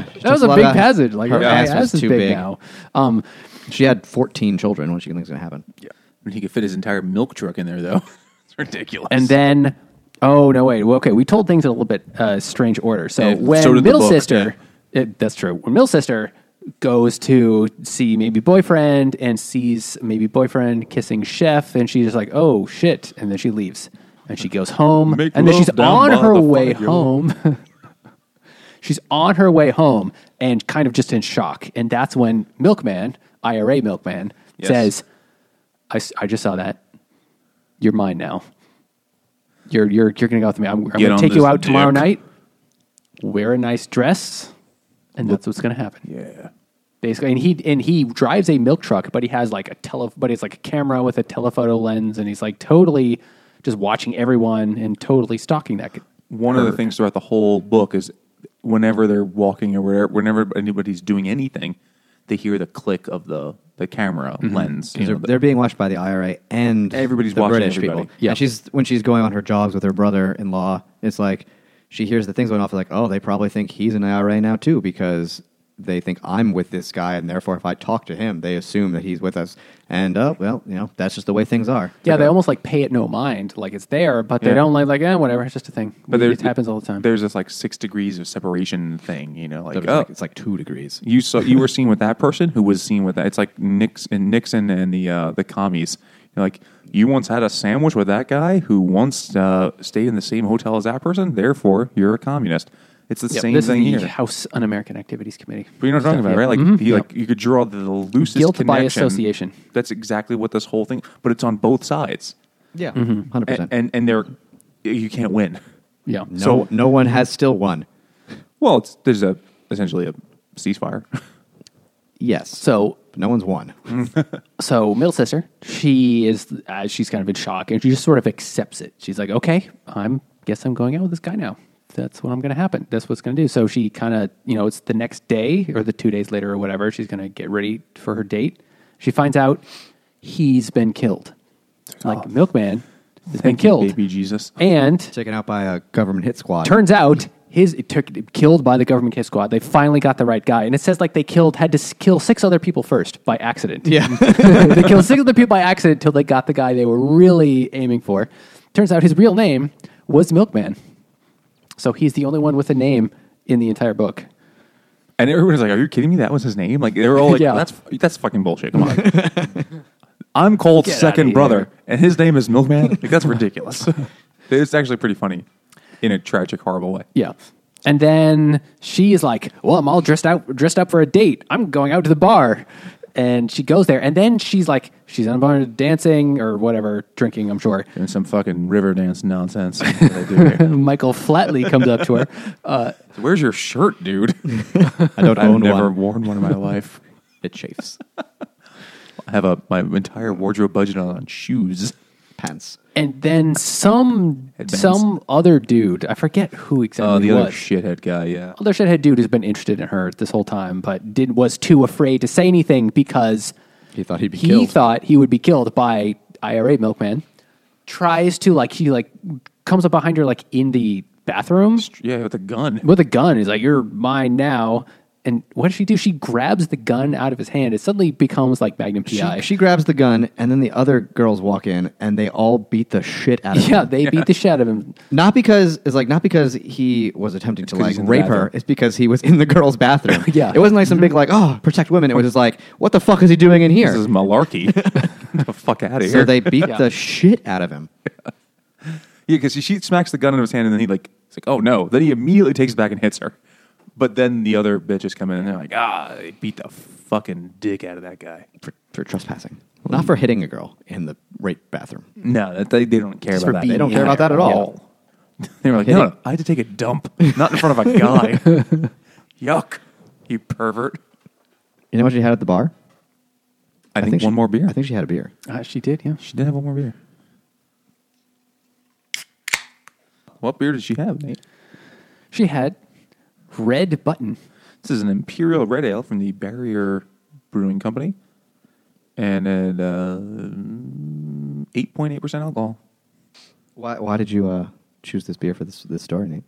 [SPEAKER 1] [laughs] that was
[SPEAKER 3] just
[SPEAKER 1] a
[SPEAKER 3] love
[SPEAKER 1] big
[SPEAKER 3] that.
[SPEAKER 1] passage. Like,
[SPEAKER 3] Her
[SPEAKER 1] my
[SPEAKER 3] ass
[SPEAKER 1] ass,
[SPEAKER 3] was
[SPEAKER 1] is
[SPEAKER 3] too
[SPEAKER 1] big,
[SPEAKER 3] big.
[SPEAKER 1] now. Um,
[SPEAKER 3] she had fourteen children. What do you think is going to happen?
[SPEAKER 2] Yeah. He could fit his entire milk truck in there, though. [laughs] it's ridiculous.
[SPEAKER 1] and then, oh no, wait. Well, okay, we told things in a little bit uh, strange order. So
[SPEAKER 2] Yeah,
[SPEAKER 1] when
[SPEAKER 2] so did the
[SPEAKER 1] middle
[SPEAKER 2] book,
[SPEAKER 1] sister, it, that's true. When middle sister goes to see maybe boyfriend and sees maybe boyfriend kissing chef, and she's like, oh shit, and then she leaves and she goes home,
[SPEAKER 2] Make
[SPEAKER 1] and then
[SPEAKER 2] love
[SPEAKER 1] she's on
[SPEAKER 2] down by
[SPEAKER 1] her
[SPEAKER 2] the
[SPEAKER 1] way
[SPEAKER 2] fire.
[SPEAKER 1] home. [laughs] she's on her way home and kind of just in shock, and that's when Milkman, IRA Milkman,
[SPEAKER 2] Yes.
[SPEAKER 1] says. I, s- I just saw that. You're mine now. You're you're you're gonna go with me. I'm, I'm
[SPEAKER 2] Get
[SPEAKER 1] gonna
[SPEAKER 2] on
[SPEAKER 1] take you
[SPEAKER 2] this
[SPEAKER 1] out tomorrow
[SPEAKER 2] dick.
[SPEAKER 1] night. Wear a nice dress, and that's what's gonna happen.
[SPEAKER 2] yeah.
[SPEAKER 1] Basically, and he and he drives a milk truck, but he has like a tele, but it's like a camera with a telephoto lens, and he's like totally just watching everyone and totally stalking that. g-
[SPEAKER 2] one of the things throughout the whole book is whenever they're walking or wherever, whenever anybody's doing anything, they hear the click of the, the camera
[SPEAKER 1] Mm-hmm.
[SPEAKER 2] lens. you
[SPEAKER 3] They're,
[SPEAKER 2] know, the-
[SPEAKER 3] they're being watched by the IRA and
[SPEAKER 2] Everybody's
[SPEAKER 3] the
[SPEAKER 2] watching
[SPEAKER 3] British
[SPEAKER 2] everybody.
[SPEAKER 3] people.
[SPEAKER 1] Yeah.
[SPEAKER 3] And she's when she's going on her jogs with her brother-in-law, it's like she hears the things going off. Like, oh, they probably think he's an IRA now too because they think I'm with this guy, and therefore, if I talk to him, they assume that he's with us. And uh, well, you know, that's just the way things are.
[SPEAKER 1] Yeah, they almost like pay it no mind, like it's there, but they
[SPEAKER 2] Yeah.
[SPEAKER 1] don't like like eh, whatever. It's just a thing. But
[SPEAKER 2] there-
[SPEAKER 1] it happens all the time.
[SPEAKER 2] There's this like six degrees of separation thing, you know, like,
[SPEAKER 3] So it's,
[SPEAKER 2] oh,
[SPEAKER 3] like, it's like two degrees.
[SPEAKER 2] you
[SPEAKER 1] [laughs]
[SPEAKER 2] saw you were seen with that person who was seen with that. It's like Nixon, Nixon and the uh, the commies. You're like you once had a sandwich with that guy who once uh, stayed in the same hotel as that person. Therefore, you're a communist. It's the
[SPEAKER 1] Yep,
[SPEAKER 2] same
[SPEAKER 1] this
[SPEAKER 2] thing
[SPEAKER 1] is the
[SPEAKER 2] here.
[SPEAKER 1] House Un-American Activities Committee.
[SPEAKER 2] But you know what I'm talking about,
[SPEAKER 1] Stuff,
[SPEAKER 2] right?
[SPEAKER 1] yeah. Mm-hmm.
[SPEAKER 2] Like, you, like you could draw the, the loosest
[SPEAKER 1] Guilt by
[SPEAKER 2] connection.
[SPEAKER 1] association.
[SPEAKER 2] That's exactly what this whole thing. But it's on both sides,
[SPEAKER 3] Yeah, 100
[SPEAKER 2] Mm-hmm. and
[SPEAKER 3] Mm-hmm. percent.
[SPEAKER 2] and, and they're you can't win.
[SPEAKER 1] yeah.
[SPEAKER 3] No,
[SPEAKER 2] so-
[SPEAKER 3] no one has still won.
[SPEAKER 2] Well, it's, there's a essentially a ceasefire. [laughs]
[SPEAKER 3] Yes,
[SPEAKER 1] So
[SPEAKER 3] no one's won.
[SPEAKER 2] Mm-hmm.
[SPEAKER 1] so middle sister, she is uh, she's kind of in shock and she just sort of accepts it. She's like, okay, I'm guess I'm going out with this guy now. That's what I'm going to happen. That's what's going to do. So she kind of you know it's the next day or the two days later or whatever. She's going to get ready for her date. She finds out he's been killed. Like milkman has been
[SPEAKER 2] Thank you,
[SPEAKER 1] killed,
[SPEAKER 2] baby Jesus.
[SPEAKER 3] [laughs]
[SPEAKER 1] and
[SPEAKER 3] Taken out by a government hit squad.
[SPEAKER 1] turns out his it took killed by the government case squad. They finally got the right guy, and it says like they killed had to s- kill six other people first by accident.
[SPEAKER 3] Yeah.
[SPEAKER 1] [laughs] they killed six other people by accident till they got the guy they were really aiming for. Turns out his real name was Milkman, so he's the only one with a name in the entire book.
[SPEAKER 2] And everyone was like, "Are you kidding me? That was his name?" Like they
[SPEAKER 1] [laughs]
[SPEAKER 2] were all like,
[SPEAKER 1] Yeah.
[SPEAKER 2] "That's that's fucking bullshit." Come on.
[SPEAKER 1] [laughs]
[SPEAKER 2] I'm Colt's
[SPEAKER 1] Get outta
[SPEAKER 2] second
[SPEAKER 1] here.
[SPEAKER 2] brother, and his name is Milkman.
[SPEAKER 1] [laughs]
[SPEAKER 2] Like that's ridiculous. [laughs] it's actually pretty funny in a tragic, horrible way.
[SPEAKER 1] Yeah. And then she's like, "Well, I'm all dressed out, dressed up for a date. I'm going out to the bar." And she goes there, and then she's like, she's on a bar dancing or whatever, drinking. I'm sure.
[SPEAKER 2] Doing some fucking river dance
[SPEAKER 1] [laughs]
[SPEAKER 2] nonsense. that I do here.
[SPEAKER 1] Michael Flatley comes up to her. Uh,
[SPEAKER 2] Where's your shirt, dude?
[SPEAKER 3] I don't
[SPEAKER 2] I've
[SPEAKER 3] own
[SPEAKER 2] never
[SPEAKER 3] one.
[SPEAKER 2] worn one in my life.
[SPEAKER 3] It chafes.
[SPEAKER 2] I have a my entire wardrobe budget on, on shoes.
[SPEAKER 3] Pants.
[SPEAKER 1] and then some
[SPEAKER 2] Headbands.
[SPEAKER 1] some other dude, I forget who
[SPEAKER 2] Oh,
[SPEAKER 1] exactly
[SPEAKER 2] the
[SPEAKER 1] it
[SPEAKER 2] other
[SPEAKER 1] was.
[SPEAKER 2] shithead guy. Yeah.
[SPEAKER 1] other shithead dude who's been interested in her this whole time, but did was too afraid to say anything because
[SPEAKER 3] He thought he'd be
[SPEAKER 1] he
[SPEAKER 3] killed.
[SPEAKER 1] thought he would be killed by IRA milkman. Tries to like he like comes up behind her like in the bathroom
[SPEAKER 2] Yeah, with a gun.
[SPEAKER 1] with a gun. He's like, "You're mine now." And what does she do? She grabs the gun out of his hand. It suddenly becomes like Magnum PI.
[SPEAKER 3] She, she grabs the gun, and then the other girls walk in, and they all beat the shit out of him.
[SPEAKER 1] yeah,
[SPEAKER 3] [laughs]
[SPEAKER 1] they beat the shit out of him.
[SPEAKER 3] Not because it's like not because he was attempting to
[SPEAKER 2] 'cause
[SPEAKER 3] like
[SPEAKER 2] he's in the
[SPEAKER 3] rape
[SPEAKER 2] bathroom. Mm-hmm.
[SPEAKER 3] her. It's because he was in the
[SPEAKER 2] [laughs]
[SPEAKER 3] girl's bathroom.
[SPEAKER 1] Yeah.
[SPEAKER 3] it wasn't like some big like oh protect women. It was just like what the fuck is he doing in
[SPEAKER 2] This
[SPEAKER 3] here?
[SPEAKER 2] is
[SPEAKER 3] [laughs]
[SPEAKER 2] malarkey. Get the fuck out of here.
[SPEAKER 3] So they beat
[SPEAKER 1] Yeah.
[SPEAKER 3] the shit out of him.
[SPEAKER 2] Yeah, because she smacks the gun in his hand, and then he like, it's like, oh no. Then he immediately takes it back and hits her. But then the other bitches come in, and they're like, ah, they beat the fucking dick out of that guy.
[SPEAKER 3] for, for trespassing,
[SPEAKER 2] Mm.
[SPEAKER 3] not for hitting a girl in the rape bathroom.
[SPEAKER 2] No, that, they, they don't care
[SPEAKER 1] Just for
[SPEAKER 2] about that.
[SPEAKER 1] being
[SPEAKER 2] They don't
[SPEAKER 1] in
[SPEAKER 2] care about
[SPEAKER 1] there.
[SPEAKER 2] that at all. they were like, no, no, I had to take a dump, not in front of a guy.
[SPEAKER 3] [laughs]
[SPEAKER 2] Yuck, you pervert.
[SPEAKER 3] You know what she had at the bar?
[SPEAKER 2] I, think, one
[SPEAKER 3] she-
[SPEAKER 2] more beer.
[SPEAKER 3] I think she had a beer.
[SPEAKER 1] Uh, she did, yeah.
[SPEAKER 2] she did have one more beer. What beer did she have, Nate?
[SPEAKER 1] She had red button.
[SPEAKER 2] This is an imperial red ale from the Barrier Brewing Company, and at eight point eight percent alcohol.
[SPEAKER 3] Why, why did you uh, choose this beer for this this story, Nate?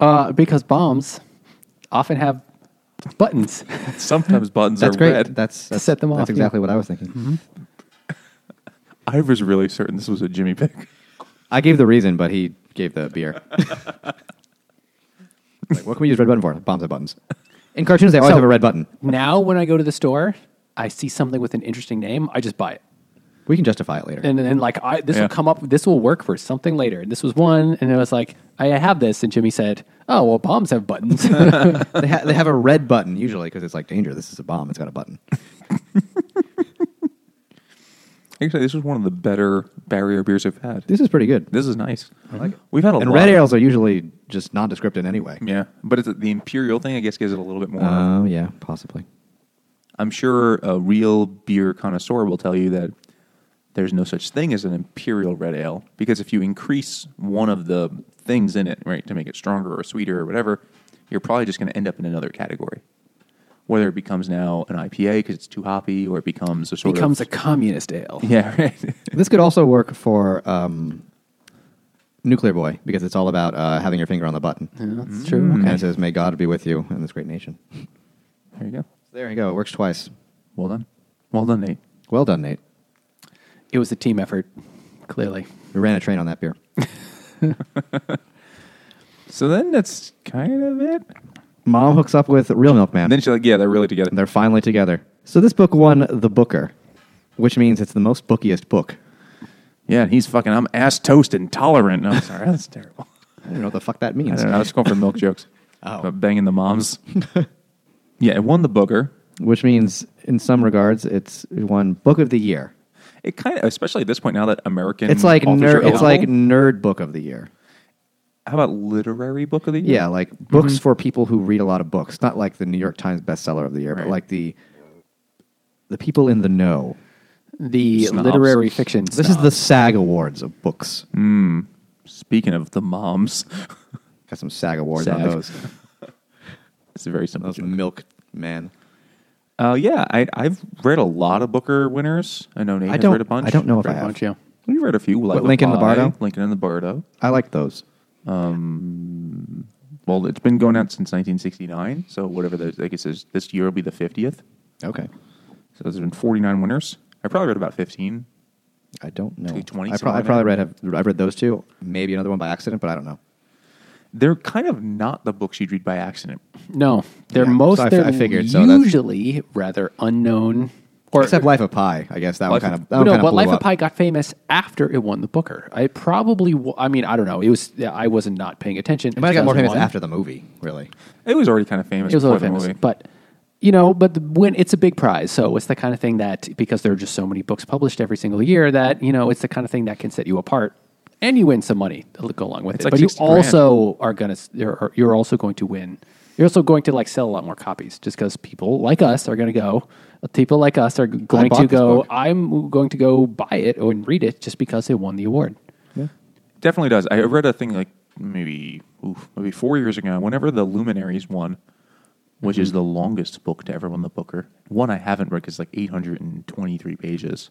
[SPEAKER 1] Uh, because bombs often have buttons.
[SPEAKER 2] Sometimes buttons
[SPEAKER 3] [laughs] That's
[SPEAKER 2] are
[SPEAKER 3] great.
[SPEAKER 2] red.
[SPEAKER 3] That's, that's
[SPEAKER 1] set them off,
[SPEAKER 3] That's
[SPEAKER 1] yeah.
[SPEAKER 3] exactly what I was thinking.
[SPEAKER 2] I was really certain this was a Jimmy pick. [laughs]
[SPEAKER 3] I gave the reason, but he gave the beer. like, what can we use red button for? Bombs at buttons. In cartoons, they always
[SPEAKER 1] So-
[SPEAKER 3] have a red button.
[SPEAKER 1] now, when I go to the store, I see something with an interesting name, I just buy it.
[SPEAKER 3] We can justify it later.
[SPEAKER 1] And then, like, I, this
[SPEAKER 2] Yeah.
[SPEAKER 1] will come up, this will work for something later. And this was one, and it was like, I have this. And Jimmy said, Oh, well, bombs have buttons.
[SPEAKER 3] they, ha- they have a red button usually because it's like danger. This is a bomb. It's got a button.
[SPEAKER 2] Actually, this was one of the better Barrier beers I've had.
[SPEAKER 3] This is pretty good.
[SPEAKER 2] This is nice. I like it. We've had a
[SPEAKER 3] And
[SPEAKER 2] lot.
[SPEAKER 3] red
[SPEAKER 2] of-
[SPEAKER 3] ales are usually just nondescript in any way.
[SPEAKER 2] Yeah, but it's the imperial thing. I guess gives it a little bit more.
[SPEAKER 3] Oh yeah, possibly.
[SPEAKER 2] I'm sure a real beer connoisseur will tell you that there's no such thing as an imperial red ale because if you increase one of the things in it, right, to make it stronger or sweeter or whatever, you're probably just going to end up in another category. Whether it becomes now an IPA because it's too hoppy, or it becomes a sort
[SPEAKER 1] becomes a
[SPEAKER 2] of
[SPEAKER 1] communist ale.
[SPEAKER 2] [laughs] yeah, right. [laughs]
[SPEAKER 3] This could also work for um, Nuclear Boy because it's all about uh, having your finger on the button.
[SPEAKER 1] That's true.
[SPEAKER 3] And it says, "May God be with you and this great nation."
[SPEAKER 2] there you go.
[SPEAKER 3] There you go. It works twice.
[SPEAKER 2] Well done, well done, Nate.
[SPEAKER 3] Well done, Nate.
[SPEAKER 1] It was a team effort, clearly.
[SPEAKER 3] We ran a train on that beer.
[SPEAKER 2] So then that's kind of it.
[SPEAKER 3] Mom hooks up with real milkman.
[SPEAKER 2] And then she's like, "Yeah, they're really together."
[SPEAKER 3] and they're finally together. So this book won the Booker, which means it's the most bookiest book.
[SPEAKER 2] Yeah, and he's fucking. I'm ass toast intolerant. I'm sorry, that's [laughs] terrible.
[SPEAKER 3] I don't know what the fuck that
[SPEAKER 2] I
[SPEAKER 3] means.
[SPEAKER 2] don't know. I was going for
[SPEAKER 3] [laughs]
[SPEAKER 2] milk jokes.
[SPEAKER 3] Oh.
[SPEAKER 2] But banging the
[SPEAKER 3] [laughs]
[SPEAKER 2] moms. yeah, it won the Booker.
[SPEAKER 3] Which means, in some regards, it's it won Book of the Year.
[SPEAKER 2] It kind of, especially at this point now that American.
[SPEAKER 3] It's like
[SPEAKER 2] authors are
[SPEAKER 3] nerd. It's
[SPEAKER 2] eligible.
[SPEAKER 3] like nerd book of the year.
[SPEAKER 2] How about literary book of the year?
[SPEAKER 3] Yeah, like books for people who read a lot of books. Not like the New York Times bestseller of the year,
[SPEAKER 2] Right.
[SPEAKER 3] but like the the people in the know.
[SPEAKER 1] The
[SPEAKER 2] Snobs.
[SPEAKER 1] literary fiction.
[SPEAKER 3] This is the SAG Awards of books.
[SPEAKER 2] Speaking of the moms, [laughs]
[SPEAKER 3] Got some SAG Awards on
[SPEAKER 2] SAG.
[SPEAKER 3] those.
[SPEAKER 2] [laughs] it's a very simple.
[SPEAKER 3] Those
[SPEAKER 2] joke.
[SPEAKER 3] milk man.
[SPEAKER 2] Uh, yeah, I, I've read a lot of Booker winners. I know Nate
[SPEAKER 3] I
[SPEAKER 2] has
[SPEAKER 3] don't-
[SPEAKER 2] read a bunch.
[SPEAKER 3] I don't know if
[SPEAKER 2] Read
[SPEAKER 3] I
[SPEAKER 2] a
[SPEAKER 3] have.
[SPEAKER 2] bunch, yeah. We read a few. Life
[SPEAKER 3] What,
[SPEAKER 2] of
[SPEAKER 3] Lincoln
[SPEAKER 2] Pi,
[SPEAKER 3] Labardo?
[SPEAKER 2] Lincoln and the Bardo.
[SPEAKER 3] I like those.
[SPEAKER 2] well, it's been going out since 1969. So whatever those, I guess there's- this year will be the 50th.
[SPEAKER 3] Okay.
[SPEAKER 2] So there's been 49 winners. I probably read about 15.
[SPEAKER 3] I don't know.
[SPEAKER 2] Two twenty
[SPEAKER 3] I, prob- I
[SPEAKER 2] somewhere
[SPEAKER 3] probably read
[SPEAKER 2] now.
[SPEAKER 3] have, I read those two, maybe another one by accident, but I don't know.
[SPEAKER 2] They're kind of not the books you'd read by accident.
[SPEAKER 1] No, they're
[SPEAKER 3] Yeah,
[SPEAKER 1] most.
[SPEAKER 3] so I fi-
[SPEAKER 1] they're
[SPEAKER 3] I figured, so that's-
[SPEAKER 1] usually rather unknown. Or,
[SPEAKER 3] Except Life of Pi, I guess that
[SPEAKER 2] Life
[SPEAKER 3] one
[SPEAKER 2] of-
[SPEAKER 3] kind of that
[SPEAKER 1] no,
[SPEAKER 3] one kind
[SPEAKER 1] but
[SPEAKER 3] blew
[SPEAKER 1] Life
[SPEAKER 3] up.
[SPEAKER 1] of Pi got famous after it won the Booker. I probably. wa- I mean, I don't know. It was. I wasn't not paying attention.
[SPEAKER 3] It might have got more famous
[SPEAKER 1] 2001.
[SPEAKER 3] after the movie, really.
[SPEAKER 2] It was already kind of famous
[SPEAKER 1] It was a
[SPEAKER 2] before
[SPEAKER 1] little
[SPEAKER 2] the
[SPEAKER 1] famous,
[SPEAKER 2] movie.
[SPEAKER 1] but you know, but the, when it's a big prize, so it's the kind of thing that because there are just so many books published every single year that you know it's the kind of thing that can set you apart, and you win some money to go along with
[SPEAKER 2] It's
[SPEAKER 1] it.
[SPEAKER 2] like
[SPEAKER 1] but you
[SPEAKER 2] 60 grand.
[SPEAKER 1] also are going to you're, you're also going to win. You're also going to like sell a lot more copies just because people like us are going to go. People like us are going
[SPEAKER 3] bought
[SPEAKER 1] to
[SPEAKER 3] this
[SPEAKER 1] go.
[SPEAKER 3] book.
[SPEAKER 1] I'm going to go buy it and read it just because it won the award.
[SPEAKER 2] Definitely does. I read a thing like maybe oof, maybe four years ago. Whenever the Luminaries won, which
[SPEAKER 1] Mm-hmm.
[SPEAKER 2] is the longest book to ever win the Booker, one I haven't read is like eight hundred and twenty-three pages.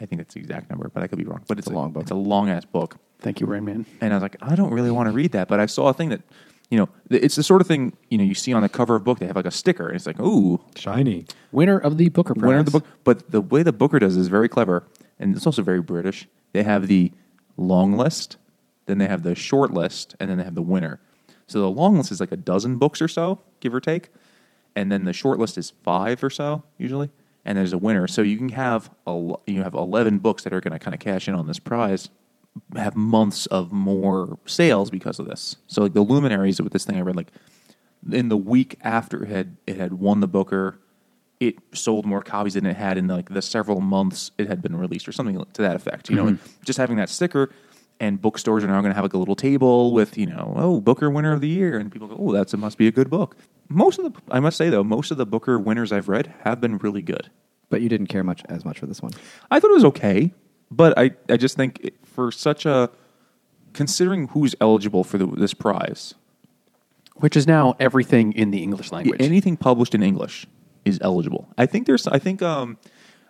[SPEAKER 2] I think that's the exact number, but I could be wrong. But it's,
[SPEAKER 3] a long book.
[SPEAKER 2] It's a long ass book,
[SPEAKER 1] Thank you, Rain Man.
[SPEAKER 2] and I was like, I don't really want to read that. But I saw a thing that you know, th- it's the sort of thing you know you see on the cover of a book. They have like a sticker, and it's like, ooh,
[SPEAKER 3] Shiny.
[SPEAKER 1] Winner of the Booker Prize.
[SPEAKER 2] winner of the book. But the way the Booker does it is very clever, and it's also very British. They have the long list, then they have the short list, and then they have the winner. So the long list is like a dozen books or so, give or take, and then the short list is five or so usually, and there's a winner. So you can have a l- you have eleven books that are going to kind of cash in on this prize. Have months of more sales because of this. So like the luminaries with this thing I read, like in the week after it had it had won the Booker, it sold more copies than it had in like the several months it had been released or something to that effect. You know,
[SPEAKER 3] Mm-hmm.
[SPEAKER 2] and just having that sticker and bookstores are now going to have like a little table with you know oh Booker winner of the year and people go oh that's it must be a good book. Most of the I must say though most of the Booker winners I've read have been really good.
[SPEAKER 3] But you didn't care much as much for this one.
[SPEAKER 2] I thought it was okay, but I, I just think it, for such a considering who's eligible for the, this prize,
[SPEAKER 1] which is now everything in the English language.
[SPEAKER 2] anything published in English is eligible. I think there's I think um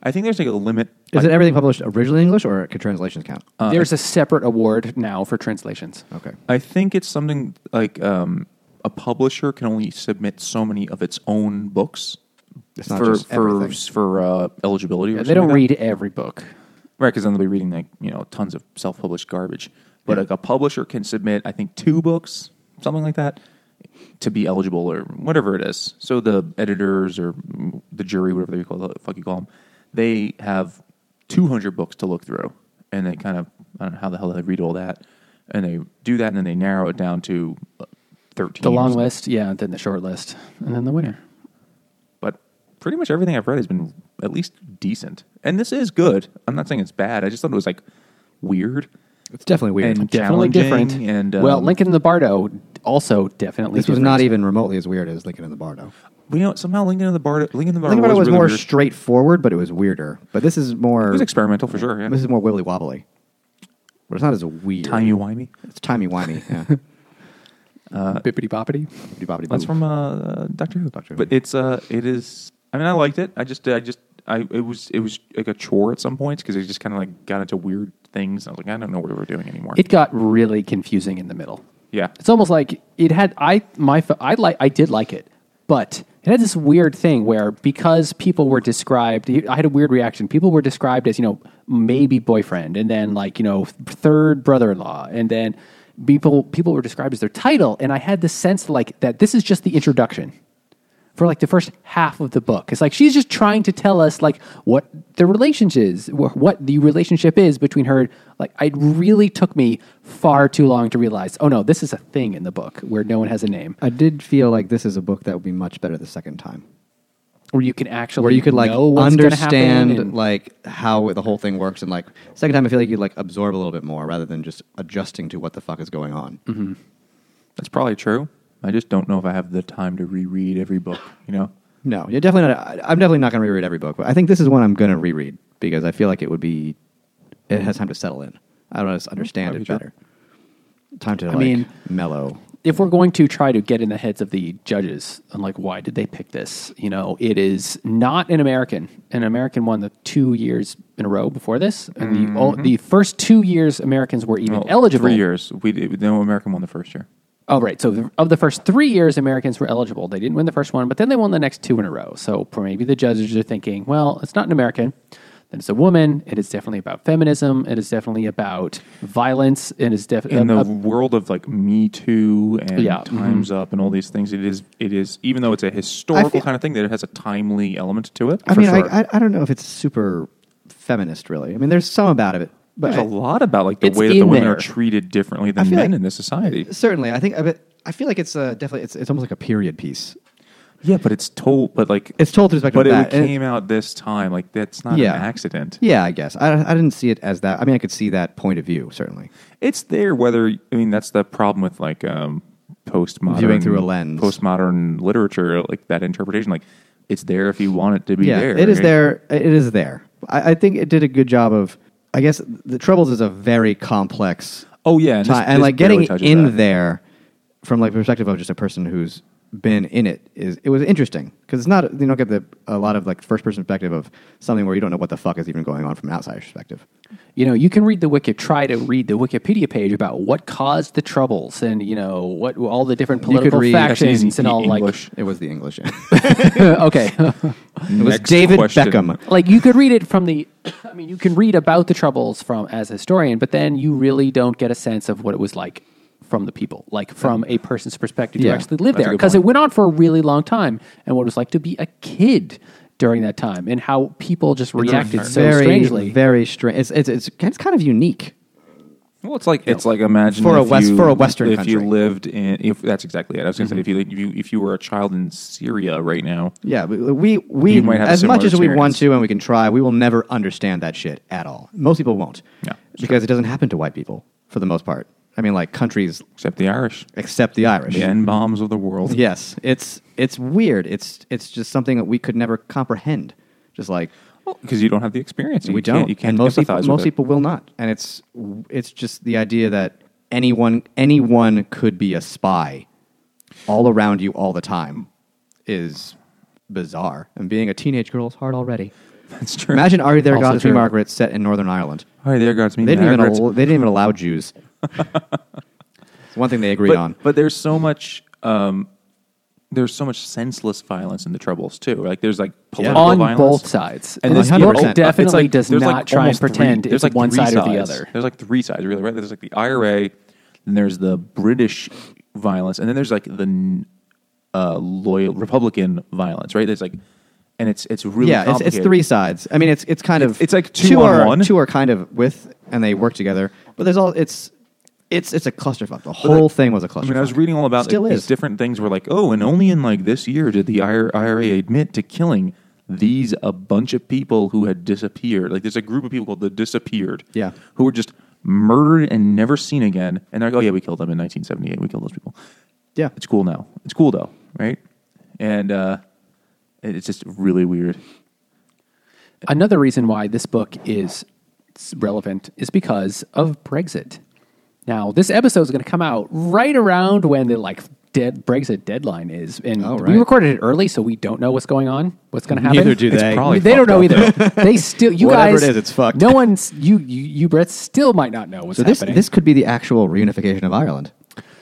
[SPEAKER 2] I think there's like a limit.
[SPEAKER 3] Is
[SPEAKER 2] like,
[SPEAKER 3] it everything published originally in English or could translations count?
[SPEAKER 2] Uh,
[SPEAKER 1] There's a separate award now for translations.
[SPEAKER 3] Okay.
[SPEAKER 2] I think it's something like um, a publisher can only submit so many of its own books
[SPEAKER 3] It's not
[SPEAKER 2] for
[SPEAKER 3] just
[SPEAKER 2] for
[SPEAKER 3] everything.
[SPEAKER 2] for uh, eligibility. or
[SPEAKER 1] they don't
[SPEAKER 2] something like
[SPEAKER 1] read
[SPEAKER 2] that.
[SPEAKER 1] every book.
[SPEAKER 2] right because then they'll be reading like you know tons of self published garbage. But like a publisher can submit, I think two books, something like that, to be eligible or whatever it is. So the editors or mm, the jury, whatever they call the fuck you call them, they have two hundred books to look through, and they kind of I don't know how the hell they read all that, and they do that, and then they narrow it down to. uh, 13
[SPEAKER 1] The
[SPEAKER 2] or
[SPEAKER 1] long
[SPEAKER 2] something.
[SPEAKER 1] list, yeah, then the short list, and then the winner.
[SPEAKER 2] but pretty much everything I've read has been at least decent. And this is good. I'm not saying it's bad. I just thought it was like weird.
[SPEAKER 3] It's definitely weird.
[SPEAKER 2] And-
[SPEAKER 1] Definitely
[SPEAKER 2] Challenging
[SPEAKER 1] different.
[SPEAKER 2] and, um,
[SPEAKER 1] well, Lincoln in the Bardo also definitely.
[SPEAKER 3] this was not
[SPEAKER 1] different.
[SPEAKER 3] even remotely as weird as Lincoln in the Bardo.
[SPEAKER 2] But you know, somehow Lincoln in the Bar, Lincoln in the Bar
[SPEAKER 3] Lincoln in the
[SPEAKER 2] was,
[SPEAKER 3] Bardo was
[SPEAKER 2] really
[SPEAKER 3] more
[SPEAKER 2] weird.
[SPEAKER 3] straightforward, but it was weirder. But this is more
[SPEAKER 2] It was experimental for sure. Yeah,
[SPEAKER 3] this is more wibbly wobbly. But it's not as weird.
[SPEAKER 2] timey wimey.
[SPEAKER 3] It's timey wimey.
[SPEAKER 1] [laughs]
[SPEAKER 3] Yeah.
[SPEAKER 1] bippity boppity.
[SPEAKER 3] Bibbidi-bobbidi-boo.
[SPEAKER 2] That's from uh, Doctor Who.
[SPEAKER 3] Oh. Doctor Who.
[SPEAKER 2] But it's uh, it is. I mean, I liked it. I just, I just, I it was, it was like a chore at some points because it just kind of like got into weird things. I was like, I don't know what we were doing anymore.
[SPEAKER 1] It got really confusing in the middle.
[SPEAKER 2] yeah,
[SPEAKER 1] It's almost like it had I my f- I like I did like it, but it had this weird thing where because people were described, I had a weird reaction. People were described as you know maybe boyfriend, and then like you know third brother-in-law, and then people people were described as their title, and I had the sense like that this is just the introduction for like the first half of the book. It's like she's just trying to tell us like what the relationship is, wh- what the relationship is between her. Like it really took me far too long to realize. Oh no, this is a thing in the book where no one has a name,
[SPEAKER 3] I did feel like this is a book that would be much better the second time.
[SPEAKER 1] where you can actually
[SPEAKER 3] where you could like
[SPEAKER 1] know what's gonna happen
[SPEAKER 3] understand
[SPEAKER 1] and-
[SPEAKER 3] like how the whole thing works and like second time i feel like you like absorb a little bit more rather than just adjusting to what the fuck is going on
[SPEAKER 1] Mm-hmm.
[SPEAKER 2] that's probably true. I just don't know if I have the time to reread every book. You know,
[SPEAKER 3] no you're definitely not I- i'm definitely not going to reread every book but i think this is one i'm going to reread because i feel like it would be it has time to settle in i don't know just understand
[SPEAKER 2] That'd be
[SPEAKER 3] it
[SPEAKER 2] true.
[SPEAKER 3] better time to
[SPEAKER 1] I
[SPEAKER 3] like,
[SPEAKER 1] mean-
[SPEAKER 3] mellow
[SPEAKER 1] if we're going to try to get in the heads of the judges and like why did they pick this you know it is not an american an american won the two years in a row before this and
[SPEAKER 3] Mm-hmm.
[SPEAKER 1] the, all, the first two years americans were even
[SPEAKER 3] Oh,
[SPEAKER 2] Well,
[SPEAKER 1] eligible
[SPEAKER 2] three years. We did, no American won the first year.
[SPEAKER 1] Oh, right. So the, of the first three years, Americans were eligible. They didn't win the first one, but then they won the next two in a row. So maybe the judges are thinking, well, it's not an American. Then it's a woman. It is definitely about feminism. It is definitely about violence. It is uh, definitely
[SPEAKER 2] in the world of like Me Too and
[SPEAKER 1] Yeah,
[SPEAKER 2] Times Up and all these things, it is it is even though it's a historical
[SPEAKER 3] Mm-hmm. feel-
[SPEAKER 2] kind of thing, that it has a timely element to it.
[SPEAKER 3] I
[SPEAKER 2] For
[SPEAKER 3] mean,
[SPEAKER 2] sure.
[SPEAKER 3] I, I I don't know if it's super feminist, really. I mean, there's some about it, but
[SPEAKER 2] there's a
[SPEAKER 3] I-
[SPEAKER 2] lot about like the
[SPEAKER 1] It's
[SPEAKER 2] way that
[SPEAKER 1] in
[SPEAKER 2] the women
[SPEAKER 1] there.
[SPEAKER 2] are treated differently than
[SPEAKER 3] feel
[SPEAKER 2] men
[SPEAKER 3] like-
[SPEAKER 2] in this society.
[SPEAKER 3] certainly, I think. I, bet- I feel like it's uh, definitely it's it's almost like a period piece.
[SPEAKER 2] Yeah, but it's told, but like
[SPEAKER 3] It's told through the perspective
[SPEAKER 2] But
[SPEAKER 3] of
[SPEAKER 2] it
[SPEAKER 3] that, and it-
[SPEAKER 2] came out this time. Like that's not
[SPEAKER 3] Yeah.
[SPEAKER 2] an accident.
[SPEAKER 3] Yeah, I guess I I didn't see it as that. I mean, I could see that point of view certainly.
[SPEAKER 2] It's there whether I mean that's the problem with like um postmodern
[SPEAKER 3] Viewing through a lens.
[SPEAKER 2] Postmodern literature, like that interpretation, like it's there if you want it to be
[SPEAKER 3] yeah,
[SPEAKER 2] there.
[SPEAKER 3] it is
[SPEAKER 2] right?
[SPEAKER 3] there. It is there. I, I think it did a good job of. I guess the Troubles is a very complex
[SPEAKER 2] Oh yeah, and,
[SPEAKER 3] ti-
[SPEAKER 2] this-
[SPEAKER 3] and
[SPEAKER 2] this
[SPEAKER 3] like
[SPEAKER 2] barely
[SPEAKER 3] getting
[SPEAKER 2] touches
[SPEAKER 3] in
[SPEAKER 2] that.
[SPEAKER 3] there from like the perspective of just a person who's been in it is it was interesting because it's not you don't get the a lot of like first person perspective of something where you don't know what the fuck is even going on from an outsider's perspective.
[SPEAKER 1] you know, you can read the wiki, try to read the Wikipedia page about what caused the troubles and, you know, what all the different
[SPEAKER 3] could
[SPEAKER 1] political
[SPEAKER 3] read- that's
[SPEAKER 1] factions
[SPEAKER 2] easy,
[SPEAKER 1] and all
[SPEAKER 2] English.
[SPEAKER 3] It was the
[SPEAKER 2] [laughs]
[SPEAKER 3] English.
[SPEAKER 1] like, [laughs] okay.
[SPEAKER 3] it was
[SPEAKER 2] Next
[SPEAKER 3] David
[SPEAKER 2] question.
[SPEAKER 3] Beckham.
[SPEAKER 1] like you could read it from the [coughs] i mean you can read about the troubles from as a historian but then you really don't get a sense of what it was like from the people like from a person's perspective
[SPEAKER 3] Yeah,
[SPEAKER 1] who actually lived
[SPEAKER 2] that's a
[SPEAKER 1] there
[SPEAKER 2] good
[SPEAKER 1] because it
[SPEAKER 2] point.
[SPEAKER 1] went on for a really long time and what it was like to be a kid during that time and how people just reacted so
[SPEAKER 3] very
[SPEAKER 1] strangely
[SPEAKER 3] very strange. It's, it's it's it's kind of unique.
[SPEAKER 2] Well, it's like it's like imagine
[SPEAKER 3] For a
[SPEAKER 2] if
[SPEAKER 3] West-
[SPEAKER 2] you-
[SPEAKER 3] for a Western
[SPEAKER 2] if you
[SPEAKER 3] country. Mm-hmm.
[SPEAKER 2] lived in if that's exactly it. I was going to say if you, if you if you were a child in Syria right now,
[SPEAKER 3] Yeah, we we, we
[SPEAKER 2] You might have a
[SPEAKER 3] as
[SPEAKER 2] similar
[SPEAKER 3] much as we want
[SPEAKER 2] experience.
[SPEAKER 3] to and we can try, we will never understand that shit at all. Most people won't.
[SPEAKER 2] Yeah,
[SPEAKER 3] because it doesn't happen to white people for the most part. I mean, like countries
[SPEAKER 2] except the Irish,
[SPEAKER 3] except the Irish.
[SPEAKER 2] the N bombs of the world.
[SPEAKER 3] Yes, it's it's weird. It's it's just something that we could never comprehend. Just like
[SPEAKER 2] because you don't have the experience. You
[SPEAKER 3] we
[SPEAKER 2] can't-
[SPEAKER 3] don't.
[SPEAKER 2] You can't
[SPEAKER 3] and most people,
[SPEAKER 2] empathize
[SPEAKER 3] most
[SPEAKER 2] with it.
[SPEAKER 3] people will not. And it's it's just the idea that anyone anyone could be a spy all around you all the time is bizarre. And being a teenage girl is hard already.
[SPEAKER 2] That's true.
[SPEAKER 3] Imagine Are There
[SPEAKER 1] Also
[SPEAKER 3] Gods Be
[SPEAKER 1] true.
[SPEAKER 3] Margaret set in Northern Ireland.
[SPEAKER 2] All right, there goes me.
[SPEAKER 3] They didn't even
[SPEAKER 2] Margaret's-
[SPEAKER 3] al- they didn't even
[SPEAKER 2] [laughs]
[SPEAKER 3] allow Jews. it's one thing they agreed
[SPEAKER 2] but,
[SPEAKER 3] on.
[SPEAKER 2] but there's so much. Um, there's so much senseless violence in the troubles too. Like there's like political
[SPEAKER 1] on
[SPEAKER 2] violence.
[SPEAKER 1] both sides
[SPEAKER 2] And
[SPEAKER 1] and
[SPEAKER 2] this
[SPEAKER 1] this
[SPEAKER 3] 100%.
[SPEAKER 1] book
[SPEAKER 3] It's like-
[SPEAKER 1] definitely does
[SPEAKER 2] there's,
[SPEAKER 1] not
[SPEAKER 2] like,
[SPEAKER 1] try and
[SPEAKER 2] almost three-
[SPEAKER 1] pretend
[SPEAKER 2] there's,
[SPEAKER 1] it's one
[SPEAKER 2] three
[SPEAKER 1] side or the
[SPEAKER 2] sides.
[SPEAKER 1] other
[SPEAKER 2] There's like three sides, really, right? There's like the IRA, and there's the British violence, and then there's like the uh, loyal Republican violence, right? There's like, and it's it's really
[SPEAKER 3] yeah, it's, it's
[SPEAKER 2] complicated.
[SPEAKER 3] three sides. I mean, it's it's kind of
[SPEAKER 2] It's like two on
[SPEAKER 3] are,
[SPEAKER 2] one.
[SPEAKER 3] Two are kind of with, and they work together. But there's all it's it's it's a clusterfuck. The
[SPEAKER 2] But, like,
[SPEAKER 3] whole thing was a clusterfuck.
[SPEAKER 2] I mean, I was reading all about
[SPEAKER 3] Still
[SPEAKER 2] like,
[SPEAKER 3] is.
[SPEAKER 2] these different things. Were like, oh, and only in like this year did the IR- IRA admit to killing these a bunch of people who had disappeared. Like, there's a group of people called the disappeared.
[SPEAKER 3] Yeah.
[SPEAKER 2] who were just murdered and never seen again. And they're like, oh yeah, we killed them in 1978. We killed those people.
[SPEAKER 3] Yeah.
[SPEAKER 2] it's cool now. It's cool though, right? And uh, it- it's just really weird.
[SPEAKER 1] Another reason why this book is relevant is because of Brexit. Now, this episode is going to come out right around when the like dead Brexit deadline is, and
[SPEAKER 3] Oh,
[SPEAKER 1] we
[SPEAKER 3] right.
[SPEAKER 1] recorded it early, so we don't know what's going on, what's going to happen.
[SPEAKER 3] Neither do
[SPEAKER 2] It's
[SPEAKER 3] they.
[SPEAKER 2] probably
[SPEAKER 1] they don't
[SPEAKER 2] fucked
[SPEAKER 1] know
[SPEAKER 2] up,
[SPEAKER 1] [laughs] either. they still, you
[SPEAKER 3] Whatever
[SPEAKER 1] guys,
[SPEAKER 3] it is, it's fucked.
[SPEAKER 1] No one's you, you, you Brits still might not know what's
[SPEAKER 3] so this
[SPEAKER 1] happening.
[SPEAKER 3] this could be the actual reunification of Ireland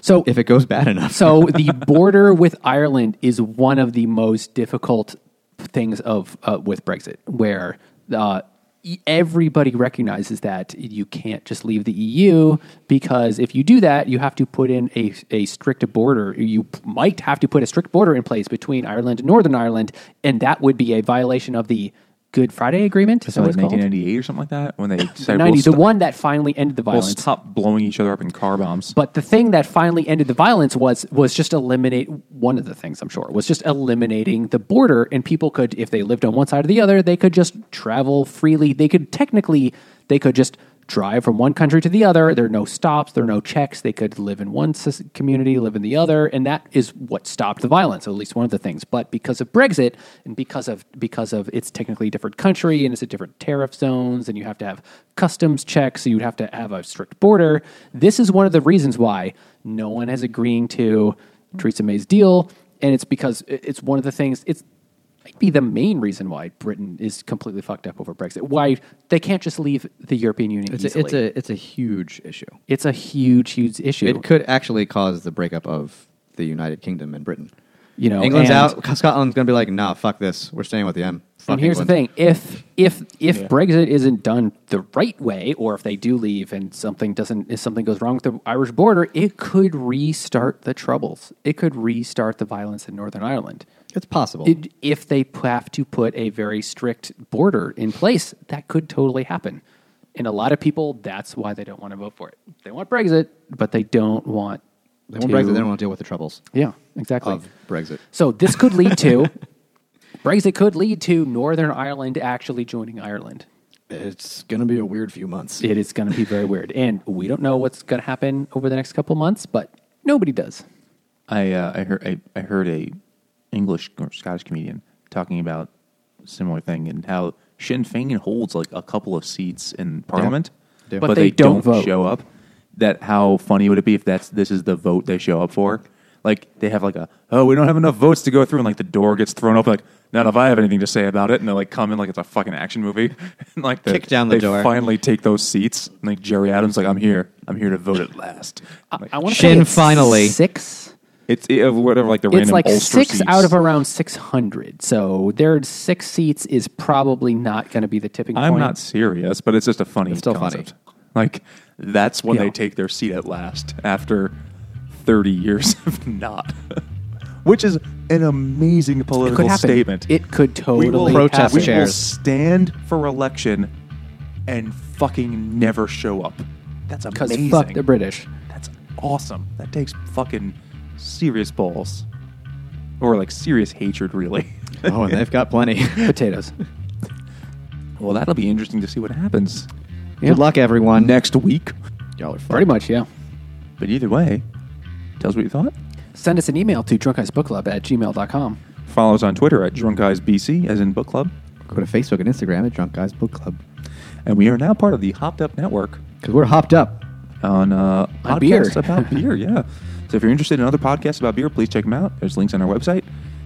[SPEAKER 1] so
[SPEAKER 3] if it goes bad enough.
[SPEAKER 1] so the border with Ireland is one of the most difficult things of uh, with Brexit, where uh, e- everybody recognizes that you can't just leave the EU because if you do that, you have to put in a, a strict border. You p- might have to put a strict border in place between Ireland and Northern Ireland, and that would be a violation of the Good Friday Agreement. Is
[SPEAKER 2] So
[SPEAKER 1] that what
[SPEAKER 2] like
[SPEAKER 1] it's called?
[SPEAKER 2] 1998 or something like that when they decided we'll,
[SPEAKER 1] 90, the
[SPEAKER 2] stop,
[SPEAKER 1] one that finally ended the
[SPEAKER 2] we'll
[SPEAKER 1] violence.
[SPEAKER 2] stop blowing each other up in car bombs.
[SPEAKER 1] But the thing that finally ended the violence was was just eliminate one of the things I'm sure was just eliminating the border, and people could, if they lived on one side or the other, they could just travel freely. They could technically they could just drive from one country to the other. There are no stops, there are no checks. They could live in one sus- community, live in the other, and that is what stopped the violence, at least one of the things. But because of Brexit and because of because of it's technically a different country and it's a different tariff zones, and you have to have customs checks, so you'd have to have a strict border. This is one of the reasons why no one has agreeing to Theresa May's deal, and it's because it- it's one of the things. It's might be the main reason why Britain is completely fucked up over Brexit. Why they can't just leave the European Union
[SPEAKER 3] It's a,
[SPEAKER 1] easily.
[SPEAKER 3] it's a it's a huge issue.
[SPEAKER 1] It's a huge, huge issue.
[SPEAKER 3] It could actually cause the breakup of the United Kingdom and Britain.
[SPEAKER 1] You know,
[SPEAKER 3] England's
[SPEAKER 1] and-
[SPEAKER 3] out. Scotland's going to be like, nah, fuck this. We're staying with the M. Fuck
[SPEAKER 1] and here's
[SPEAKER 3] England."
[SPEAKER 1] the thing: if if if
[SPEAKER 2] Yeah.
[SPEAKER 1] Brexit isn't done the right way, or if they do leave and something doesn't, if something goes wrong with the Irish border, it could restart the troubles. It could restart the violence in Northern Ireland.
[SPEAKER 3] It's possible.
[SPEAKER 1] It, if they p- have to put a very strict border in place, that could totally happen. And a lot of people, that's why they don't want to vote for it. They want Brexit, but they don't want.
[SPEAKER 3] they want
[SPEAKER 1] to-
[SPEAKER 3] Brexit. They don't want to deal with the troubles
[SPEAKER 1] Yeah, exactly.
[SPEAKER 3] of Brexit.
[SPEAKER 1] So this could lead
[SPEAKER 3] [laughs]
[SPEAKER 1] to Brexit could lead to Northern Ireland actually joining Ireland.
[SPEAKER 3] It's going to be a weird few months.
[SPEAKER 1] It is going to be very weird, and we don't know what's going to happen over the next couple months, but nobody does.
[SPEAKER 2] I uh, I heard I, I heard a English or Scottish comedian talking about a similar thing and how Sinn Féin holds like a couple of seats in Parliament,
[SPEAKER 3] They do.
[SPEAKER 2] but, they, don't, show up. That how funny would it be if that's this is the vote they show up for? Like they have like a oh we don't have enough votes to go through and like the door gets thrown open like not if I have anything to say about it and they like come in like it's a fucking action movie [laughs] and like they-
[SPEAKER 3] Kick down the
[SPEAKER 2] they
[SPEAKER 3] door.
[SPEAKER 2] finally take those seats and like Jerry Adams like I'm here I'm here to vote at last Like,
[SPEAKER 1] I want
[SPEAKER 3] Shin finally-
[SPEAKER 1] six.
[SPEAKER 2] it's it, whatever like the
[SPEAKER 1] It's
[SPEAKER 2] random
[SPEAKER 1] like
[SPEAKER 2] Ulster
[SPEAKER 1] six
[SPEAKER 2] seats.
[SPEAKER 1] out of around six hundred, so their six seats is probably not going to be the tipping
[SPEAKER 2] I'm
[SPEAKER 1] point.
[SPEAKER 2] not serious, but it's just a funny. It's
[SPEAKER 3] still
[SPEAKER 2] concept. Like that's when
[SPEAKER 1] Yeah.
[SPEAKER 2] they take their seat at last after 30 years [laughs] of not, which is an amazing
[SPEAKER 1] It could
[SPEAKER 2] political
[SPEAKER 1] happen.
[SPEAKER 2] statement.
[SPEAKER 1] It could totally
[SPEAKER 2] we will
[SPEAKER 3] protest
[SPEAKER 1] happen.
[SPEAKER 2] We will
[SPEAKER 3] chairs.
[SPEAKER 2] stand for election and fucking never show up. That's
[SPEAKER 1] because
[SPEAKER 2] amazing.
[SPEAKER 1] fuck the British.
[SPEAKER 2] That's awesome. That takes fucking serious balls, or like serious hatred, really.
[SPEAKER 3] [laughs]
[SPEAKER 2] [laughs]
[SPEAKER 3] oh, and they've got plenty.
[SPEAKER 1] Potatoes.
[SPEAKER 2] Well, that'll be interesting to see what happens
[SPEAKER 1] Yeah.
[SPEAKER 3] Good luck, everyone.
[SPEAKER 2] next week.
[SPEAKER 3] Y'all are fucked.
[SPEAKER 1] Pretty much, yeah.
[SPEAKER 2] But either way, tell us what you thought.
[SPEAKER 1] Send us an email to drunkenizebookclub at gmail.com.
[SPEAKER 2] Follow us on Twitter at Drunk Guys BC, as in book club.
[SPEAKER 3] Go to Facebook and Instagram at Drunk Guys Book Club
[SPEAKER 2] And we are now part of the Hopped Up Network
[SPEAKER 3] because we're hopped up.
[SPEAKER 2] on, uh,
[SPEAKER 1] On
[SPEAKER 2] podcasts
[SPEAKER 1] beer.
[SPEAKER 2] about beer.
[SPEAKER 1] [laughs]
[SPEAKER 2] Yeah. So if you're interested in other podcasts about beer, please check them out. There's links on our website.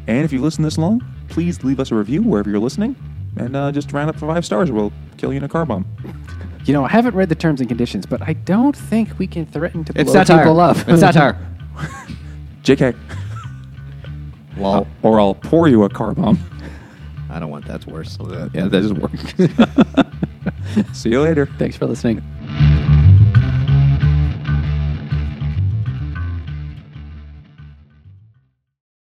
[SPEAKER 2] And if you listen this long, please leave us a review wherever you're listening. And uh, just round up for five stars. We'll kill you in a car bomb.
[SPEAKER 1] You know, I haven't read the terms and conditions, but I don't think we can threaten to blow
[SPEAKER 3] It's satire.
[SPEAKER 1] people up.
[SPEAKER 3] It's satire.
[SPEAKER 2] JK.
[SPEAKER 3] Lol.
[SPEAKER 2] Or I'll pour you a car bomb.
[SPEAKER 3] I don't want that's worse.
[SPEAKER 2] yeah, that is work. [laughs] See you later.
[SPEAKER 1] [laughs] Thanks for listening.